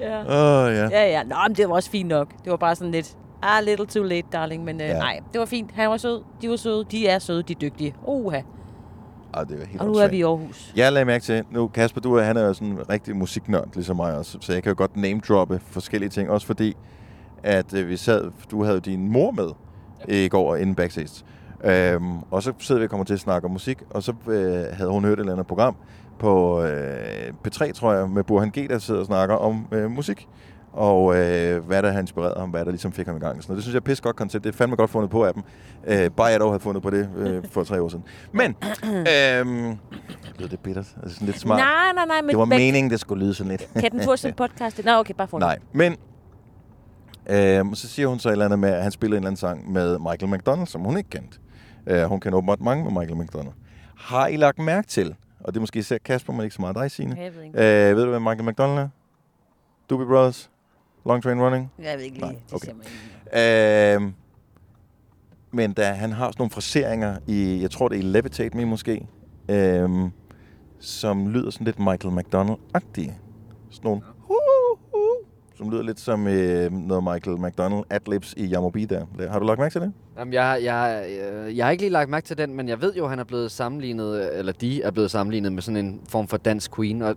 [SPEAKER 2] Ja.
[SPEAKER 1] Åh, ja.
[SPEAKER 2] ja, ja. Nå, men det var også fint nok. Det var bare sådan lidt, ah, little too late, darling. Men øh,
[SPEAKER 1] Ja.
[SPEAKER 2] ja. nej, det var fint. Han var sød. De var søde. De er søde. De er dygtige. Oha.
[SPEAKER 1] Ej, det er jo helt
[SPEAKER 2] Og nu er
[SPEAKER 1] åndssvagt.
[SPEAKER 2] vi i Aarhus.
[SPEAKER 1] Jeg lagde mærke til, nu Kasper, du er, han er jo sådan en rigtig musiknørd, ligesom mig også, så jeg kan jo godt name-droppe forskellige ting, også fordi, at øh, vi sad, du havde jo din mor med ja. i går inde backstage. Øhm, og så sidder vi og kommer til at snakke om musik, og så øh, havde hun hørt et eller andet program på øh, P3, tror jeg, med Burhan G, der sidder og snakker om øh, musik. Og øh, hvad der har inspireret ham, hvad der ligesom fik ham i gang. og Sådan noget. Det synes jeg er pisse godt koncept. Det er fandme godt fundet på af dem. Øh, bare jeg dog havde fundet på det øh, for tre år siden. Men, øh, lyder det bittert? Altså sådan lidt smart.
[SPEAKER 2] Nej, nej, nej, men-
[SPEAKER 1] det var
[SPEAKER 2] men-
[SPEAKER 1] meningen, det skulle lyde sådan lidt.
[SPEAKER 2] Kan den få som podcast? Nå, okay, bare få den.
[SPEAKER 1] Nej, men øh, så siger hun så et eller andet med, at han spiller en eller anden sang med Michael McDonald, som hun ikke kendte. Øh, hun kan åbenbart mange med Michael McDonald. Har I lagt mærke til, og det er måske især Kasper, men ikke så meget dig, Signe.
[SPEAKER 2] Jeg ved ikke.
[SPEAKER 1] Øh, ved du, hvad Michael McDonald er? Doobie Brothers? Long Train Running?
[SPEAKER 2] Jeg ved ikke lige.
[SPEAKER 1] Nej,
[SPEAKER 2] Det
[SPEAKER 1] okay.
[SPEAKER 2] siger
[SPEAKER 1] Øhm, men da han har sådan nogle fraseringer i, jeg tror det er i Levitate Me måske, øhm, som lyder sådan lidt Michael McDonald-agtige. Sådan nogle, som lyder lidt som øh, noget Michael McDonald adlibs i Yamobi der. Har du lagt mærke til det?
[SPEAKER 3] Jamen, jeg, jeg, øh, jeg har ikke lige lagt mærke til den, men jeg ved jo, at han er blevet sammenlignet, øh, eller de er blevet sammenlignet med sådan en form for dansk queen. Og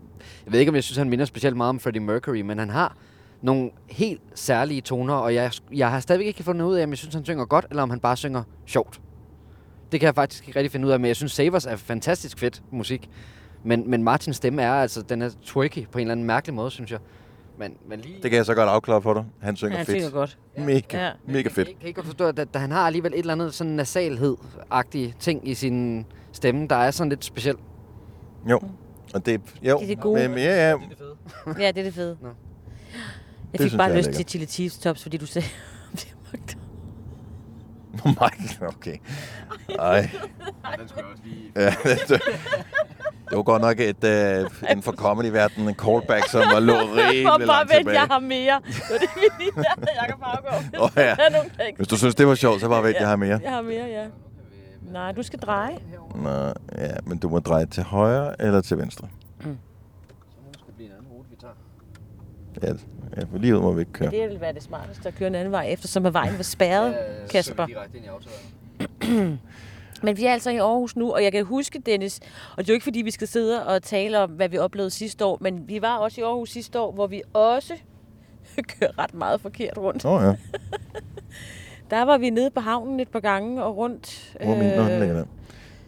[SPEAKER 3] jeg ved ikke, om jeg synes, han minder specielt meget om Freddie Mercury, men han har nogle helt særlige toner, og jeg, jeg har stadigvæk ikke fundet ud af, om jeg synes, han synger godt, eller om han bare synger sjovt. Det kan jeg faktisk ikke rigtig finde ud af, men jeg synes, Savers er fantastisk fedt musik. Men, men Martins stemme er altså, den er twerky på en eller anden mærkelig måde, synes jeg. Men, men lige
[SPEAKER 1] Det kan jeg så godt afklare for dig. Han synger
[SPEAKER 3] Han
[SPEAKER 1] fedt.
[SPEAKER 3] synger godt.
[SPEAKER 1] Mega,
[SPEAKER 3] Ja.
[SPEAKER 1] mega fedt.
[SPEAKER 3] kan ikke godt forstå, at, at han har alligevel et eller andet sådan nasalhed-agtig ting i sin stemme, der er sådan lidt speciel.
[SPEAKER 1] Jo. Og det, jo.
[SPEAKER 2] Det er det gode.
[SPEAKER 1] Men, ja, ja.
[SPEAKER 2] Ja, det er det fede. Jeg
[SPEAKER 1] Det
[SPEAKER 2] fik
[SPEAKER 1] synes
[SPEAKER 2] bare
[SPEAKER 1] jeg er
[SPEAKER 2] lyst
[SPEAKER 1] lækkert.
[SPEAKER 2] til chili cheese tops, fordi du sagde, det er magt.
[SPEAKER 1] Michael, okay. Ej.
[SPEAKER 3] Den skulle jeg også lige-
[SPEAKER 1] Ja, det, Det var godt nok et, øh, inden for comedy-verdenen en callback, som var lå rimelig
[SPEAKER 2] Og bare
[SPEAKER 1] langt
[SPEAKER 2] vent,
[SPEAKER 1] tilbage.
[SPEAKER 2] jeg har mere. Det er det, vi lige lærte af Jacob Haugaard.
[SPEAKER 1] Åh, ja.
[SPEAKER 2] Der er nogle, der ikke-
[SPEAKER 1] Hvis du synes, det var sjovt, så bare vent, jeg har mere.
[SPEAKER 2] Jeg har mere, ja. Nej, du skal dreje.
[SPEAKER 1] Nå, ja, men du må dreje til højre eller til venstre. Ja, ja for livet må vi ikke køre.
[SPEAKER 2] Det ville være det smarteste at køre en anden vej, eftersom at vejen var spærret,
[SPEAKER 3] Øh,
[SPEAKER 2] Kasper. Men vi er altså i Aarhus nu, og jeg kan huske, Dennis, og det er jo ikke fordi, vi skal sidde og tale om, hvad vi oplevede sidste år, men vi var også i Aarhus sidste år, hvor vi også kører ret meget forkert rundt.
[SPEAKER 1] Åh oh, ja,
[SPEAKER 2] Der var vi nede på havnen et par gange og rundt.
[SPEAKER 1] hvor er min øh... ligger der?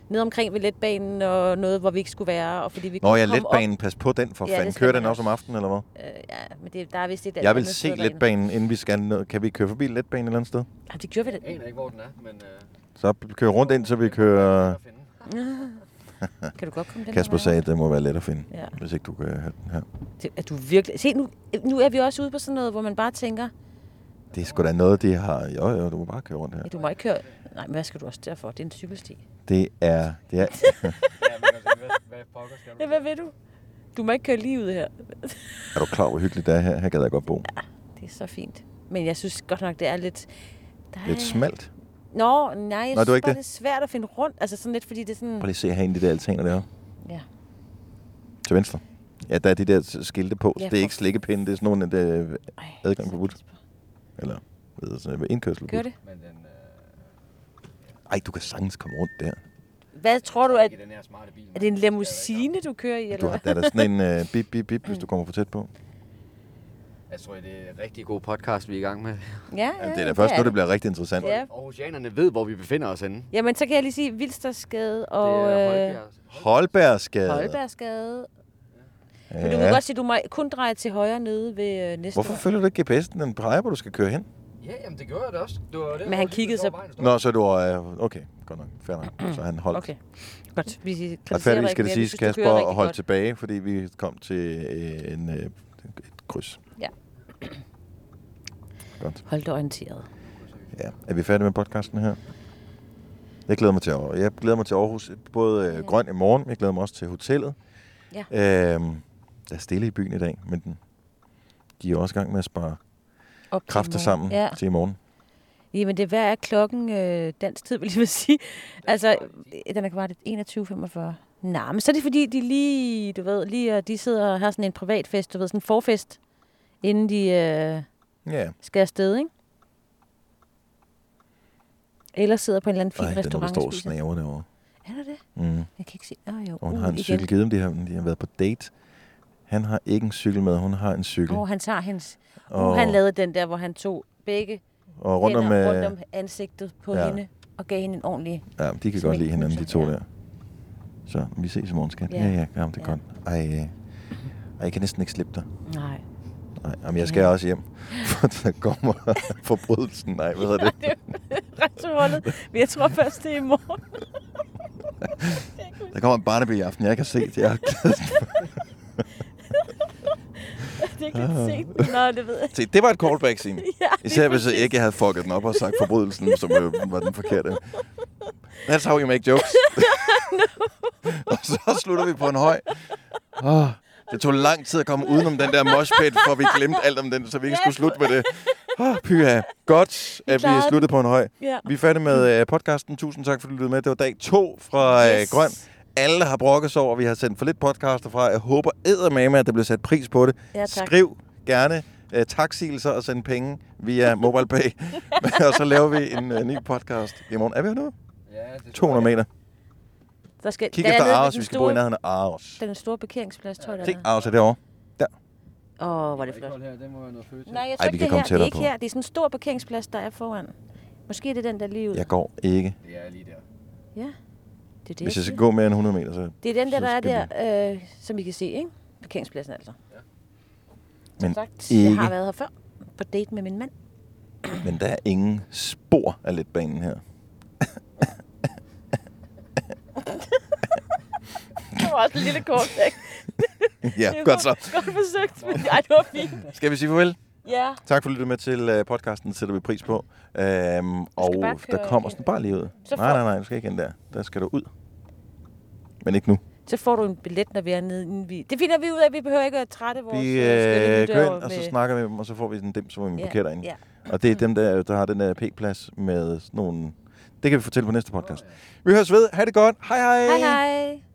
[SPEAKER 2] ned omkring ved letbanen og noget, hvor vi ikke skulle være. Og fordi vi
[SPEAKER 1] Nå
[SPEAKER 2] kunne
[SPEAKER 1] ja,
[SPEAKER 2] komme op-
[SPEAKER 1] letbanen, pas på den for
[SPEAKER 2] Ja, det
[SPEAKER 1] ja, fanden.
[SPEAKER 2] skal
[SPEAKER 1] Kører
[SPEAKER 2] man
[SPEAKER 1] den også om aftenen, eller hvad?
[SPEAKER 2] Øh, ja, men det, der er vist et
[SPEAKER 1] Jeg vil
[SPEAKER 2] andet
[SPEAKER 1] se
[SPEAKER 2] sted derinde.
[SPEAKER 1] letbanen, inden vi skal ned. Kan vi køre forbi letbanen et eller andet sted?
[SPEAKER 2] Ja, det gjorde vi det.
[SPEAKER 3] Jeg aner ikke, hvor den er, men... Øh...
[SPEAKER 1] Så kører rundt ind, så vi kører...
[SPEAKER 2] Kan du godt komme den
[SPEAKER 1] Kasper
[SPEAKER 2] her vej?
[SPEAKER 1] sagde, at det må være let at finde,
[SPEAKER 2] Ja.
[SPEAKER 1] ja. hvis ikke du kan have den her.
[SPEAKER 2] Det, er du virkelig... Se, nu, nu er vi også ude på sådan noget, hvor man bare tænker,
[SPEAKER 1] Det er sgu da noget, de har... Jo, jo, du må bare køre rundt her.
[SPEAKER 2] ja, du må ikke køre... Nej, men hvad skal du også derfor? Det er en cykelsti.
[SPEAKER 1] Det er... Det er
[SPEAKER 2] Ja, altså, hvad ved du? Du må ikke køre lige ud her.
[SPEAKER 1] er du klar, hvor hyggeligt det er her? Her gad jeg godt bo.
[SPEAKER 2] Det er så fint. Men jeg synes godt nok, det er lidt... Der er...
[SPEAKER 1] Lidt smalt.
[SPEAKER 2] Nå, nej,
[SPEAKER 1] Nå,
[SPEAKER 2] jeg synes
[SPEAKER 1] det var
[SPEAKER 2] bare,
[SPEAKER 1] ikke
[SPEAKER 2] det.
[SPEAKER 1] det.
[SPEAKER 2] er svært at finde rundt. Altså sådan lidt, fordi det er sådan...
[SPEAKER 1] Prøv lige at se herinde, de der altaner deroppe.
[SPEAKER 2] Ja.
[SPEAKER 1] Til venstre. Ja, der er de der skilte på.
[SPEAKER 2] Ja,
[SPEAKER 1] Ja, det er
[SPEAKER 2] for-
[SPEAKER 1] ikke slikkepinde, det er sådan nogle, der er adgang forbudt. Eller hvad hedder sådan noget, indkørsel
[SPEAKER 2] Gør det.
[SPEAKER 1] Ej, du kan sagtens komme rundt der.
[SPEAKER 2] Hvad tror du, at... Er det en limousine, du kører i,
[SPEAKER 1] Du
[SPEAKER 2] eller
[SPEAKER 1] har,
[SPEAKER 2] hvad?
[SPEAKER 1] der er der sådan en øh, bip, bip, bip,
[SPEAKER 2] Mm.
[SPEAKER 1] hvis du kommer for tæt på.
[SPEAKER 3] Jeg tror, det er en rigtig god podcast, vi er i gang med.
[SPEAKER 2] Ja, ja,
[SPEAKER 1] Det er da først nu, det bliver rigtig interessant.
[SPEAKER 2] Ja.
[SPEAKER 3] Aarhusianerne ved, hvor vi befinder os henne.
[SPEAKER 2] Jamen, så kan jeg lige sige Vilsterskade og øh,
[SPEAKER 1] Holbergsgade.
[SPEAKER 2] Holbergsgade. Men du
[SPEAKER 1] Øh, Ja.
[SPEAKER 2] kan godt sige, at du må kun dreje til højre nede ved øh, næste
[SPEAKER 1] Hvorfor følger du ikke GPS'en? Den peger, hvor du skal køre hen.
[SPEAKER 3] Ja, jamen det gjorde jeg da også. Det var det,
[SPEAKER 2] Men han kiggede så...
[SPEAKER 1] Nå, så du er... Øh, okay, godt nok. Fair nok. Så han holdt.
[SPEAKER 2] Okay. Godt. Vi kritiserer
[SPEAKER 1] Retfærdigt
[SPEAKER 2] dig
[SPEAKER 1] skal det
[SPEAKER 2] ikke mere. Vi
[SPEAKER 1] siges,
[SPEAKER 2] synes, du kører
[SPEAKER 1] Kasper
[SPEAKER 2] rigtig
[SPEAKER 1] holdt
[SPEAKER 2] godt.
[SPEAKER 1] godt. tilbage, fordi vi kom til øh, en, øh, et kryds.
[SPEAKER 2] Ja.
[SPEAKER 1] Godt.
[SPEAKER 2] Hold dig orienteret.
[SPEAKER 1] Ja. Er vi færdige med podcasten her? Jeg glæder mig til, Aarhus. jeg glæder mig til Aarhus. Både øh, grøn i morgen, jeg glæder mig også til hotellet.
[SPEAKER 2] Ja.
[SPEAKER 1] Øhm, der er stille i byen i dag, men den, de er også i gang med at spare
[SPEAKER 2] Op til i
[SPEAKER 1] kræfter
[SPEAKER 2] morgen.
[SPEAKER 1] sammen
[SPEAKER 2] Ja.
[SPEAKER 1] til i morgen.
[SPEAKER 2] Jamen, det, hvad er klokken øh, dansk tid, vil jeg lige vil sige? Altså, øh, den er kvart i 21.45. Nej, men så er det fordi, de lige, du ved, lige, øh, de sidder og har sådan en privatfest, du ved, sådan en forfest, inden de øh,
[SPEAKER 1] Ja,
[SPEAKER 2] skal afsted, ikke? Eller sidder på en eller anden fin
[SPEAKER 1] Ej, den, der
[SPEAKER 2] restaurant
[SPEAKER 1] står og
[SPEAKER 2] og spiser.
[SPEAKER 1] snaver derovre.
[SPEAKER 2] Er der det?
[SPEAKER 1] Mm.
[SPEAKER 2] Jeg kan ikke se. Åh, oh, jo.
[SPEAKER 1] Og hun
[SPEAKER 2] Uh,
[SPEAKER 1] har en
[SPEAKER 2] igen.
[SPEAKER 1] cykel. Givet dem, de har, de har været på date. Han har ikke en cykel med, hun har en cykel.
[SPEAKER 2] Åh,
[SPEAKER 1] Oh,
[SPEAKER 2] han tager hendes. Og
[SPEAKER 1] Åh.
[SPEAKER 2] han lavede den der, hvor han tog begge
[SPEAKER 1] og rundt om,
[SPEAKER 2] hænder
[SPEAKER 1] øh,
[SPEAKER 2] rundt om ansigtet på
[SPEAKER 1] ja.
[SPEAKER 2] hende og gav hende en ordentlig...
[SPEAKER 1] Ja, men de kan
[SPEAKER 2] Som
[SPEAKER 1] godt lide
[SPEAKER 2] ikke
[SPEAKER 1] hinanden, de
[SPEAKER 2] huser,
[SPEAKER 1] to
[SPEAKER 2] ja.
[SPEAKER 1] ja. der. Så vi ses i morgen, skat.
[SPEAKER 2] Ja.
[SPEAKER 1] Ja, ja, ja jamen, det er ja.
[SPEAKER 2] Ja.
[SPEAKER 1] godt. Ej, øh, ej, jeg kan næsten ikke slippe dig.
[SPEAKER 2] Nej.
[SPEAKER 1] Nej, jamen, jeg skal ja. også hjem, for der kommer forbrydelsen. Nej, hvad hedder det?
[SPEAKER 2] Retsholdet. Men jeg tror først, det er i morgen.
[SPEAKER 1] Der kommer en barneby i aften, jeg kan se det. Jeg har glædet mig.
[SPEAKER 2] det er ikke lidt sent. Nå, det ved jeg.
[SPEAKER 1] Se, det var et callback scene.
[SPEAKER 2] Ja,
[SPEAKER 1] Ah. Især hvis jeg ikke havde fucket den op og sagt forbrydelsen, som øh, var den forkerte. That's how you make jokes. og så slutter vi på en høj. Oh, det tog lang tid at komme udenom den der moshpit, for vi glemte alt om den, så vi ikke skulle slutte med det. Oh, pyha. Godt, at vi
[SPEAKER 2] klarede
[SPEAKER 1] er
[SPEAKER 2] den.
[SPEAKER 1] sluttet på en høj.
[SPEAKER 2] Ja.
[SPEAKER 1] Vi er færdige med øh, podcasten. Tusind tak, fordi du lyttede med. Det var dag to fra yes.
[SPEAKER 2] Yes.
[SPEAKER 1] Grøn. Alle har brokket sig over, at vi har sendt for lidt podcaster fra. Jeg håber eddermame, at der bliver sat pris på det.
[SPEAKER 2] Ja, tak.
[SPEAKER 1] Skriv gerne øh, taksigelser og send penge via MobilePay. og så laver vi en øh, ny podcast i morgen. Er vi her nu? Ja, 200 meter.
[SPEAKER 2] Der skal,
[SPEAKER 1] Kig
[SPEAKER 2] der er
[SPEAKER 1] efter
[SPEAKER 2] nede ved
[SPEAKER 1] Aros.
[SPEAKER 2] den
[SPEAKER 1] Vi skal bo i
[SPEAKER 2] store-
[SPEAKER 1] nærheden af Aros.
[SPEAKER 2] Den store parkeringsplads, tror jeg,
[SPEAKER 1] Se,
[SPEAKER 2] der er.
[SPEAKER 1] Aros er derovre.
[SPEAKER 2] Åh, oh, hvor er det flot. Nej, jeg tror
[SPEAKER 1] Ej, vi
[SPEAKER 2] ikke,
[SPEAKER 1] kan komme
[SPEAKER 2] det er her. Det er
[SPEAKER 1] tættere
[SPEAKER 2] ikke
[SPEAKER 1] på.
[SPEAKER 2] her. Det er sådan en stor parkeringsplads, der er foran. Måske er det den, der er lige ud.
[SPEAKER 1] Jeg går ikke.
[SPEAKER 2] Ja. Det er det,
[SPEAKER 1] Hvis jeg skal
[SPEAKER 2] siger.
[SPEAKER 1] gå mere end 100 meter, så...
[SPEAKER 2] Det er den der,
[SPEAKER 1] så
[SPEAKER 2] der er
[SPEAKER 1] skal vi-
[SPEAKER 2] der, øh, som I kan se, ikke? Parkeringspladsen altså.
[SPEAKER 1] Men,
[SPEAKER 2] Sagt, jeg
[SPEAKER 1] ikke,
[SPEAKER 2] har været her før på date med min mand.
[SPEAKER 1] men der er ingen spor af letbanen her.
[SPEAKER 2] Det var også en lille kort, ikke? Det
[SPEAKER 1] ja,
[SPEAKER 2] var
[SPEAKER 1] godt så.
[SPEAKER 2] Godt forsøgt, men ej, det var fint.
[SPEAKER 1] Skal vi sige farvel?
[SPEAKER 2] Ja.
[SPEAKER 1] Tak for at lytte med til øh, podcasten, det sætter vi pris på. Øhm, og
[SPEAKER 2] bare køre
[SPEAKER 1] der kommer sådan bare lige ud.
[SPEAKER 2] Så
[SPEAKER 1] Nej,
[SPEAKER 2] får-
[SPEAKER 1] nej, nej, du skal ikke ind der. Der skal du ud. Men ikke nu.
[SPEAKER 2] Så får du en billet, når vi er nede inden vi... Det finder vi ud af, vi behøver ikke at trætte vores...
[SPEAKER 1] Vi
[SPEAKER 2] øh, skønne
[SPEAKER 1] øh,
[SPEAKER 2] lyttere
[SPEAKER 1] går ind, og
[SPEAKER 2] med-
[SPEAKER 1] så snakker vi med dem, og så får vi sådan en dem, som vi
[SPEAKER 2] Ja,
[SPEAKER 1] parkerer derinde.
[SPEAKER 2] ja.
[SPEAKER 1] Og det er dem, der, der har den der p-plads med sådan nogle... Det kan vi fortælle på næste podcast. Vi høres ved. Ha' det godt. Hej hej.
[SPEAKER 2] Hej hej.